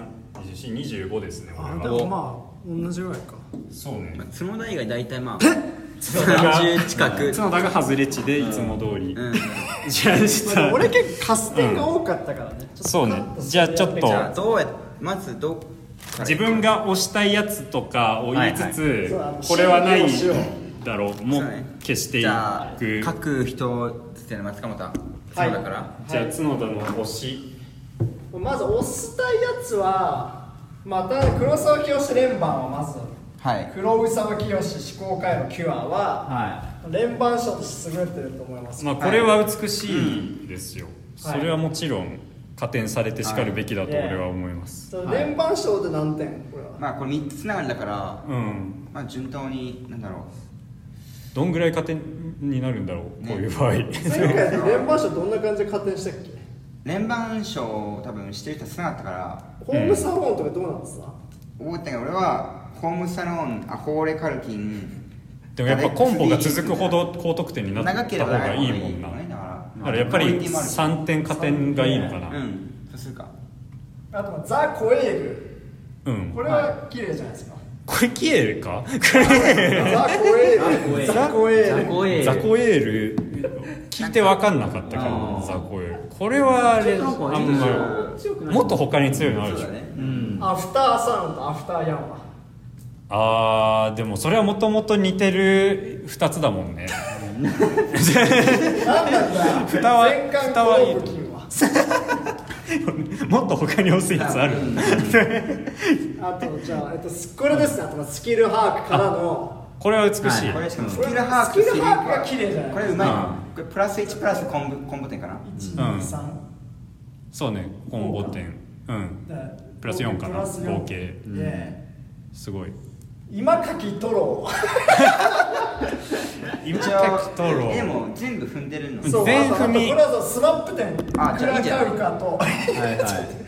Speaker 1: 123456789101112131415ですね
Speaker 2: あ
Speaker 1: こ
Speaker 2: で
Speaker 1: れは
Speaker 2: もまあ同じぐらいか
Speaker 1: そうね
Speaker 3: まあ角田以外大体まあ
Speaker 1: 角田が
Speaker 3: 30近く
Speaker 1: 角田が外れ値でいつも通り、
Speaker 3: うん
Speaker 1: じゃあ
Speaker 2: まあで
Speaker 1: 下
Speaker 2: も俺結構カス点が多かったからね、ちょっと
Speaker 1: そうね
Speaker 2: カットして
Speaker 1: じゃあちょっと
Speaker 3: じゃあどうやまずどっから
Speaker 1: 自分が押したいやつとかを言いつつ、
Speaker 2: はいはい
Speaker 1: これはない
Speaker 2: そうあの
Speaker 1: だろうも
Speaker 3: そううね
Speaker 1: 消してい
Speaker 3: じ
Speaker 1: く
Speaker 3: ゃあ
Speaker 1: じゃ
Speaker 3: 書く人つってのは松本はそうだから
Speaker 1: あ角田の押し
Speaker 2: まず押したいやつはまた黒沢清連番はまず
Speaker 3: はい
Speaker 2: 黒沢清思考回路キュアは
Speaker 5: は
Speaker 2: 連番賞として優れてると思います、
Speaker 1: まあこれは美しいですよ、
Speaker 2: はい
Speaker 1: それはもちろん加点されてしかるべきだと俺は思います、
Speaker 2: そう連番賞で何点これは
Speaker 3: まあこれ3つつながりだから
Speaker 1: うん
Speaker 3: まあ順当になんだろ
Speaker 1: どんぐらい加点になるんだろう、こういう場合
Speaker 2: 前回の連番賞どんな感じで加点したっけ
Speaker 3: う連番賞を多分してる人少なかったから
Speaker 2: ホームサローンとかどうなんですか、
Speaker 3: 思ったけど俺はホームサロンアホーレカルキン
Speaker 1: でもやっぱコンボが続くほど高得点になった
Speaker 3: 長けれ
Speaker 1: 方
Speaker 3: ば
Speaker 1: が
Speaker 3: 長
Speaker 1: い
Speaker 3: い
Speaker 1: い
Speaker 3: ほど
Speaker 1: も
Speaker 3: いい
Speaker 1: んな
Speaker 3: ねだから
Speaker 1: だからやっぱり3点加点がいいのかな、
Speaker 3: うんそうするか
Speaker 2: あとはザ・コエル
Speaker 1: うん
Speaker 2: これは綺麗じゃないですか、
Speaker 1: これキエルかこれ
Speaker 2: ザ・コエールザ・コエール
Speaker 5: い。声
Speaker 1: ザコエール聞いて分かんなかったからザコエールこれはあれあんまりもっと他に強いのあるでしょ
Speaker 3: そうだね
Speaker 2: アフターサウンドアフターヤンは
Speaker 1: あーでもそれはもともと似てる2つだもんね
Speaker 2: 何なんだ
Speaker 1: 蓋は
Speaker 2: 全巻
Speaker 1: 蓋はいい
Speaker 2: コロブ金は
Speaker 1: もっと他に押すやつある
Speaker 2: あとじゃあ、えっと、すこれですねあとはスキル把握からの
Speaker 1: これは美しい、
Speaker 3: これしかもスキルハー
Speaker 2: スキ
Speaker 3: ク
Speaker 2: ル把握が綺麗じゃない
Speaker 3: これうまいなこれプラス1プラスコンボコンボ点かな
Speaker 2: 123
Speaker 1: そうねコンボ点うんプラス4かな合計うんすごい
Speaker 2: 今書き取ろう
Speaker 1: 今
Speaker 3: 一
Speaker 1: テクト
Speaker 3: 応
Speaker 1: ロ
Speaker 3: でも全部踏んでるの
Speaker 2: そう
Speaker 1: 全
Speaker 2: あとあ
Speaker 1: 踏
Speaker 2: と
Speaker 1: み
Speaker 2: これはそうスマップ点
Speaker 3: あ
Speaker 2: ク
Speaker 3: じゃあいい
Speaker 2: ラ
Speaker 3: んじゃな
Speaker 2: カ
Speaker 3: い
Speaker 2: ウカと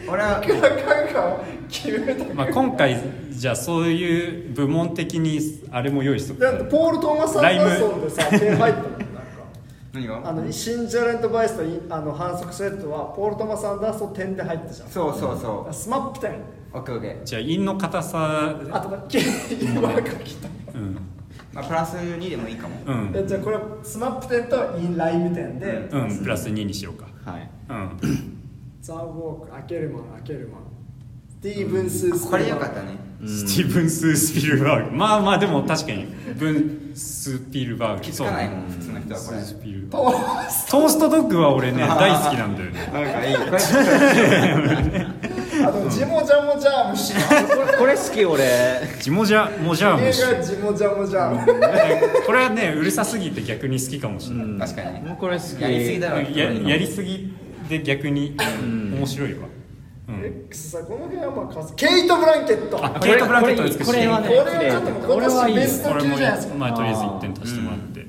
Speaker 3: 俺は
Speaker 2: クラカウカを決めた
Speaker 1: まあ、今回じゃあそういう部門的にあれも用意しとく
Speaker 2: だってポール・トーマス・アンダーソンでさ点入ったもんなんか
Speaker 3: 何が
Speaker 2: あのシンジャレント・バイスとインあの反則スレッドはポール・トーマス・アンダーソン点で入ったじゃん
Speaker 3: そうそうそ
Speaker 2: スマップ点
Speaker 3: うオッケーオッケー
Speaker 1: じゃあ陰の硬さ
Speaker 2: あとだけ今書き取
Speaker 1: うん
Speaker 3: まあプラス2でもいいかも
Speaker 1: うん
Speaker 2: えじゃあこれスマップ点とインライム点で、
Speaker 1: うん、プラス2にしようか。
Speaker 5: はい。
Speaker 1: うん。
Speaker 2: ザ・ウォークアケルマンアケルマンスティーブンス・ス
Speaker 3: これよかったね
Speaker 1: スティーブン・スースピルバーグ。まあまあ、でも確かに、ブン・スピルバーグ。
Speaker 3: 気づ
Speaker 1: そう
Speaker 3: かない
Speaker 1: ね。
Speaker 3: もん普通の人はこ
Speaker 1: ス
Speaker 3: れ
Speaker 1: ースピルバーグ。トーストドッグは俺ね、大好きなんだよね。
Speaker 3: なんかいいこれ
Speaker 2: あとジモジャモジャームシ
Speaker 5: これ好き俺。
Speaker 1: ジモジャ、モジャーム
Speaker 2: 映
Speaker 1: シ。
Speaker 2: 画ジモジャモジャーム
Speaker 1: これはね、うるさすぎて逆に好きかもしれない。
Speaker 3: 確かにね
Speaker 5: もうこれ好き。
Speaker 3: やりすぎだろ
Speaker 1: ややりすぎで逆に面白いわ。うん。
Speaker 2: えくそさこの辺はまあかすケイト・ブランケット
Speaker 1: あ、
Speaker 2: こ
Speaker 1: ケイト・ブランケット美しい。
Speaker 5: これは
Speaker 2: れ
Speaker 5: ね
Speaker 2: はちょっともう
Speaker 5: これ
Speaker 2: 今
Speaker 5: は
Speaker 2: 年
Speaker 5: いいよ
Speaker 2: ベス
Speaker 1: こ
Speaker 2: ト
Speaker 1: れ
Speaker 2: 級
Speaker 1: も
Speaker 2: じゃないですか
Speaker 1: まあとりあえず1点足してもらって。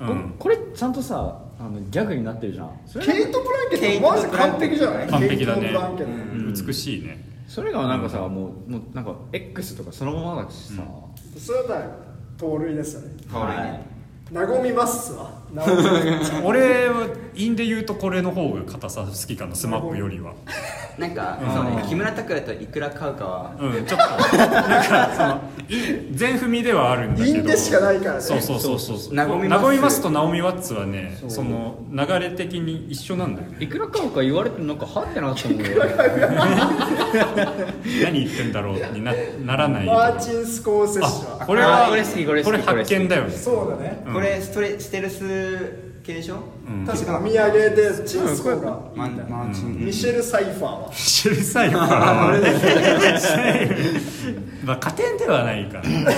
Speaker 1: うん。
Speaker 5: これちゃんとさ、あのギャグになってるじゃん。それ
Speaker 2: ケイト・ブランケットマジで完璧じゃない
Speaker 1: 完璧だ
Speaker 2: ケイ
Speaker 1: ね
Speaker 2: トブランケット。
Speaker 1: 美しいね。
Speaker 5: それがなんかさ、もうもうなんか X とかそのままだしさ。
Speaker 2: それは盗塁ですよね
Speaker 3: かわいいね
Speaker 2: ナゴミ・マッスはナゴミ
Speaker 1: 俺は韻で言うとこれの方が硬さ好きかなスマップよりは
Speaker 3: なんか、そうね木村拓哉といくら買うかは
Speaker 1: うんちょっと なんかその韻全踏みではあるんだけど
Speaker 2: 韻でしかないからね
Speaker 1: そうそうそうそうそう
Speaker 3: 和みます
Speaker 1: 和みますとナオミ・ワッツはねその流れ的に一緒なんだ よね
Speaker 4: いくら買うか言われてなんかはってなったもんね
Speaker 1: 何言ってんだろうになならない
Speaker 2: マーチン・スコーセッシ
Speaker 1: あ
Speaker 2: ョ
Speaker 1: これは
Speaker 4: あこれ好きこれ好き
Speaker 1: これ発見だよね
Speaker 2: そうだね
Speaker 1: うん
Speaker 3: これストレステルス系でしょ、
Speaker 1: うん
Speaker 2: 確かお土産でチンスコが
Speaker 3: マンマンチン、
Speaker 2: ミシェル・サイファーは
Speaker 1: 知るさ いよ まあ加点ではないからいいと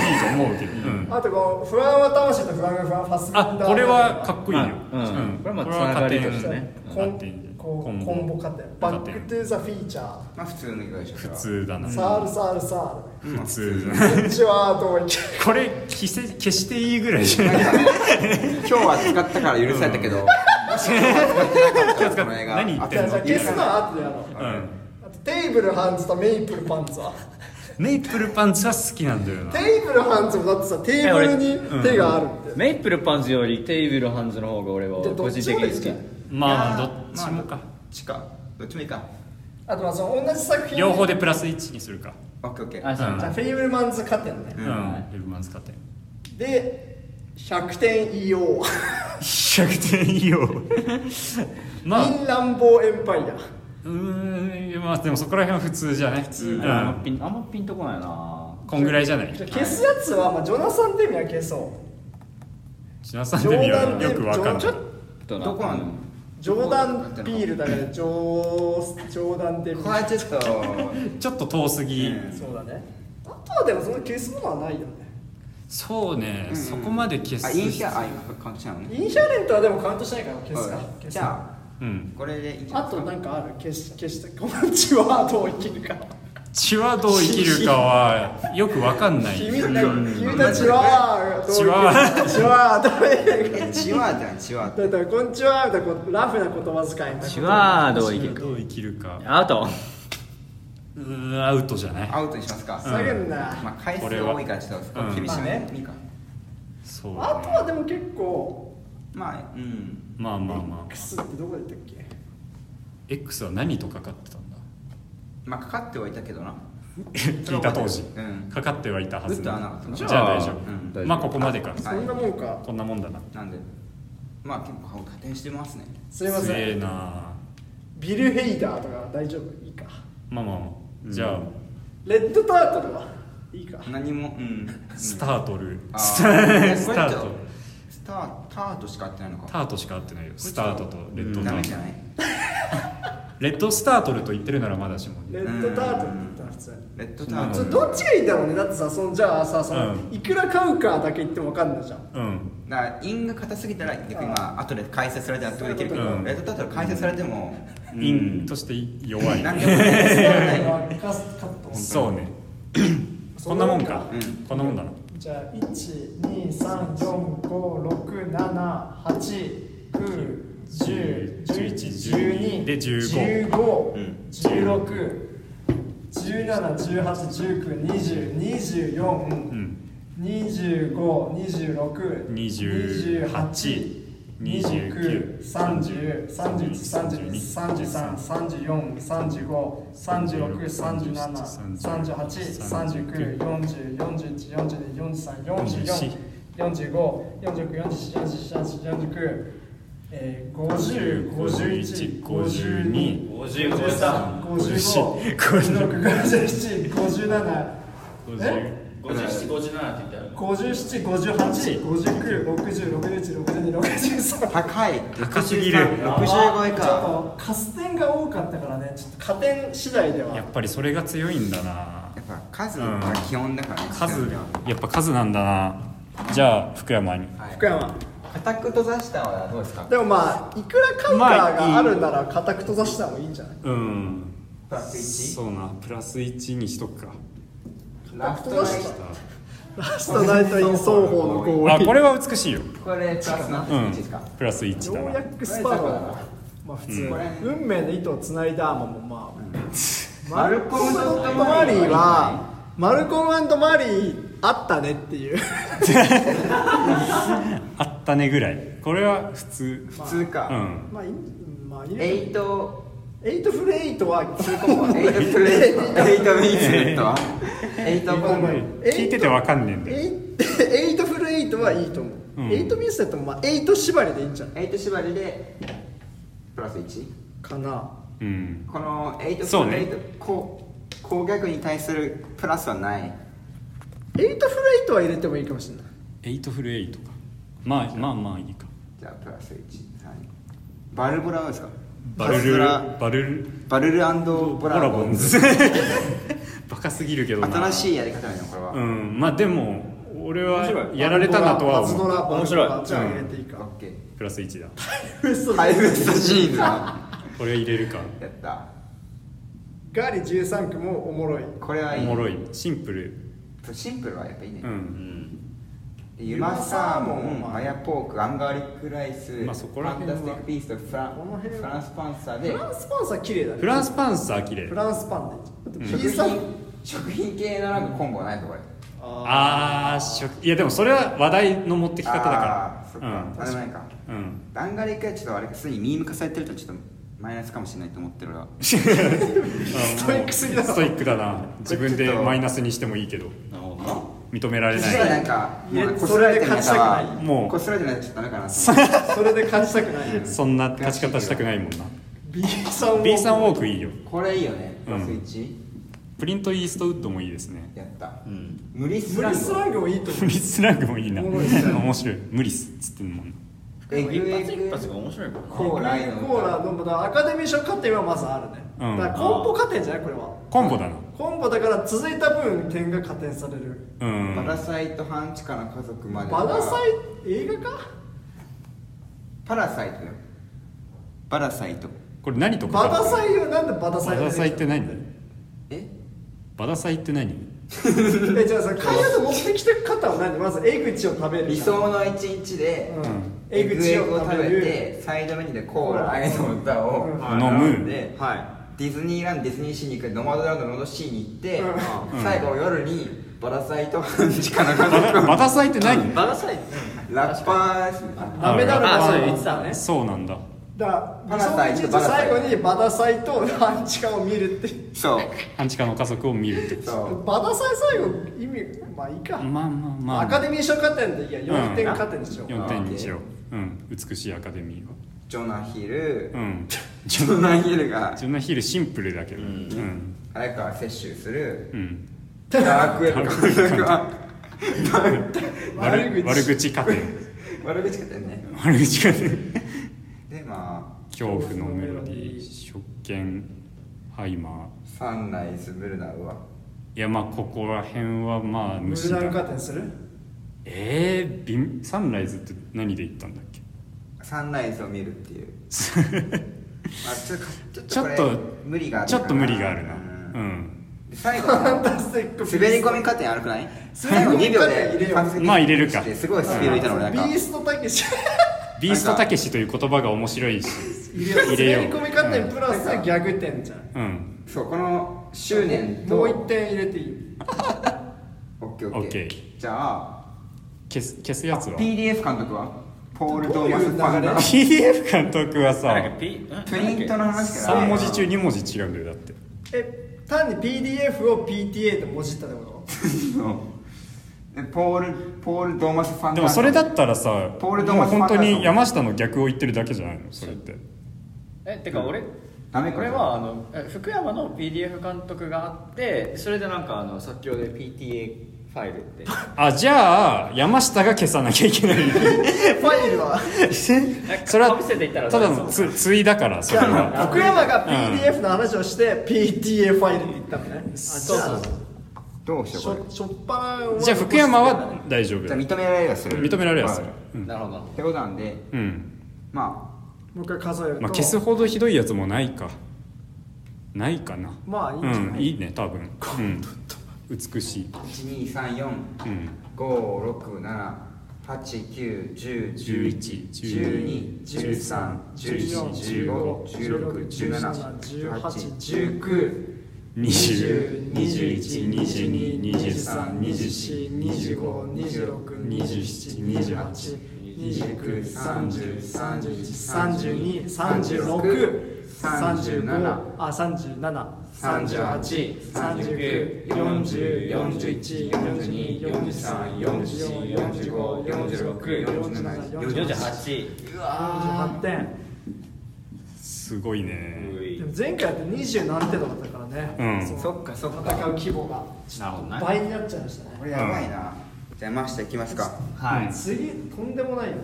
Speaker 1: 思うけど、うん
Speaker 2: あとこう不安は魂と不安が不安ファスナ
Speaker 1: あ
Speaker 2: ー
Speaker 1: これはかっこいいよ、
Speaker 4: うんうんこれはまあつながりとしてね
Speaker 2: コ
Speaker 1: 加点
Speaker 2: ンこうコンボ家庭バック・トゥ・ザ・フィーチャー
Speaker 3: まあ普通の会社普
Speaker 1: 普通だな
Speaker 2: サールサールサ
Speaker 1: 普通だ
Speaker 2: ールこっちはどういけ
Speaker 1: これ消せ消していいぐらいじゃない
Speaker 3: 今日は使ったから許されたけど、今日は使ってなかったこの映画
Speaker 1: 何言っ
Speaker 2: じ
Speaker 1: て
Speaker 2: ゃあ
Speaker 1: ん
Speaker 2: じゃあ
Speaker 1: の
Speaker 2: 消すのは後でやろう
Speaker 1: うん
Speaker 2: あとテーブルハンズとメイプルパンツは
Speaker 1: メイプルパンツは好きなんだよな
Speaker 2: テーブルハンズもだってさテーブルに手があるって
Speaker 4: メイプルパンツよりテーブルハンズの方が俺は
Speaker 2: でど
Speaker 4: 個
Speaker 2: っち
Speaker 4: 人的に
Speaker 2: もいいんじゃない
Speaker 4: 好
Speaker 1: まあどっちもか、
Speaker 3: まあどっちかどっちもいいか
Speaker 2: あとはその同じ作品
Speaker 1: 両方でプラス1にするか
Speaker 3: オッケーオッケ
Speaker 4: き
Speaker 3: ー
Speaker 4: あそううん
Speaker 2: じゃあフェイブルマンズ家庭ね
Speaker 1: うん、うん、ヘルマン使って
Speaker 2: で100点 EO
Speaker 1: 100点いいよ まあ
Speaker 2: インランボーエンパイア
Speaker 1: うーんまあでもそこら辺は普通じゃない普通、うん
Speaker 4: あんまピンあんまピンとこないな
Speaker 1: こんぐらいじゃない
Speaker 2: じゃあ消すやつは、まあ、ジョナサン・デミは消そう
Speaker 1: シナさんで見はよくわかんない
Speaker 2: ジョーダンデミちょ
Speaker 4: ど
Speaker 3: どこなの
Speaker 2: ジョーダン・ピールだからジョージョーダン・デミ
Speaker 3: ここはちょっと
Speaker 1: ちょっと遠すぎ、
Speaker 3: うん
Speaker 2: そうだねあとはでもその消すものはないよね
Speaker 1: そうね、そこまで消す
Speaker 3: あインシャあ今カウントしたのね
Speaker 2: インシャーレントはでもカウントしないから消すか
Speaker 3: はい
Speaker 2: 消す
Speaker 3: じゃ
Speaker 2: か
Speaker 1: うん
Speaker 3: これでいいんじゃ
Speaker 2: あ
Speaker 3: ないで
Speaker 2: と
Speaker 3: すか
Speaker 2: なんかある消し消してこの血はどう生きるか
Speaker 1: 血はどう生きるかはよくわかんない
Speaker 2: 君なんか君たちはどう生きるか血はどう生きるか
Speaker 3: えチワーじゃんチワー
Speaker 2: だからこんちはみたいなこうラフな言葉遣いみたいな
Speaker 4: チワーどう生きるか
Speaker 1: どう生きるか
Speaker 4: あと
Speaker 1: うーアウトじゃない
Speaker 3: アウトにしますか、
Speaker 2: 下げんな、
Speaker 3: まあ回数が多いからちょっとそこ厳しめ
Speaker 2: うん
Speaker 3: にいいか
Speaker 1: そう、ね、
Speaker 2: あとはでも結構
Speaker 3: まあうん
Speaker 1: まあまあまあ
Speaker 2: X ってどこで言ったっけ
Speaker 1: X は何とかかってたんだ
Speaker 3: まあかかってはいたけどな
Speaker 1: 聞いた当時、
Speaker 3: うん
Speaker 1: かかってはいたはず
Speaker 3: ずっと穴が開いてた
Speaker 1: じゃあ大丈夫、
Speaker 3: うん
Speaker 4: 大丈夫
Speaker 1: まあここまでか、
Speaker 3: い
Speaker 2: そんなもんか、
Speaker 1: こんなもんだな
Speaker 3: なんでまあ結構加点してますね
Speaker 2: すいませ
Speaker 1: 強え
Speaker 2: ん
Speaker 1: な
Speaker 2: ビル・ヘイダーとか大丈夫いいか
Speaker 1: まあまあまあじゃあ、
Speaker 2: レッドタートルはいいか
Speaker 3: 何 もうん
Speaker 1: スタートル、
Speaker 3: あー
Speaker 1: スタース
Speaker 3: これ
Speaker 1: タ
Speaker 3: ちょ
Speaker 1: ー
Speaker 3: っと
Speaker 1: ト
Speaker 3: スタータートしか合ってないの
Speaker 1: タ
Speaker 3: か
Speaker 1: ートしか合ってないよスタートとレッドタ
Speaker 3: ダメ
Speaker 1: ー
Speaker 3: じ
Speaker 1: ト
Speaker 3: ゃない
Speaker 1: レッドスタートルと言ってるならまだしも
Speaker 2: レッドタートルって言ったら普通
Speaker 3: レッドター
Speaker 2: ち
Speaker 3: ト
Speaker 2: ょ
Speaker 3: ル
Speaker 2: どっちがいいんだろうねだってさそのじゃあさその、
Speaker 1: うん
Speaker 2: いくら買うかだけ言っても分かんないじゃん
Speaker 1: うん
Speaker 3: だから因が硬すぎたら逆にまあ後で解説されて納得できるけど、
Speaker 1: うん
Speaker 3: レッドタートル解説されても、
Speaker 1: インとして弱い
Speaker 3: 何でもない
Speaker 2: スタートルはカスカット
Speaker 1: そうねこんなもんか、
Speaker 3: うん
Speaker 1: こんなもんだな
Speaker 2: じゃあ123456789101112
Speaker 1: で15
Speaker 2: 15161718192024
Speaker 1: うん50
Speaker 4: 5757って言っ
Speaker 2: 5758596061626263
Speaker 3: 高い
Speaker 1: 高すぎる
Speaker 3: 65
Speaker 2: ち
Speaker 3: 倍
Speaker 2: ょっ
Speaker 3: か
Speaker 2: と加点が多かったからねちょっと加点次第では
Speaker 1: やっぱりそれが強いんだな
Speaker 3: やっぱ数が基本だからね、
Speaker 1: 数
Speaker 3: が
Speaker 1: やっぱ数なんだなじゃあ福山に
Speaker 2: 福山
Speaker 3: 固く閉ざしたはどうですか
Speaker 2: でもまあいくらカウンターがあるなら固く閉ざした方がいいんじゃない
Speaker 1: うん
Speaker 3: プラス1
Speaker 1: そうなプラス1にしとくか
Speaker 3: ラフトライト
Speaker 2: ラストナイトイン双方の合意
Speaker 1: あこれは美しいよ
Speaker 3: これプラス何
Speaker 1: うん
Speaker 3: 1ですか、
Speaker 1: プラス1だ
Speaker 2: ようや
Speaker 1: な
Speaker 2: くスパロだなまあ普通、運命の糸をつないだアーマンもまあ
Speaker 3: マルコムと
Speaker 2: マ
Speaker 3: マ
Speaker 2: リ
Speaker 3: リ
Speaker 2: ー
Speaker 3: ー
Speaker 2: は
Speaker 3: は
Speaker 2: マルコムマリーあったねっていう
Speaker 1: あったねぐらいこれは普通
Speaker 3: 普通
Speaker 1: う
Speaker 3: か
Speaker 1: ん
Speaker 2: まあいいうんまあいい
Speaker 3: エ
Speaker 2: ね
Speaker 3: イト
Speaker 2: エイトフレイトは通
Speaker 3: コンボエイトプレイエイトミーツレットエイトコンボ
Speaker 1: 聞いててわかんねえんだよ
Speaker 2: エイエイトフルエイトはいいと思う、
Speaker 1: うん
Speaker 2: エイトミスだったらまあエイト縛りでいいんじゃない
Speaker 3: エイト縛りでプラス1
Speaker 2: かな
Speaker 1: うん
Speaker 3: このエイト
Speaker 1: そう
Speaker 3: プ
Speaker 1: ね
Speaker 3: レイトこう攻略に対するプラスはない
Speaker 2: エイトフルエイトは入れてもいいかもしれない
Speaker 1: エイトフルエイトかまあまあまあいいか
Speaker 3: じゃあプラス1はいバルボラですか
Speaker 1: バル
Speaker 3: カズ
Speaker 1: ル
Speaker 3: ラ
Speaker 1: バルル
Speaker 3: バルルボ
Speaker 1: ボ
Speaker 3: ラ
Speaker 1: ラ
Speaker 3: ボ
Speaker 1: ボ
Speaker 3: ン
Speaker 1: ン
Speaker 3: ズ
Speaker 1: ズ バカすぎるけどな
Speaker 3: 新しいやり方だよねこれは、
Speaker 1: うんまあでも俺は
Speaker 5: 面白い
Speaker 1: やられたなとは
Speaker 2: パズド
Speaker 1: 思う
Speaker 2: ラ
Speaker 5: 面白い
Speaker 2: パズドラじゃあ入れていいか、
Speaker 3: オッケー
Speaker 1: プラス1だ
Speaker 2: 嘘
Speaker 3: ハイブリッドジーンズだ
Speaker 1: これ入れるか
Speaker 3: やった
Speaker 2: ガリ13区もおもろい
Speaker 3: これは
Speaker 1: お
Speaker 3: いい
Speaker 1: もろいシンプル
Speaker 3: シンプルはやっぱいいね、
Speaker 1: うん
Speaker 3: ユマサーモンマヤポークアンガーリックライス、
Speaker 1: まあそこら
Speaker 3: ファン
Speaker 1: 辺
Speaker 3: タ
Speaker 1: は
Speaker 3: スティックビーストフラ
Speaker 2: この
Speaker 3: ン
Speaker 2: 辺は
Speaker 3: フランスパンサーで
Speaker 2: フランスパンサー綺麗だね
Speaker 1: フランスパンサー綺麗
Speaker 2: フランスパンでいいじゃんだ
Speaker 3: 食
Speaker 2: って B さん
Speaker 3: 品食品系のなんかコンボないとこれ
Speaker 1: あーしょいやでもそれは話題の持ってき方だ
Speaker 3: あーそ
Speaker 1: か
Speaker 3: っ
Speaker 1: ら
Speaker 3: か、あれもないか
Speaker 1: うん うん
Speaker 3: アンガーリックライスちょっとあれかすでにミーム化されてるとちょっとマイナスかもしれないと思ってる俺は
Speaker 1: ス
Speaker 2: トイックすぎだな
Speaker 1: ストイックだな自分でマイナスにしてもいいけど
Speaker 5: なるほどな
Speaker 1: 認められ
Speaker 3: 実
Speaker 1: な
Speaker 3: 際ないんか
Speaker 2: いや
Speaker 3: もうこすられてるネタ
Speaker 2: それで勝ちた
Speaker 3: は
Speaker 2: く
Speaker 1: ないもう
Speaker 3: こすられてるネタちょっとダメかなと思って
Speaker 2: それで勝ちたくないよ
Speaker 1: そんな勝ち方したくないもんな
Speaker 2: B さんも
Speaker 1: B さんウォークいいよ
Speaker 3: これいいよねプラス
Speaker 1: うん
Speaker 3: 1、
Speaker 1: プリントイーストウッドもいいですね
Speaker 3: やった、
Speaker 5: ん
Speaker 3: 無理ス
Speaker 2: 無
Speaker 3: ラン
Speaker 2: 理スラン
Speaker 3: グ
Speaker 2: グもいいと思
Speaker 1: 無理スラングもいいな
Speaker 2: おもろいですね
Speaker 1: 面白い無理っつってんもんな
Speaker 3: えぐえ
Speaker 5: 一発一
Speaker 3: ぐ
Speaker 5: 発が面白いからな
Speaker 3: コーライの
Speaker 2: うコーラ飲むだからアカデミー賞加点はまずあるね、
Speaker 1: うん
Speaker 2: だからコンボ加点じゃないこれは
Speaker 1: コンボだな
Speaker 2: コンボだから続いた分点が加点される
Speaker 1: うん
Speaker 3: パラサイト半地下の家族まで
Speaker 2: バ
Speaker 3: は
Speaker 2: ラサイ映画か
Speaker 3: パラサイトよパラサイト
Speaker 1: これ何と
Speaker 2: バ
Speaker 1: か
Speaker 2: ダサイはなんでバダサ
Speaker 1: バ
Speaker 2: イ
Speaker 1: ダサイって何
Speaker 3: え
Speaker 1: バダサイって何
Speaker 2: えじゃあさ会話で持ってきてる方は何まず江口を食べる
Speaker 3: 理想の一日で、
Speaker 2: うん
Speaker 3: エ
Speaker 2: エ
Speaker 3: グ
Speaker 2: グ
Speaker 3: エ
Speaker 2: チ
Speaker 3: グを
Speaker 2: を
Speaker 3: 食
Speaker 2: 食
Speaker 3: べ
Speaker 2: べ
Speaker 3: て
Speaker 2: て
Speaker 3: サイドメニューでコーラ愛の歌を
Speaker 1: ん飲む
Speaker 3: で、はい、ディズニーランドディズニーシーに行くノマドランドのノマドシーに行って、
Speaker 1: うん
Speaker 3: 最後夜にバラサイと半地下の
Speaker 1: バ
Speaker 3: 家
Speaker 1: ダ
Speaker 3: 族
Speaker 1: バダサイって何
Speaker 5: バラサイ
Speaker 3: ラッパーですね
Speaker 2: ダメだろ
Speaker 5: あそう言ってたのね
Speaker 1: そうなんだ
Speaker 2: だか
Speaker 3: バラサ
Speaker 2: ら
Speaker 3: イ
Speaker 2: 理
Speaker 3: と
Speaker 2: 想の一
Speaker 3: バラ
Speaker 2: 日
Speaker 3: サイ
Speaker 2: 最後にバダサイと半地下を見るって
Speaker 3: そう
Speaker 1: 半地下の家族を見るってこ
Speaker 3: そう
Speaker 2: バダサイ最後意味まあいいか、
Speaker 1: とまあまあまあ
Speaker 2: アカデミー賞加点でいや4点加点でしょ、う
Speaker 1: 4点にしよう、うん、美しいアカデミーは
Speaker 3: ジョナヒル、
Speaker 1: うん
Speaker 3: ジョナヒルが
Speaker 1: 自分のヒールシンプルだけどうん
Speaker 3: 早川摂取する
Speaker 1: うん、
Speaker 3: ダークエルの家族は
Speaker 1: 悪
Speaker 2: 悪口
Speaker 1: 悪口家
Speaker 3: 悪口言ってんね
Speaker 1: 庭 悪口家庭
Speaker 3: でま
Speaker 1: 恐怖のメロディー食券ハイマー
Speaker 3: あサンライズブルナウはい
Speaker 1: やまあここら辺はまあ
Speaker 2: 無
Speaker 1: 虫
Speaker 2: 駄
Speaker 1: だ
Speaker 2: な加点する
Speaker 1: えー、ビンサンライズって何で行ったんだっけ
Speaker 3: サンライズを見る っていうあちょっとかちょっ
Speaker 1: ちょ
Speaker 3: とこ
Speaker 1: っ
Speaker 3: れ
Speaker 1: と
Speaker 3: 無理がある
Speaker 1: ちょっと無理があるなう
Speaker 3: うん
Speaker 1: ん、
Speaker 3: で最後
Speaker 2: ファン
Speaker 3: の
Speaker 2: タ スティック
Speaker 3: 滑り込み加点悪くない最後
Speaker 2: 滑り込み
Speaker 3: 2秒
Speaker 2: 加
Speaker 3: で
Speaker 2: 点入れよう
Speaker 3: パス
Speaker 1: まあ入れるか
Speaker 3: してすごいスピードいたの俺なんか
Speaker 2: ビーストたけし
Speaker 1: ビーストたけしという言葉が面白いし
Speaker 2: 入れよう滑り込み加点
Speaker 1: う
Speaker 2: プラスギャグ点じゃん
Speaker 1: ん、うん、
Speaker 3: そうこの執念と
Speaker 2: もう1点入れていい
Speaker 3: オッケーオ
Speaker 1: オ
Speaker 3: ッ
Speaker 1: ッ
Speaker 3: ケ
Speaker 1: ケ
Speaker 3: ーじゃあ
Speaker 1: 消す消すやつは
Speaker 3: PDF 監督はポール・トーマ
Speaker 2: どうい
Speaker 3: ス・
Speaker 2: う
Speaker 3: パン
Speaker 2: 流れ
Speaker 3: ダ
Speaker 1: PDF 監督はさ
Speaker 5: なんかピん
Speaker 3: プリントの話から
Speaker 1: 3文字中2文字違うんだよだって
Speaker 2: え単に PDF を PTA でもじったってこと
Speaker 3: そうでポール・ポール・トーマス・ファンダ
Speaker 1: でもそれだったらさ
Speaker 3: ポールド
Speaker 1: も
Speaker 3: マ
Speaker 1: う
Speaker 3: スファン
Speaker 1: 本
Speaker 3: タ
Speaker 1: 当
Speaker 3: ジー
Speaker 1: に山下の逆を言ってるだけじゃないのそれって
Speaker 5: えてか俺
Speaker 3: ダメか
Speaker 5: 俺はあのえ福山の PDF 監督があってそれでなんかあの即興で PTA ファイルって
Speaker 1: あじゃあ山下が消さなきゃいけ ない
Speaker 2: ファイルは
Speaker 1: それ
Speaker 5: かぶせていった
Speaker 1: は
Speaker 5: ら
Speaker 1: ただのつついだからそれは
Speaker 2: 福山が PDF の話をして PTA ファイルに行ったのね
Speaker 5: そうそうそう
Speaker 3: どうし
Speaker 2: し
Speaker 3: ようこ
Speaker 2: ょしょっぱなは
Speaker 1: じゃあ福山は大丈
Speaker 3: れ
Speaker 1: 夫
Speaker 3: じゃ
Speaker 1: だ
Speaker 3: あ認められはする
Speaker 1: 認められやすい
Speaker 3: はい
Speaker 1: うん
Speaker 5: なるほど
Speaker 3: ってことなんで
Speaker 1: うん
Speaker 3: ま
Speaker 2: もう一回数えると、
Speaker 1: まあ消すほどひどいやつもないかないかな
Speaker 2: まあ
Speaker 1: う
Speaker 2: いい
Speaker 1: ん
Speaker 2: じゃ
Speaker 1: ん
Speaker 2: ない、
Speaker 1: いいね多分うん美しい
Speaker 3: あ1234
Speaker 1: うん
Speaker 3: 五六七八九十十一十二十三十四十五十六十七十八十九
Speaker 1: 20 21 22 23 24 25 26 27 28
Speaker 2: 2021232526272829 2930313635あ三3738394041424344454748
Speaker 5: 48
Speaker 2: 点
Speaker 1: すごいね
Speaker 2: でも前回だって20何点とかだったからね、
Speaker 1: うん
Speaker 2: そっかそっか戦う規模が
Speaker 5: なるほどね
Speaker 2: 倍になっちゃいましたね
Speaker 3: これやばいなじゃあマシタいきますか
Speaker 5: はい
Speaker 2: 次とんでもないよ多分も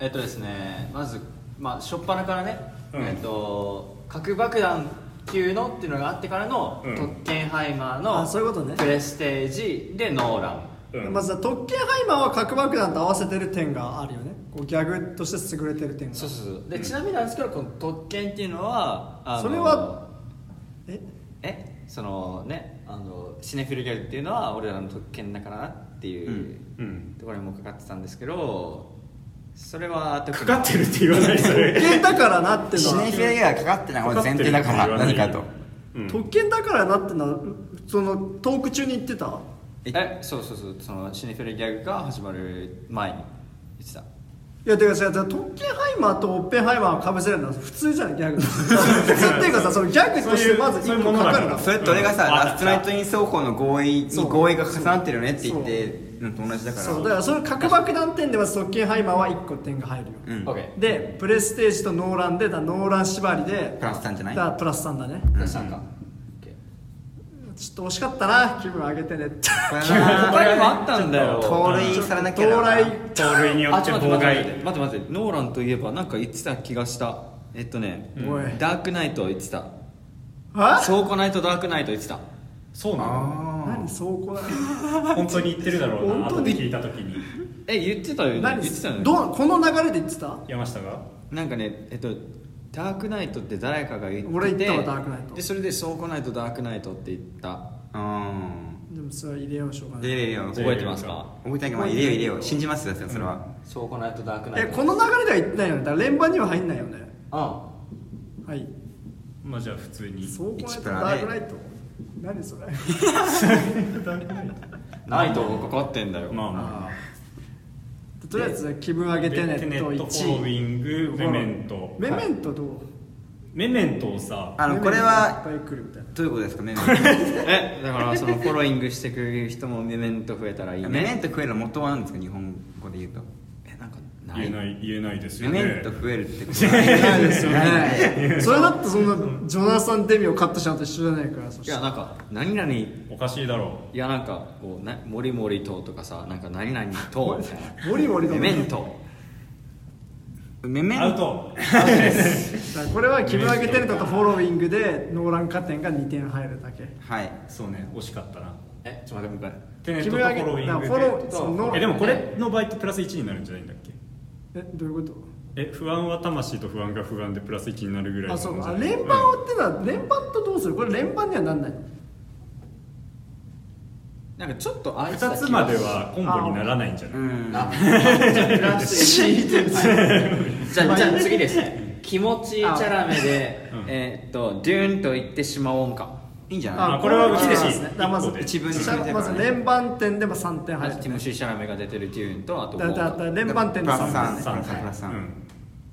Speaker 5: えっとですねまずまあ初っ端からね、
Speaker 1: うん
Speaker 5: えっと核爆弾級のっていうのがあってからの、
Speaker 1: うん
Speaker 5: 特権ハイマー
Speaker 2: あそういうことね
Speaker 5: のプレステージでノーラン
Speaker 1: う
Speaker 2: う、
Speaker 1: ん
Speaker 2: まずは特権ハイマーは核爆弾と合わせてる点があるよねこうギャグとして優れてる点が
Speaker 5: そうそうそうでちなみになんですけどこの特権っていうのはあの
Speaker 2: それはえ
Speaker 5: えそのねあのシネフィルギャルっていうのは俺らの特権だからなっていう、
Speaker 1: うん
Speaker 5: ところにもかかってたんですけどそれは特
Speaker 1: か
Speaker 5: に
Speaker 1: かってるって言わないそれ
Speaker 2: 特権だからなっての
Speaker 3: シ
Speaker 2: は
Speaker 3: ネフィアギアがかかってないこれ前提だから何かと
Speaker 1: うん
Speaker 2: 特権だからなってのはそのトーク中に言ってた
Speaker 5: えそうそうそうそのシネフィルギャグが始まる前に言ってた
Speaker 2: いやてかさ特権ハイマーとオッペンハイマーをかぶせるのは 普通じゃないギャグ普通っていうかさそのギャグとしてまず
Speaker 1: そういうそういうも
Speaker 2: 1個かか
Speaker 1: のだか
Speaker 2: るからら
Speaker 3: それと俺がさ
Speaker 1: うん
Speaker 3: ラストナイト・イン奏法の合意に
Speaker 2: そう
Speaker 3: 合意が重なってるよねって言ってのと同じだから
Speaker 2: そうだからその核爆弾点では特権ハイマーは1個点が入るよ、
Speaker 3: うん
Speaker 5: OK
Speaker 2: でプレステージとノーランでだからノーラン縛りで
Speaker 3: プラス3じゃない
Speaker 2: だからプラス3だね
Speaker 5: 出したんか
Speaker 2: ちょっと惜しかったな気分上げてね
Speaker 3: これ
Speaker 5: こ
Speaker 3: な
Speaker 5: れもあったんだ
Speaker 3: 盗
Speaker 5: よ
Speaker 3: 塁されなきゃ
Speaker 2: 到来
Speaker 1: 盗塁によ
Speaker 5: あ
Speaker 1: って
Speaker 5: ちょっと
Speaker 1: 妨
Speaker 5: 待
Speaker 1: 害
Speaker 5: って待って待って待って待ってノーランといえばなんか言ってた気がしたえっとね、
Speaker 2: おい
Speaker 5: ダークナイト言ってた
Speaker 2: あ
Speaker 5: 倉庫ナイトダークナイト言ってた
Speaker 1: そうな
Speaker 3: あ
Speaker 2: 何倉庫だ
Speaker 1: の本当に言ってるだろうな
Speaker 2: 本
Speaker 1: 後
Speaker 2: 当に
Speaker 1: で聞いた時に
Speaker 5: え言ってたよね言
Speaker 2: 何
Speaker 5: ってたよね
Speaker 2: どうこの流れで言ってた
Speaker 1: 山下が
Speaker 5: なんかねえっとダークナイトって誰かが言ってて
Speaker 2: 俺言ったわダークナイト
Speaker 5: でそれで倉庫ナイトダークナイトって言った
Speaker 3: ーうん
Speaker 2: でもそれは入れようしょうがない
Speaker 3: 入れよう
Speaker 1: じゃ
Speaker 3: 覚
Speaker 1: あ
Speaker 5: 覚えてますか
Speaker 3: えてないけどまあ入れよう入れよう信じますよそれは
Speaker 5: 倉庫ナイトダークナイ
Speaker 2: え
Speaker 5: ト
Speaker 2: この流れでは言ってないよねだから連番には入んないよね
Speaker 5: あ
Speaker 2: はい
Speaker 1: まあじゃあ普通に
Speaker 2: 倉庫ナイ
Speaker 3: 一
Speaker 2: ト
Speaker 3: プラ
Speaker 2: ダ
Speaker 3: ね
Speaker 2: ークナイト何それ
Speaker 5: ナイトがかかってんだよ
Speaker 1: まあまあ
Speaker 2: とりあえず気分上げてねと
Speaker 1: フォーウ
Speaker 2: 1位
Speaker 1: ィングメメント
Speaker 2: メメントどう
Speaker 1: メメントをさ
Speaker 3: あのこれ
Speaker 2: メ
Speaker 3: は
Speaker 2: メントいっぱい来るみたいな
Speaker 3: どういうことですかメメン
Speaker 5: えだからそのフォローイングしてくれる人もメメント増えたらいい
Speaker 3: ト
Speaker 5: ね
Speaker 3: メメント食えるの元は何ですか日本語で言うと
Speaker 5: えなんかな
Speaker 1: 言え
Speaker 5: い
Speaker 1: ない言えないです
Speaker 3: メ
Speaker 1: よね
Speaker 3: メント増えるってことないですよね
Speaker 2: それだってそんなジョナサン・デミをカットしたのと一緒じゃないからそし
Speaker 5: い
Speaker 2: たら
Speaker 5: やなんか何々い
Speaker 1: おかしいだろ
Speaker 5: やなんかこうなモリモリととかさなんか何々とみたい
Speaker 2: モリモリ
Speaker 5: な
Speaker 2: だ
Speaker 5: メ
Speaker 2: もん
Speaker 5: メント
Speaker 3: メメ
Speaker 1: うア
Speaker 3: ン
Speaker 1: ウ ト
Speaker 2: だからこれは気分上げてるのとフォローイングでノーラン加点が2点入るだけ
Speaker 3: はい
Speaker 1: そうね惜しかったな
Speaker 5: えちょっと待って待って
Speaker 1: テネッ
Speaker 2: 気
Speaker 1: トと
Speaker 2: 分
Speaker 1: フ
Speaker 2: 上げ
Speaker 1: ォローイング
Speaker 2: だからフォロー
Speaker 1: で
Speaker 2: その
Speaker 1: えでもこれの場合とプラス1になるんじゃないんだっけ
Speaker 2: えどういうこと
Speaker 1: え不安は魂と不安が不安でプラス1になるぐらいの
Speaker 2: あそうか
Speaker 1: 感
Speaker 2: あ
Speaker 1: じだね
Speaker 2: 連番をってのは連番とどうするこれ連番にはなんないの
Speaker 5: なんかちょっとあい
Speaker 1: 2つまではコンボにならないんじゃな
Speaker 3: う
Speaker 1: い
Speaker 3: ん
Speaker 5: あじゃあプラス1じゃあじゃあ次ですね気持ちいいチャラめで、
Speaker 1: うん
Speaker 5: えーっとデューンと言ってしまおうか
Speaker 3: いいんじゃない
Speaker 1: あこれは
Speaker 2: き
Speaker 1: 嬉しい
Speaker 2: ですねだからまず
Speaker 1: 一個で
Speaker 3: 一文字書いてる
Speaker 2: ま
Speaker 3: からね
Speaker 2: ず連番点でも3点入る
Speaker 5: ティモシー・シャラメが出てるデューンとあとウ
Speaker 2: だ
Speaker 5: ォーカ
Speaker 2: だ
Speaker 5: ー
Speaker 2: だ連番点で
Speaker 3: プラス
Speaker 2: 3
Speaker 3: 三
Speaker 2: 点
Speaker 1: 三
Speaker 3: プラス三
Speaker 1: うん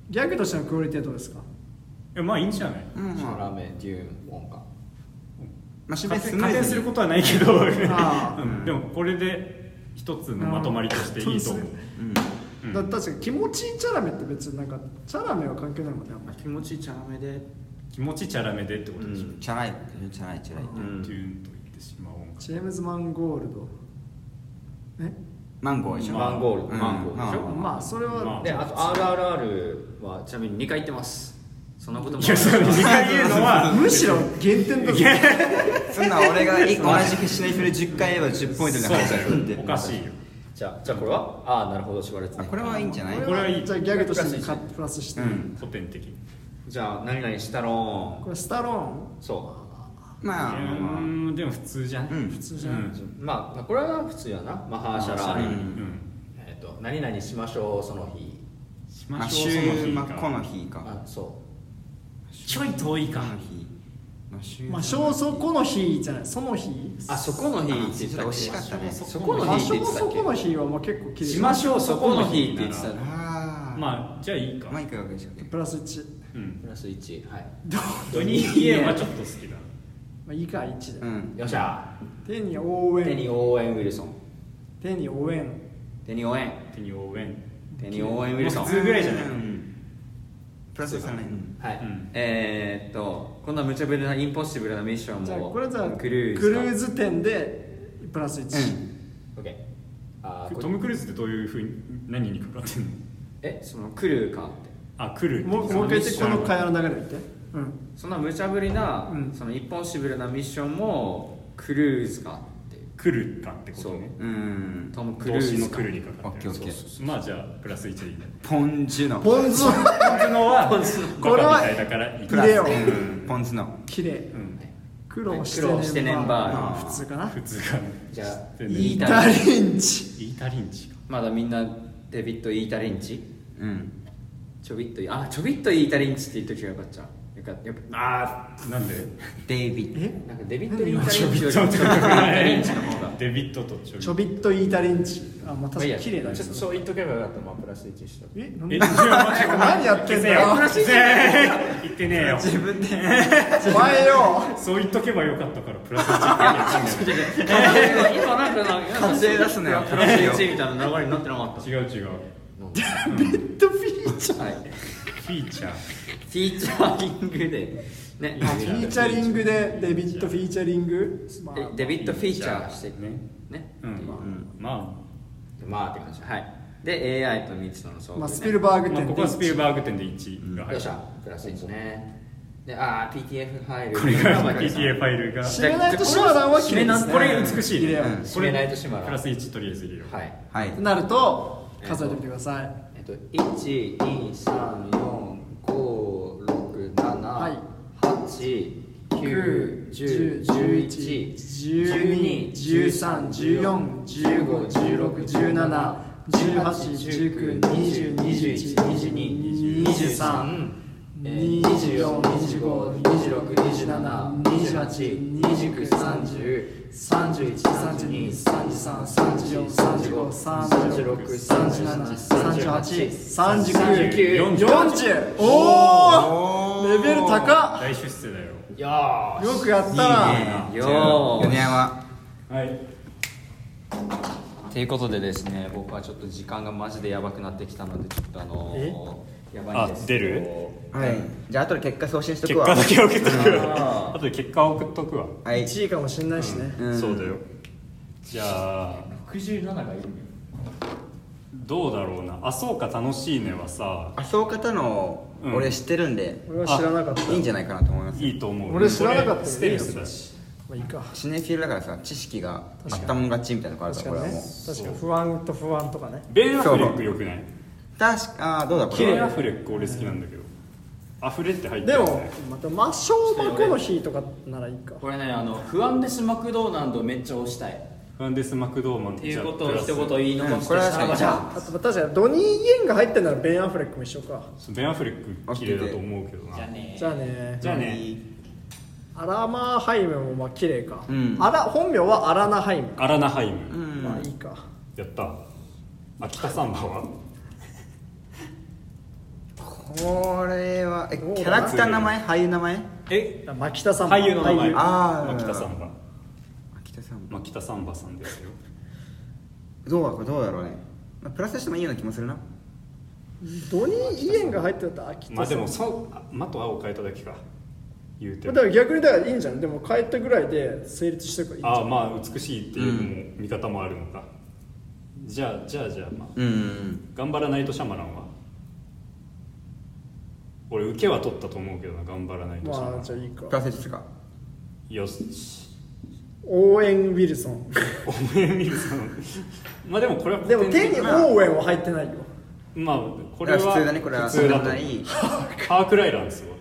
Speaker 2: ギャグとしてのクオリティはどうですか
Speaker 1: いやまあいいんじゃない
Speaker 3: うん
Speaker 5: シ
Speaker 3: ま
Speaker 5: ャ
Speaker 3: あ
Speaker 5: ラメデューンウォンカ
Speaker 3: まあ
Speaker 1: 加点加
Speaker 3: 加
Speaker 1: 点
Speaker 3: 点
Speaker 1: す
Speaker 3: す
Speaker 1: る
Speaker 3: る
Speaker 1: こ
Speaker 3: こと
Speaker 1: はないけど、
Speaker 2: あ
Speaker 1: うんでもこれで一つのまとまりとしていいと思ううん
Speaker 2: だ確かに気持ちいいチャラメって別になんかチャラメは関係ないもんねあんまり
Speaker 5: 気持ちいいチャラメで
Speaker 1: 気持ちチャラめでってことでしょ、
Speaker 3: とチャラいチャラいチャラい
Speaker 1: うん、デューンと言ってしまおうか
Speaker 2: ジェームズ・マンゴールドえ
Speaker 3: マンゴーでしょ
Speaker 5: マンゴールド
Speaker 3: うん
Speaker 5: マンゴールドでしょ
Speaker 3: うん
Speaker 2: まあそれは、
Speaker 1: まあ
Speaker 5: であと RRR はちなみに2回言ってますそんなことも
Speaker 1: いやそれ2回言うのは
Speaker 2: むしろ減点だぞ
Speaker 3: そんな俺が一個同じくシネフィル10回言えば10ポイント みたいな話だよって
Speaker 1: おかしいよ
Speaker 5: じゃあじゃあこれはああなるほど縛られて
Speaker 3: あこれはいいんじゃない
Speaker 1: これはいい
Speaker 2: じゃあギャグとしてカップラスして、
Speaker 3: うん
Speaker 1: 古典的
Speaker 5: じゃあ何々したろ
Speaker 2: これスタローン
Speaker 5: ーンそう
Speaker 3: まあまあ
Speaker 1: う
Speaker 3: ま
Speaker 1: んでも普通じゃん、
Speaker 3: あうん
Speaker 2: 普通じゃない、
Speaker 1: うん
Speaker 5: まあまあこれは普通やなマハーシャラ
Speaker 3: う
Speaker 5: ー
Speaker 3: ん
Speaker 5: えっと何々しましょうその日
Speaker 1: し
Speaker 3: ま
Speaker 1: ま
Speaker 3: あ
Speaker 1: しょ
Speaker 3: 週
Speaker 1: うその日
Speaker 3: まあ
Speaker 1: か
Speaker 3: この日か
Speaker 5: あそう
Speaker 1: ちょい遠い
Speaker 3: こ
Speaker 1: か
Speaker 3: の日まあ週
Speaker 2: まあ小そこの日じゃないその日
Speaker 5: あそこの日って言ってた
Speaker 3: あ惜しかったね
Speaker 5: そこの
Speaker 2: 場
Speaker 5: 日って
Speaker 2: 所
Speaker 5: 言って
Speaker 2: そ
Speaker 5: たっ
Speaker 2: この日はもう結け
Speaker 5: け
Speaker 2: 結構綺麗
Speaker 5: しましょうそこの日って言ってた
Speaker 3: あ
Speaker 1: まあじゃあいいか
Speaker 3: マイクが上でしたっけ
Speaker 2: プラス1
Speaker 1: うん
Speaker 5: プラス1はい
Speaker 1: ドニー・イエンはちょっと好きだ
Speaker 2: まあいいか1で、
Speaker 3: うん
Speaker 5: よっしゃ
Speaker 2: 手に応
Speaker 5: 手に
Speaker 2: 援
Speaker 5: 応援ウィルソン
Speaker 2: 手に応援
Speaker 5: 手に応援
Speaker 1: 手に応援
Speaker 5: 手に応援ウィルソン
Speaker 1: 普通ぐらいじゃない
Speaker 3: うんプラスですよね
Speaker 5: はい、
Speaker 1: うん
Speaker 5: えー、っとこんな無茶ぶりなインポッシブルなミッション
Speaker 2: じゃあ
Speaker 5: も
Speaker 2: これじゃあ
Speaker 5: クルーズ
Speaker 2: クルーズ点でプラス1、
Speaker 5: オッケーあーこ
Speaker 1: トム・クルーズってどういうふうに何にかかってんの
Speaker 5: えそのクルーかって
Speaker 1: あ来る
Speaker 2: もうもう一回言ってこの会
Speaker 1: 話
Speaker 2: 話の流れ言ってうん
Speaker 5: そんな無茶ぶりな、
Speaker 2: うん
Speaker 5: そのインポッシブルなミッションもクルーズかっていう
Speaker 1: 来るかってことね
Speaker 5: そ
Speaker 3: うん
Speaker 5: トム・クル
Speaker 1: 動
Speaker 5: ーズ
Speaker 1: 詞
Speaker 5: か
Speaker 1: の来るにかかってる
Speaker 3: オッケーオッケー
Speaker 1: そうそうそうまあじゃあプラス1でいいね
Speaker 3: ポンジュの
Speaker 2: ポン酢
Speaker 1: 僕のはバカ
Speaker 2: これは
Speaker 1: みたいだからいい
Speaker 2: プラス入れよ
Speaker 3: うんポン酢の
Speaker 2: 綺麗
Speaker 1: うん
Speaker 2: 苦労して
Speaker 5: 苦労してねんばー
Speaker 2: まあ普通かな
Speaker 1: 普通か
Speaker 5: じゃあ
Speaker 1: でね
Speaker 5: イータ
Speaker 2: ダ
Speaker 5: リン
Speaker 2: リンチ
Speaker 1: イータリンチか
Speaker 5: まだみんなデビット・イータリンチ
Speaker 3: うん
Speaker 5: ちょびっとあちょびっとイータリンチって言っときゃよかったよかったよかっ
Speaker 1: あーなんで
Speaker 3: デイビッ
Speaker 2: え
Speaker 5: たなんかデビット・イータリンチよりもちょっとイータリンチの方が
Speaker 1: デビットとちょびっ
Speaker 2: ち
Speaker 1: と
Speaker 2: ょびっとイータリンチあまあ
Speaker 5: ま
Speaker 2: 確
Speaker 5: あ
Speaker 2: か
Speaker 5: いい
Speaker 2: に
Speaker 5: や
Speaker 2: 綺麗だね
Speaker 5: ちょっとそう言っとけばよかったまあプラス1した
Speaker 2: えなん
Speaker 1: え
Speaker 2: で何やってんだよ
Speaker 1: 消せ言ってねえよ
Speaker 3: 自分で
Speaker 2: お前よ
Speaker 1: そう言っとけばよかったからプラス1って
Speaker 5: 今なんかなんか
Speaker 3: 完成出すなよ
Speaker 5: プラス1みたいな流れになってなかった
Speaker 1: 違う違う
Speaker 2: ドフィーチャー
Speaker 5: はい
Speaker 1: フィーチャー
Speaker 5: フィーチャリングでね
Speaker 2: あフィーチャリングでデビットフィーチャリングまあ
Speaker 5: でデビット・フィーチャーして
Speaker 1: ね
Speaker 5: ねね
Speaker 1: うんまあ、ま
Speaker 5: まあって感じはいで AI と未知との相
Speaker 2: まあ
Speaker 5: 互ね
Speaker 2: スピルバー
Speaker 1: あ、
Speaker 2: グ
Speaker 1: まあ
Speaker 2: 点
Speaker 1: ここはスピルバーグ点で1が
Speaker 5: よ
Speaker 1: 入
Speaker 5: っ
Speaker 1: る
Speaker 5: しゃプラス1ねでああ PTF 入る
Speaker 1: これが
Speaker 5: まあ
Speaker 1: PTA ファイルが
Speaker 2: 締めないとシマダンは綺麗ですね
Speaker 1: これ美しい
Speaker 2: 綺麗
Speaker 1: ね
Speaker 2: よ
Speaker 1: うん
Speaker 5: 締めないとシマラ
Speaker 1: プラス1とりあえず入れよう
Speaker 5: はい
Speaker 3: はい
Speaker 2: なると数えてみてください
Speaker 5: えっと1 2 3 4 5 6 7 8 9 10 11 12 13 14 15 16 17 18 19 20 21 22 23 24 25 26 27 28 29 30 31 32 33 34 35 36 37 38 39
Speaker 2: 40おおレベル高
Speaker 1: 大出世だよ
Speaker 5: よ
Speaker 2: っよくやったな
Speaker 5: ーよー
Speaker 3: 米山
Speaker 1: はい
Speaker 5: ということでですね僕はちょっと時間がマジでやばくなってきたのでちょっとあのー、やばいんですけど
Speaker 1: あ出る
Speaker 3: はいじゃあ後で結果送信しと
Speaker 1: 結
Speaker 3: くわ
Speaker 1: 果だけ送っとく
Speaker 5: あ
Speaker 1: わあとで結果送っとくわ
Speaker 3: はい
Speaker 2: 1位かもしんないしね
Speaker 3: うん
Speaker 1: そうだよじゃあ
Speaker 5: 67がいる
Speaker 1: どうだろうな「あそうか楽しいね」はさ
Speaker 3: あそう方の
Speaker 1: うん
Speaker 3: 俺知ってるんで
Speaker 2: 俺は知らなかった
Speaker 3: いいんじゃないかなと思います
Speaker 1: いいと思う
Speaker 2: 俺知らなかったよ
Speaker 1: これステルスだし
Speaker 2: まあいいか
Speaker 3: シネフィールだからさ知識があったもん勝ちみたいなとこあるから
Speaker 2: 確
Speaker 3: これ
Speaker 2: か
Speaker 3: は
Speaker 2: に
Speaker 3: もう
Speaker 2: ね確かに不安と不安とかね
Speaker 1: ベン・アフレックよくない
Speaker 3: 確かあーどうだこ
Speaker 1: 綺
Speaker 3: れ
Speaker 1: 麗ア
Speaker 3: は
Speaker 1: フレック俺好きなんだけどアフレって入って
Speaker 2: で
Speaker 1: るよ
Speaker 2: も
Speaker 1: ね
Speaker 2: また真正幕の日とかならいいか
Speaker 5: これねあの不安ですマクドーナルドめっちゃ押したいっ
Speaker 1: フランデス・マクドーマンって
Speaker 5: いうことを一言言い残して
Speaker 3: うんこれは
Speaker 5: さらばじゃ
Speaker 2: あとまあ確かにドニー・イエンが入ってんならベン・アフレックも一緒か
Speaker 1: ベン・アフレック綺麗だと思うけど
Speaker 5: じゃあ
Speaker 1: な
Speaker 5: ね
Speaker 2: じゃあね
Speaker 1: じゃあね
Speaker 2: アラマーハイムもまあ綺麗か、
Speaker 3: うん
Speaker 2: アラ本名はアラナハイムか、
Speaker 1: アラナハイム
Speaker 2: まあいいか
Speaker 1: やった秋田サンバは
Speaker 3: これはえキ
Speaker 2: どうだ
Speaker 3: ャラクターの名前俳優の名前
Speaker 1: え
Speaker 2: 牧田さんも
Speaker 1: 俳優の名前
Speaker 3: あー
Speaker 1: 秋田サンバ
Speaker 3: 秋田さん
Speaker 1: まあ秋田サンバさんですよ
Speaker 3: どうだどうだろうねまあプラスしてもいいような気もするな
Speaker 2: ドニー・イエンが入ってたら秋田さん
Speaker 1: まあでもそうあまと青変えただけか言うて
Speaker 2: だ
Speaker 1: も
Speaker 2: から逆にだからいいんじゃんでも帰ったぐらいで成立してるからいいんじゃん
Speaker 1: ああまあ美しいっていうのも見方もあるのか、じゃあじゃあじゃあまあ
Speaker 3: うん
Speaker 1: 頑張らないとシャマランは俺受けは取ったと思うけどな頑張らないとシャマラ
Speaker 2: まあ
Speaker 1: ン
Speaker 2: じゃあいいか
Speaker 3: プラスですか
Speaker 1: よし
Speaker 2: オーエン・ウィルソン
Speaker 1: おめえ見るその まあでもこれは
Speaker 2: でも手にオーウェンは入ってないよ
Speaker 1: まあこれは
Speaker 3: 普通だねこれは
Speaker 1: 普通だ
Speaker 3: そん
Speaker 1: と
Speaker 3: なにいい
Speaker 1: ハークライランスは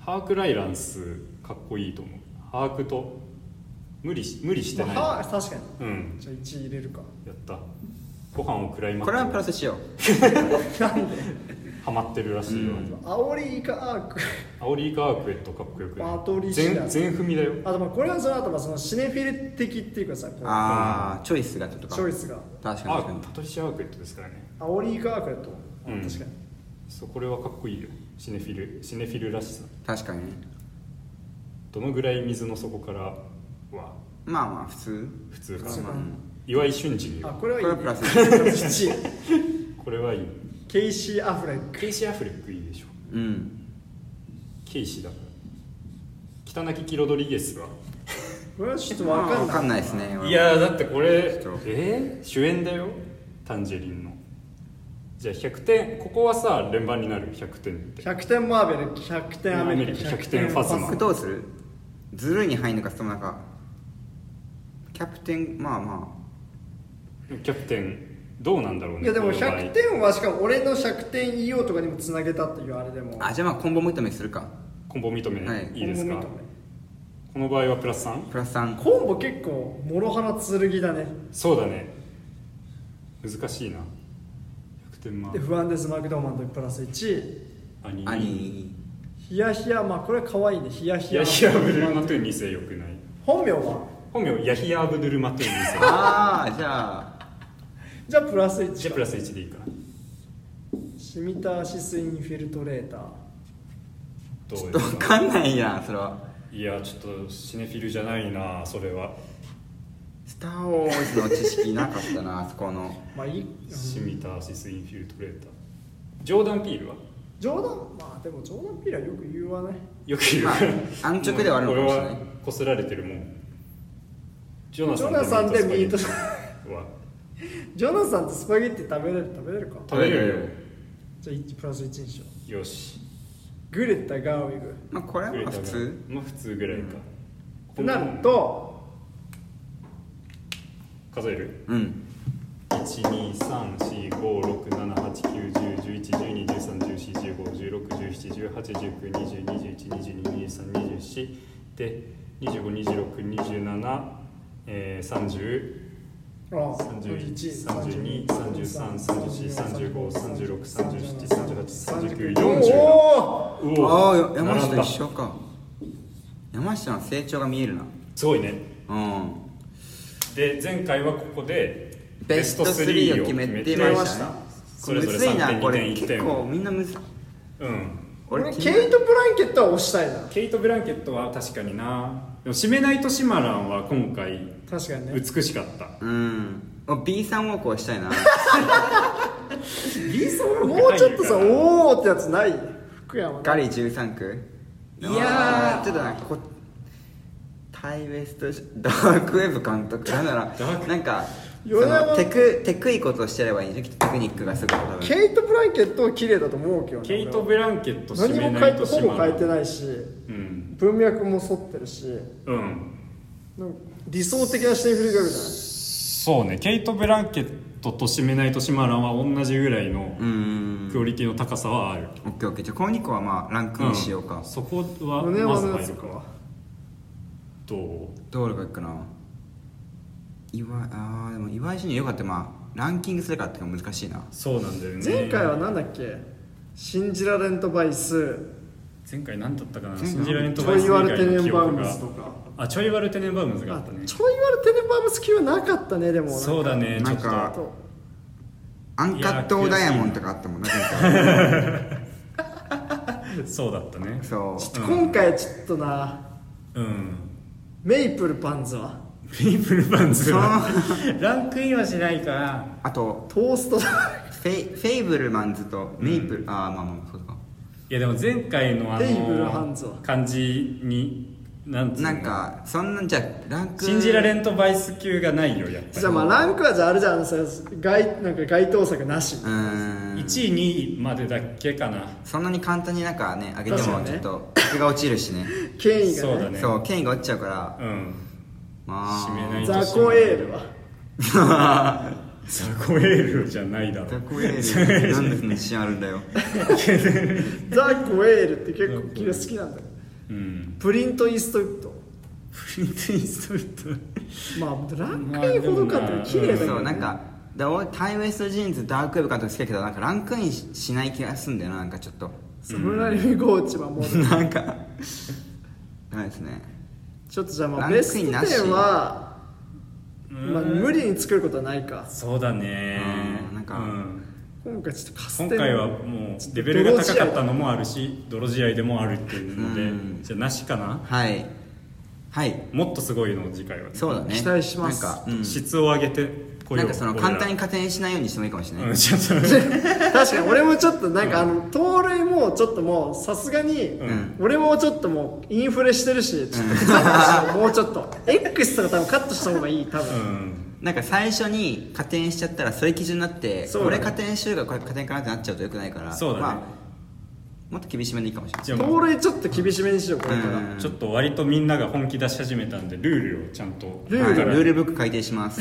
Speaker 1: ハークライランスかっこいいと思うハークと無理し無理してない、
Speaker 2: まあ確かに
Speaker 1: うん
Speaker 2: じゃあ1位入れるか
Speaker 1: やったご飯を食らいま
Speaker 3: これはプラスしよ
Speaker 1: ハマってるらしいよ、
Speaker 2: アオリイカアーク
Speaker 1: アオリイカアークエットかっこよくない
Speaker 2: パトリシ
Speaker 1: 全
Speaker 2: ア
Speaker 1: 全踏みだよ
Speaker 2: あとまあこれはその後まあそのシネフィル的っていうかさこ
Speaker 3: う
Speaker 2: う
Speaker 3: ああチョイスがちょっとか
Speaker 2: チョイスが
Speaker 3: 確かに
Speaker 1: あ
Speaker 3: 確かに
Speaker 1: パトリシア・アークエットですからね
Speaker 2: アオリイカアークやと思う
Speaker 1: うん
Speaker 2: 確かに
Speaker 1: そうこれはかっこいいよシネフィルシネフィルらしさ
Speaker 3: 確かに
Speaker 1: どのぐらい水の底からは
Speaker 3: まあまあ普通
Speaker 1: 普通かな
Speaker 2: 普通かな
Speaker 1: 岩井俊二に
Speaker 2: あ
Speaker 1: よ
Speaker 2: これ
Speaker 3: こ
Speaker 2: はい
Speaker 3: れ
Speaker 2: い
Speaker 3: は
Speaker 2: ね
Speaker 3: プラス
Speaker 2: 1
Speaker 1: これはいい
Speaker 2: ケイシー・アフレック
Speaker 1: ケイシー・アフレックいいでしょ
Speaker 3: うん
Speaker 1: ケイシーだから北泣きキロドリゲスは
Speaker 2: これはちょっと
Speaker 3: まあ
Speaker 2: わかんない
Speaker 3: わかんないですね
Speaker 1: いやーだってこれ
Speaker 3: 人
Speaker 1: えー、主演だよタンジェリンのじゃあ100点ここはさ連番になる100点って
Speaker 2: 100点マーベル100点アメリカ
Speaker 1: 100点ファズマ
Speaker 3: これどうするずるいに入るのかそれともなんかキャプテンまあま
Speaker 1: キャプテンどうなんだろうね
Speaker 2: いやでも
Speaker 1: この場合
Speaker 2: 100点はしかも俺の100点言おうとかにもつなげたっていうあれでも
Speaker 3: ああじゃあまあコンボ認めするか
Speaker 1: コンボ認め、
Speaker 3: はい
Speaker 1: い、い
Speaker 2: 今後
Speaker 1: です
Speaker 2: 見
Speaker 1: か
Speaker 2: てもね
Speaker 1: この場合はプラス 3?
Speaker 3: プラス3
Speaker 2: コンボ結構諸刃の剣だね
Speaker 1: そうだね難しいな100点満
Speaker 2: でフアンデス・マクドーマンとプラス1
Speaker 1: 兄
Speaker 3: 兄
Speaker 2: ヒヤヒヤまあこれ可愛いねヒヤヒヤ
Speaker 1: ヤヒヤ・アブドゥル・マトゥーン2世よくない
Speaker 2: 本名は
Speaker 1: 本名ヤヒヤ・アブドゥル・マトゥーン2世
Speaker 3: ああじゃあ
Speaker 2: じゃあプラス
Speaker 1: じゃ
Speaker 2: 1
Speaker 1: あプラス1でいいかな
Speaker 2: シミターシスインフィルトレーター
Speaker 1: どうで
Speaker 3: わ
Speaker 1: すか
Speaker 3: かんないやんそれはい
Speaker 1: やちょっとシネフィルじゃないなそれは
Speaker 3: スター・ウォーズの知識なかったな あそこの
Speaker 2: まあいい、うん
Speaker 1: シミターシス・インフィルトレータージョーダン・ピールは
Speaker 2: 冗談まあでも冗談ピーラーよく言うわね
Speaker 1: よく言う、
Speaker 3: まあ安直ではあるのかもしれない
Speaker 1: もうこれはこすられてるもんジョナ
Speaker 2: ジョ
Speaker 1: サン
Speaker 2: ナサンでミート
Speaker 1: ス
Speaker 2: ス
Speaker 1: パ
Speaker 2: パ
Speaker 1: ゲッティは
Speaker 2: ジョナサンってスパゲッティ食べれる食べれるか
Speaker 1: 食べれる
Speaker 2: じゃあ1プラス1にしよう
Speaker 1: よよし
Speaker 2: グレタ・ガーウィグ
Speaker 3: まあこれはまあ普通
Speaker 1: まあ普通ぐらいか、
Speaker 2: ってなると
Speaker 1: 数える
Speaker 3: うん
Speaker 1: 123456789101112131415161718192021222324で252627えー
Speaker 2: ああ
Speaker 1: 30323333343537383940う
Speaker 2: お
Speaker 3: あ
Speaker 1: お
Speaker 3: あや山下
Speaker 1: 並ん
Speaker 3: と
Speaker 1: だ
Speaker 3: 一緒か山下の成長が見えるな
Speaker 1: すごいね
Speaker 3: うん
Speaker 1: で前回はここで
Speaker 3: ベスト3を決めてましたね
Speaker 1: そ
Speaker 3: これ
Speaker 1: れぞ
Speaker 3: む
Speaker 1: れ
Speaker 3: ずい
Speaker 1: 3
Speaker 3: な
Speaker 1: 点
Speaker 3: こ
Speaker 1: 2
Speaker 3: れ
Speaker 1: 点1
Speaker 3: 結
Speaker 1: 点
Speaker 3: 構みんなむずい
Speaker 1: うん
Speaker 2: 俺
Speaker 3: 俺
Speaker 2: ケイト・ブランケットは押したいな
Speaker 1: ケイト・ブランケットは確かになでも「締めないとシマラン」は今回
Speaker 2: 確かにね
Speaker 1: 美しかった
Speaker 3: うんもう B さんウォークをしたい な
Speaker 2: もうちょっとさ
Speaker 1: 入るかな
Speaker 2: おおってやつない福山
Speaker 3: ガリ13区
Speaker 1: いやー
Speaker 3: ちょっとなんかこタイウエストダークウェブ監督なんな らなんかそ
Speaker 2: 米山
Speaker 3: のテクテクいことをしてればいいんでしょきっとテクニックがすごい多分
Speaker 2: ケイト・ブランケットは綺麗だと思うけどね
Speaker 1: ケイト・
Speaker 2: 俺
Speaker 1: ブランケット
Speaker 2: は
Speaker 1: 締め
Speaker 2: 何も
Speaker 1: な
Speaker 2: 変
Speaker 1: い
Speaker 2: えて
Speaker 1: とシ
Speaker 2: ほぼ
Speaker 1: マラ
Speaker 2: 変えて
Speaker 1: ン
Speaker 2: ないし
Speaker 1: うん
Speaker 2: 文脈も沿ってるし
Speaker 1: うん
Speaker 2: なんか理想的なシェイフルギャグじゃない
Speaker 1: そうねケイト・ブランケットと締めないとシマランは同じぐらいの
Speaker 3: うーん
Speaker 1: クオリティの高さはある
Speaker 3: オッケーオッケーじゃあこの2個はまあランクインしようか、
Speaker 1: んそこは
Speaker 2: 米
Speaker 1: ま
Speaker 2: 山
Speaker 1: ず
Speaker 2: のや
Speaker 1: 入
Speaker 2: つ
Speaker 1: る
Speaker 2: か
Speaker 1: かどう
Speaker 3: どれがいくかな岩あーでも岩井俊二よかったまあランキングするかっていうのが難しいな
Speaker 1: そうなんだよね
Speaker 2: 前回は何だっけ信じられんとバイス
Speaker 1: 前回何だったかな
Speaker 3: 前回
Speaker 1: 信じられんと
Speaker 2: ち
Speaker 1: バ
Speaker 2: ょ
Speaker 1: イ
Speaker 2: い
Speaker 1: ス以
Speaker 2: 言われ
Speaker 1: 外
Speaker 2: て
Speaker 1: の
Speaker 2: ね
Speaker 1: 記
Speaker 2: んバウ
Speaker 1: 憶
Speaker 2: ム
Speaker 1: が
Speaker 2: スとか
Speaker 1: あちょいワルテネンバウムズがあったね
Speaker 2: ちょい言われてねバウムス級はなかったねでも
Speaker 1: そうだね
Speaker 3: なん
Speaker 1: ちょっと
Speaker 3: か
Speaker 2: と
Speaker 3: アンカットダイヤモンとかあったもんな前回
Speaker 1: そうだったね
Speaker 3: そう
Speaker 2: ちょっと今回ちょっとな
Speaker 1: うん
Speaker 2: メイプルパンズは
Speaker 1: ピープルパンズは ランクインはしないから
Speaker 3: あと
Speaker 2: トーストだ
Speaker 3: フェイフェイブルマンズとメイプル、ああまあまあそうか
Speaker 1: いやでも前回のあ
Speaker 2: テーブルハン
Speaker 1: の
Speaker 2: ズは
Speaker 1: 感じになんつうの
Speaker 3: なんかそんなんじゃランク
Speaker 1: 信じられんとバイス級がないよやっぱ
Speaker 2: じゃあまあランクはじゃああれじゃんあのさ該なんか該当作なし
Speaker 3: うーん
Speaker 1: り1位2位までだっけかな
Speaker 3: そんなに簡単になんかね上げて
Speaker 2: 確か
Speaker 3: も
Speaker 2: にね
Speaker 3: ちょっと質が落ちるしね
Speaker 2: 権威
Speaker 1: そうだ
Speaker 2: がね
Speaker 1: ね
Speaker 3: そう権威が落ちちゃうから
Speaker 1: うん
Speaker 3: ま
Speaker 1: 締めない
Speaker 2: ザコエール は
Speaker 3: あ
Speaker 1: ザコエールじゃないだろ
Speaker 3: ザコエー ルなんでそんな自信あるんだよ
Speaker 2: ザコエールって結構君好きなんだよ
Speaker 1: うん
Speaker 2: プリントイーストウッド
Speaker 1: プリントインストルト
Speaker 2: まあランクインほどかっていうか綺麗だけど、ね
Speaker 3: そうなんかだ俺タイムウエストジーンズダークウェブ監督好きだけどなんかランクインししない気がすんだよななんかちょ っと
Speaker 2: サムライフゴーチはもう
Speaker 3: なんかダメですね
Speaker 2: ちょっとじゃあま
Speaker 3: ラ
Speaker 2: あ
Speaker 3: ンクイン
Speaker 2: ベスト
Speaker 3: なし
Speaker 2: 10は、まあ、無理に作ることはないか
Speaker 1: そうだね
Speaker 3: うんなんか
Speaker 1: うん
Speaker 2: 今回ちょっとカステ
Speaker 1: 今
Speaker 2: ラ
Speaker 1: 回はもうレベルが高かったのもあるし泥仕合でもあるっていうので、
Speaker 3: うん
Speaker 1: じゃあなしかな
Speaker 3: はいはい
Speaker 1: もっとすごいのを次回はね、
Speaker 3: そうだね
Speaker 2: 期待します
Speaker 3: なんか,、うん
Speaker 1: 質を上げてこ
Speaker 3: なんかその簡単に
Speaker 1: か
Speaker 3: 加点しないようにしてもいいかもしれない、
Speaker 1: うんちょっと
Speaker 2: 確かに俺もちょっとなんかあの盗塁もちょっともうさすがに
Speaker 1: ん
Speaker 2: 俺もちょっともうインフレしてるしちょっとカットしてもうちょっと X とか多分カットした方がいい多
Speaker 1: う
Speaker 2: 分
Speaker 1: ん
Speaker 3: なんか最初に加点しちゃったらそれ基準になって、
Speaker 2: そう
Speaker 3: こ
Speaker 2: だね
Speaker 3: れ加点しようがこれ加点かなってなっちゃうとよくないから
Speaker 1: そうだね
Speaker 3: まあ、もっと厳しめでいいかもしれない
Speaker 1: じゃあも
Speaker 2: 盗
Speaker 1: う
Speaker 2: 塁ちょっと厳しめにしようこれから
Speaker 3: うん
Speaker 1: ちょっと割とみんなが本気出し始めたんでルールをちゃんと
Speaker 2: ルール
Speaker 3: はいルールブック改定します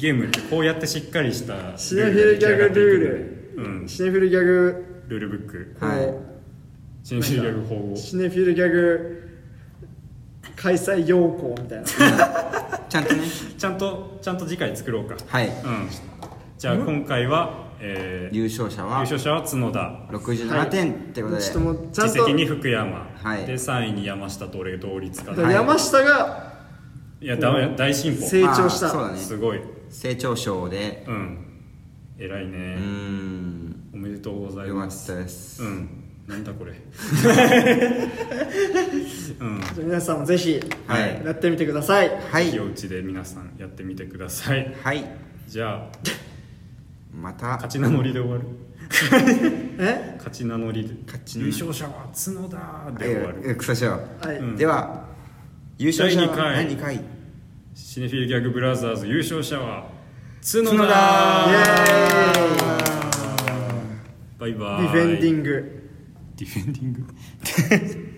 Speaker 1: ゲームってこうやってしっかりした
Speaker 2: シネフィルギャグル
Speaker 1: ール、うん、
Speaker 2: シネフィルギャグ
Speaker 1: ルールブック
Speaker 2: は
Speaker 1: シネフィルギャグ法を
Speaker 2: いシネフィルギャグ開催要項みたいな
Speaker 3: ちゃんとね
Speaker 1: ちゃんとちゃんと次回作ろうか
Speaker 3: はい
Speaker 1: うんじゃあ今回は、えー優
Speaker 3: 優勝者は
Speaker 1: 勝者は角田
Speaker 3: 67点ってことで、
Speaker 2: ちょっともうちゃん
Speaker 1: 実績に
Speaker 2: と
Speaker 1: 福山、
Speaker 3: はい
Speaker 1: で3位に山下と俺同率かな、
Speaker 3: はい
Speaker 2: 山下が
Speaker 1: い、やだめ大進歩、
Speaker 2: 成長し
Speaker 3: まあそうだ
Speaker 2: た
Speaker 3: ね
Speaker 1: すごい
Speaker 3: 成長賞で
Speaker 1: うん偉いうね
Speaker 3: ー、ん
Speaker 1: おめでとうござい
Speaker 3: よか
Speaker 1: ま
Speaker 3: っ
Speaker 1: す
Speaker 3: たです、
Speaker 1: うんなんだこれうん
Speaker 2: じゃあ皆さんもぜひ
Speaker 3: はい
Speaker 2: やってみてください
Speaker 3: は
Speaker 1: 気
Speaker 3: い
Speaker 1: を打ちで皆さんやってみてください
Speaker 3: はい
Speaker 1: じゃあ
Speaker 3: また
Speaker 1: 勝ち名乗りで終わる
Speaker 2: え
Speaker 1: 勝ち名乗りで
Speaker 3: 勝ち名
Speaker 1: 優勝者は角田で終わ
Speaker 3: ええ
Speaker 1: る
Speaker 3: 草しよう、
Speaker 2: はい
Speaker 3: では優勝者は
Speaker 1: 第
Speaker 3: 第
Speaker 1: 二
Speaker 3: 2回
Speaker 1: シネフィルギャグブラザーズ優勝者は角田
Speaker 3: 角田
Speaker 2: イエ
Speaker 1: バイバ
Speaker 2: ーイデ
Speaker 1: イ
Speaker 2: ィフェンディン
Speaker 1: グ
Speaker 2: グ
Speaker 1: ディフェンディング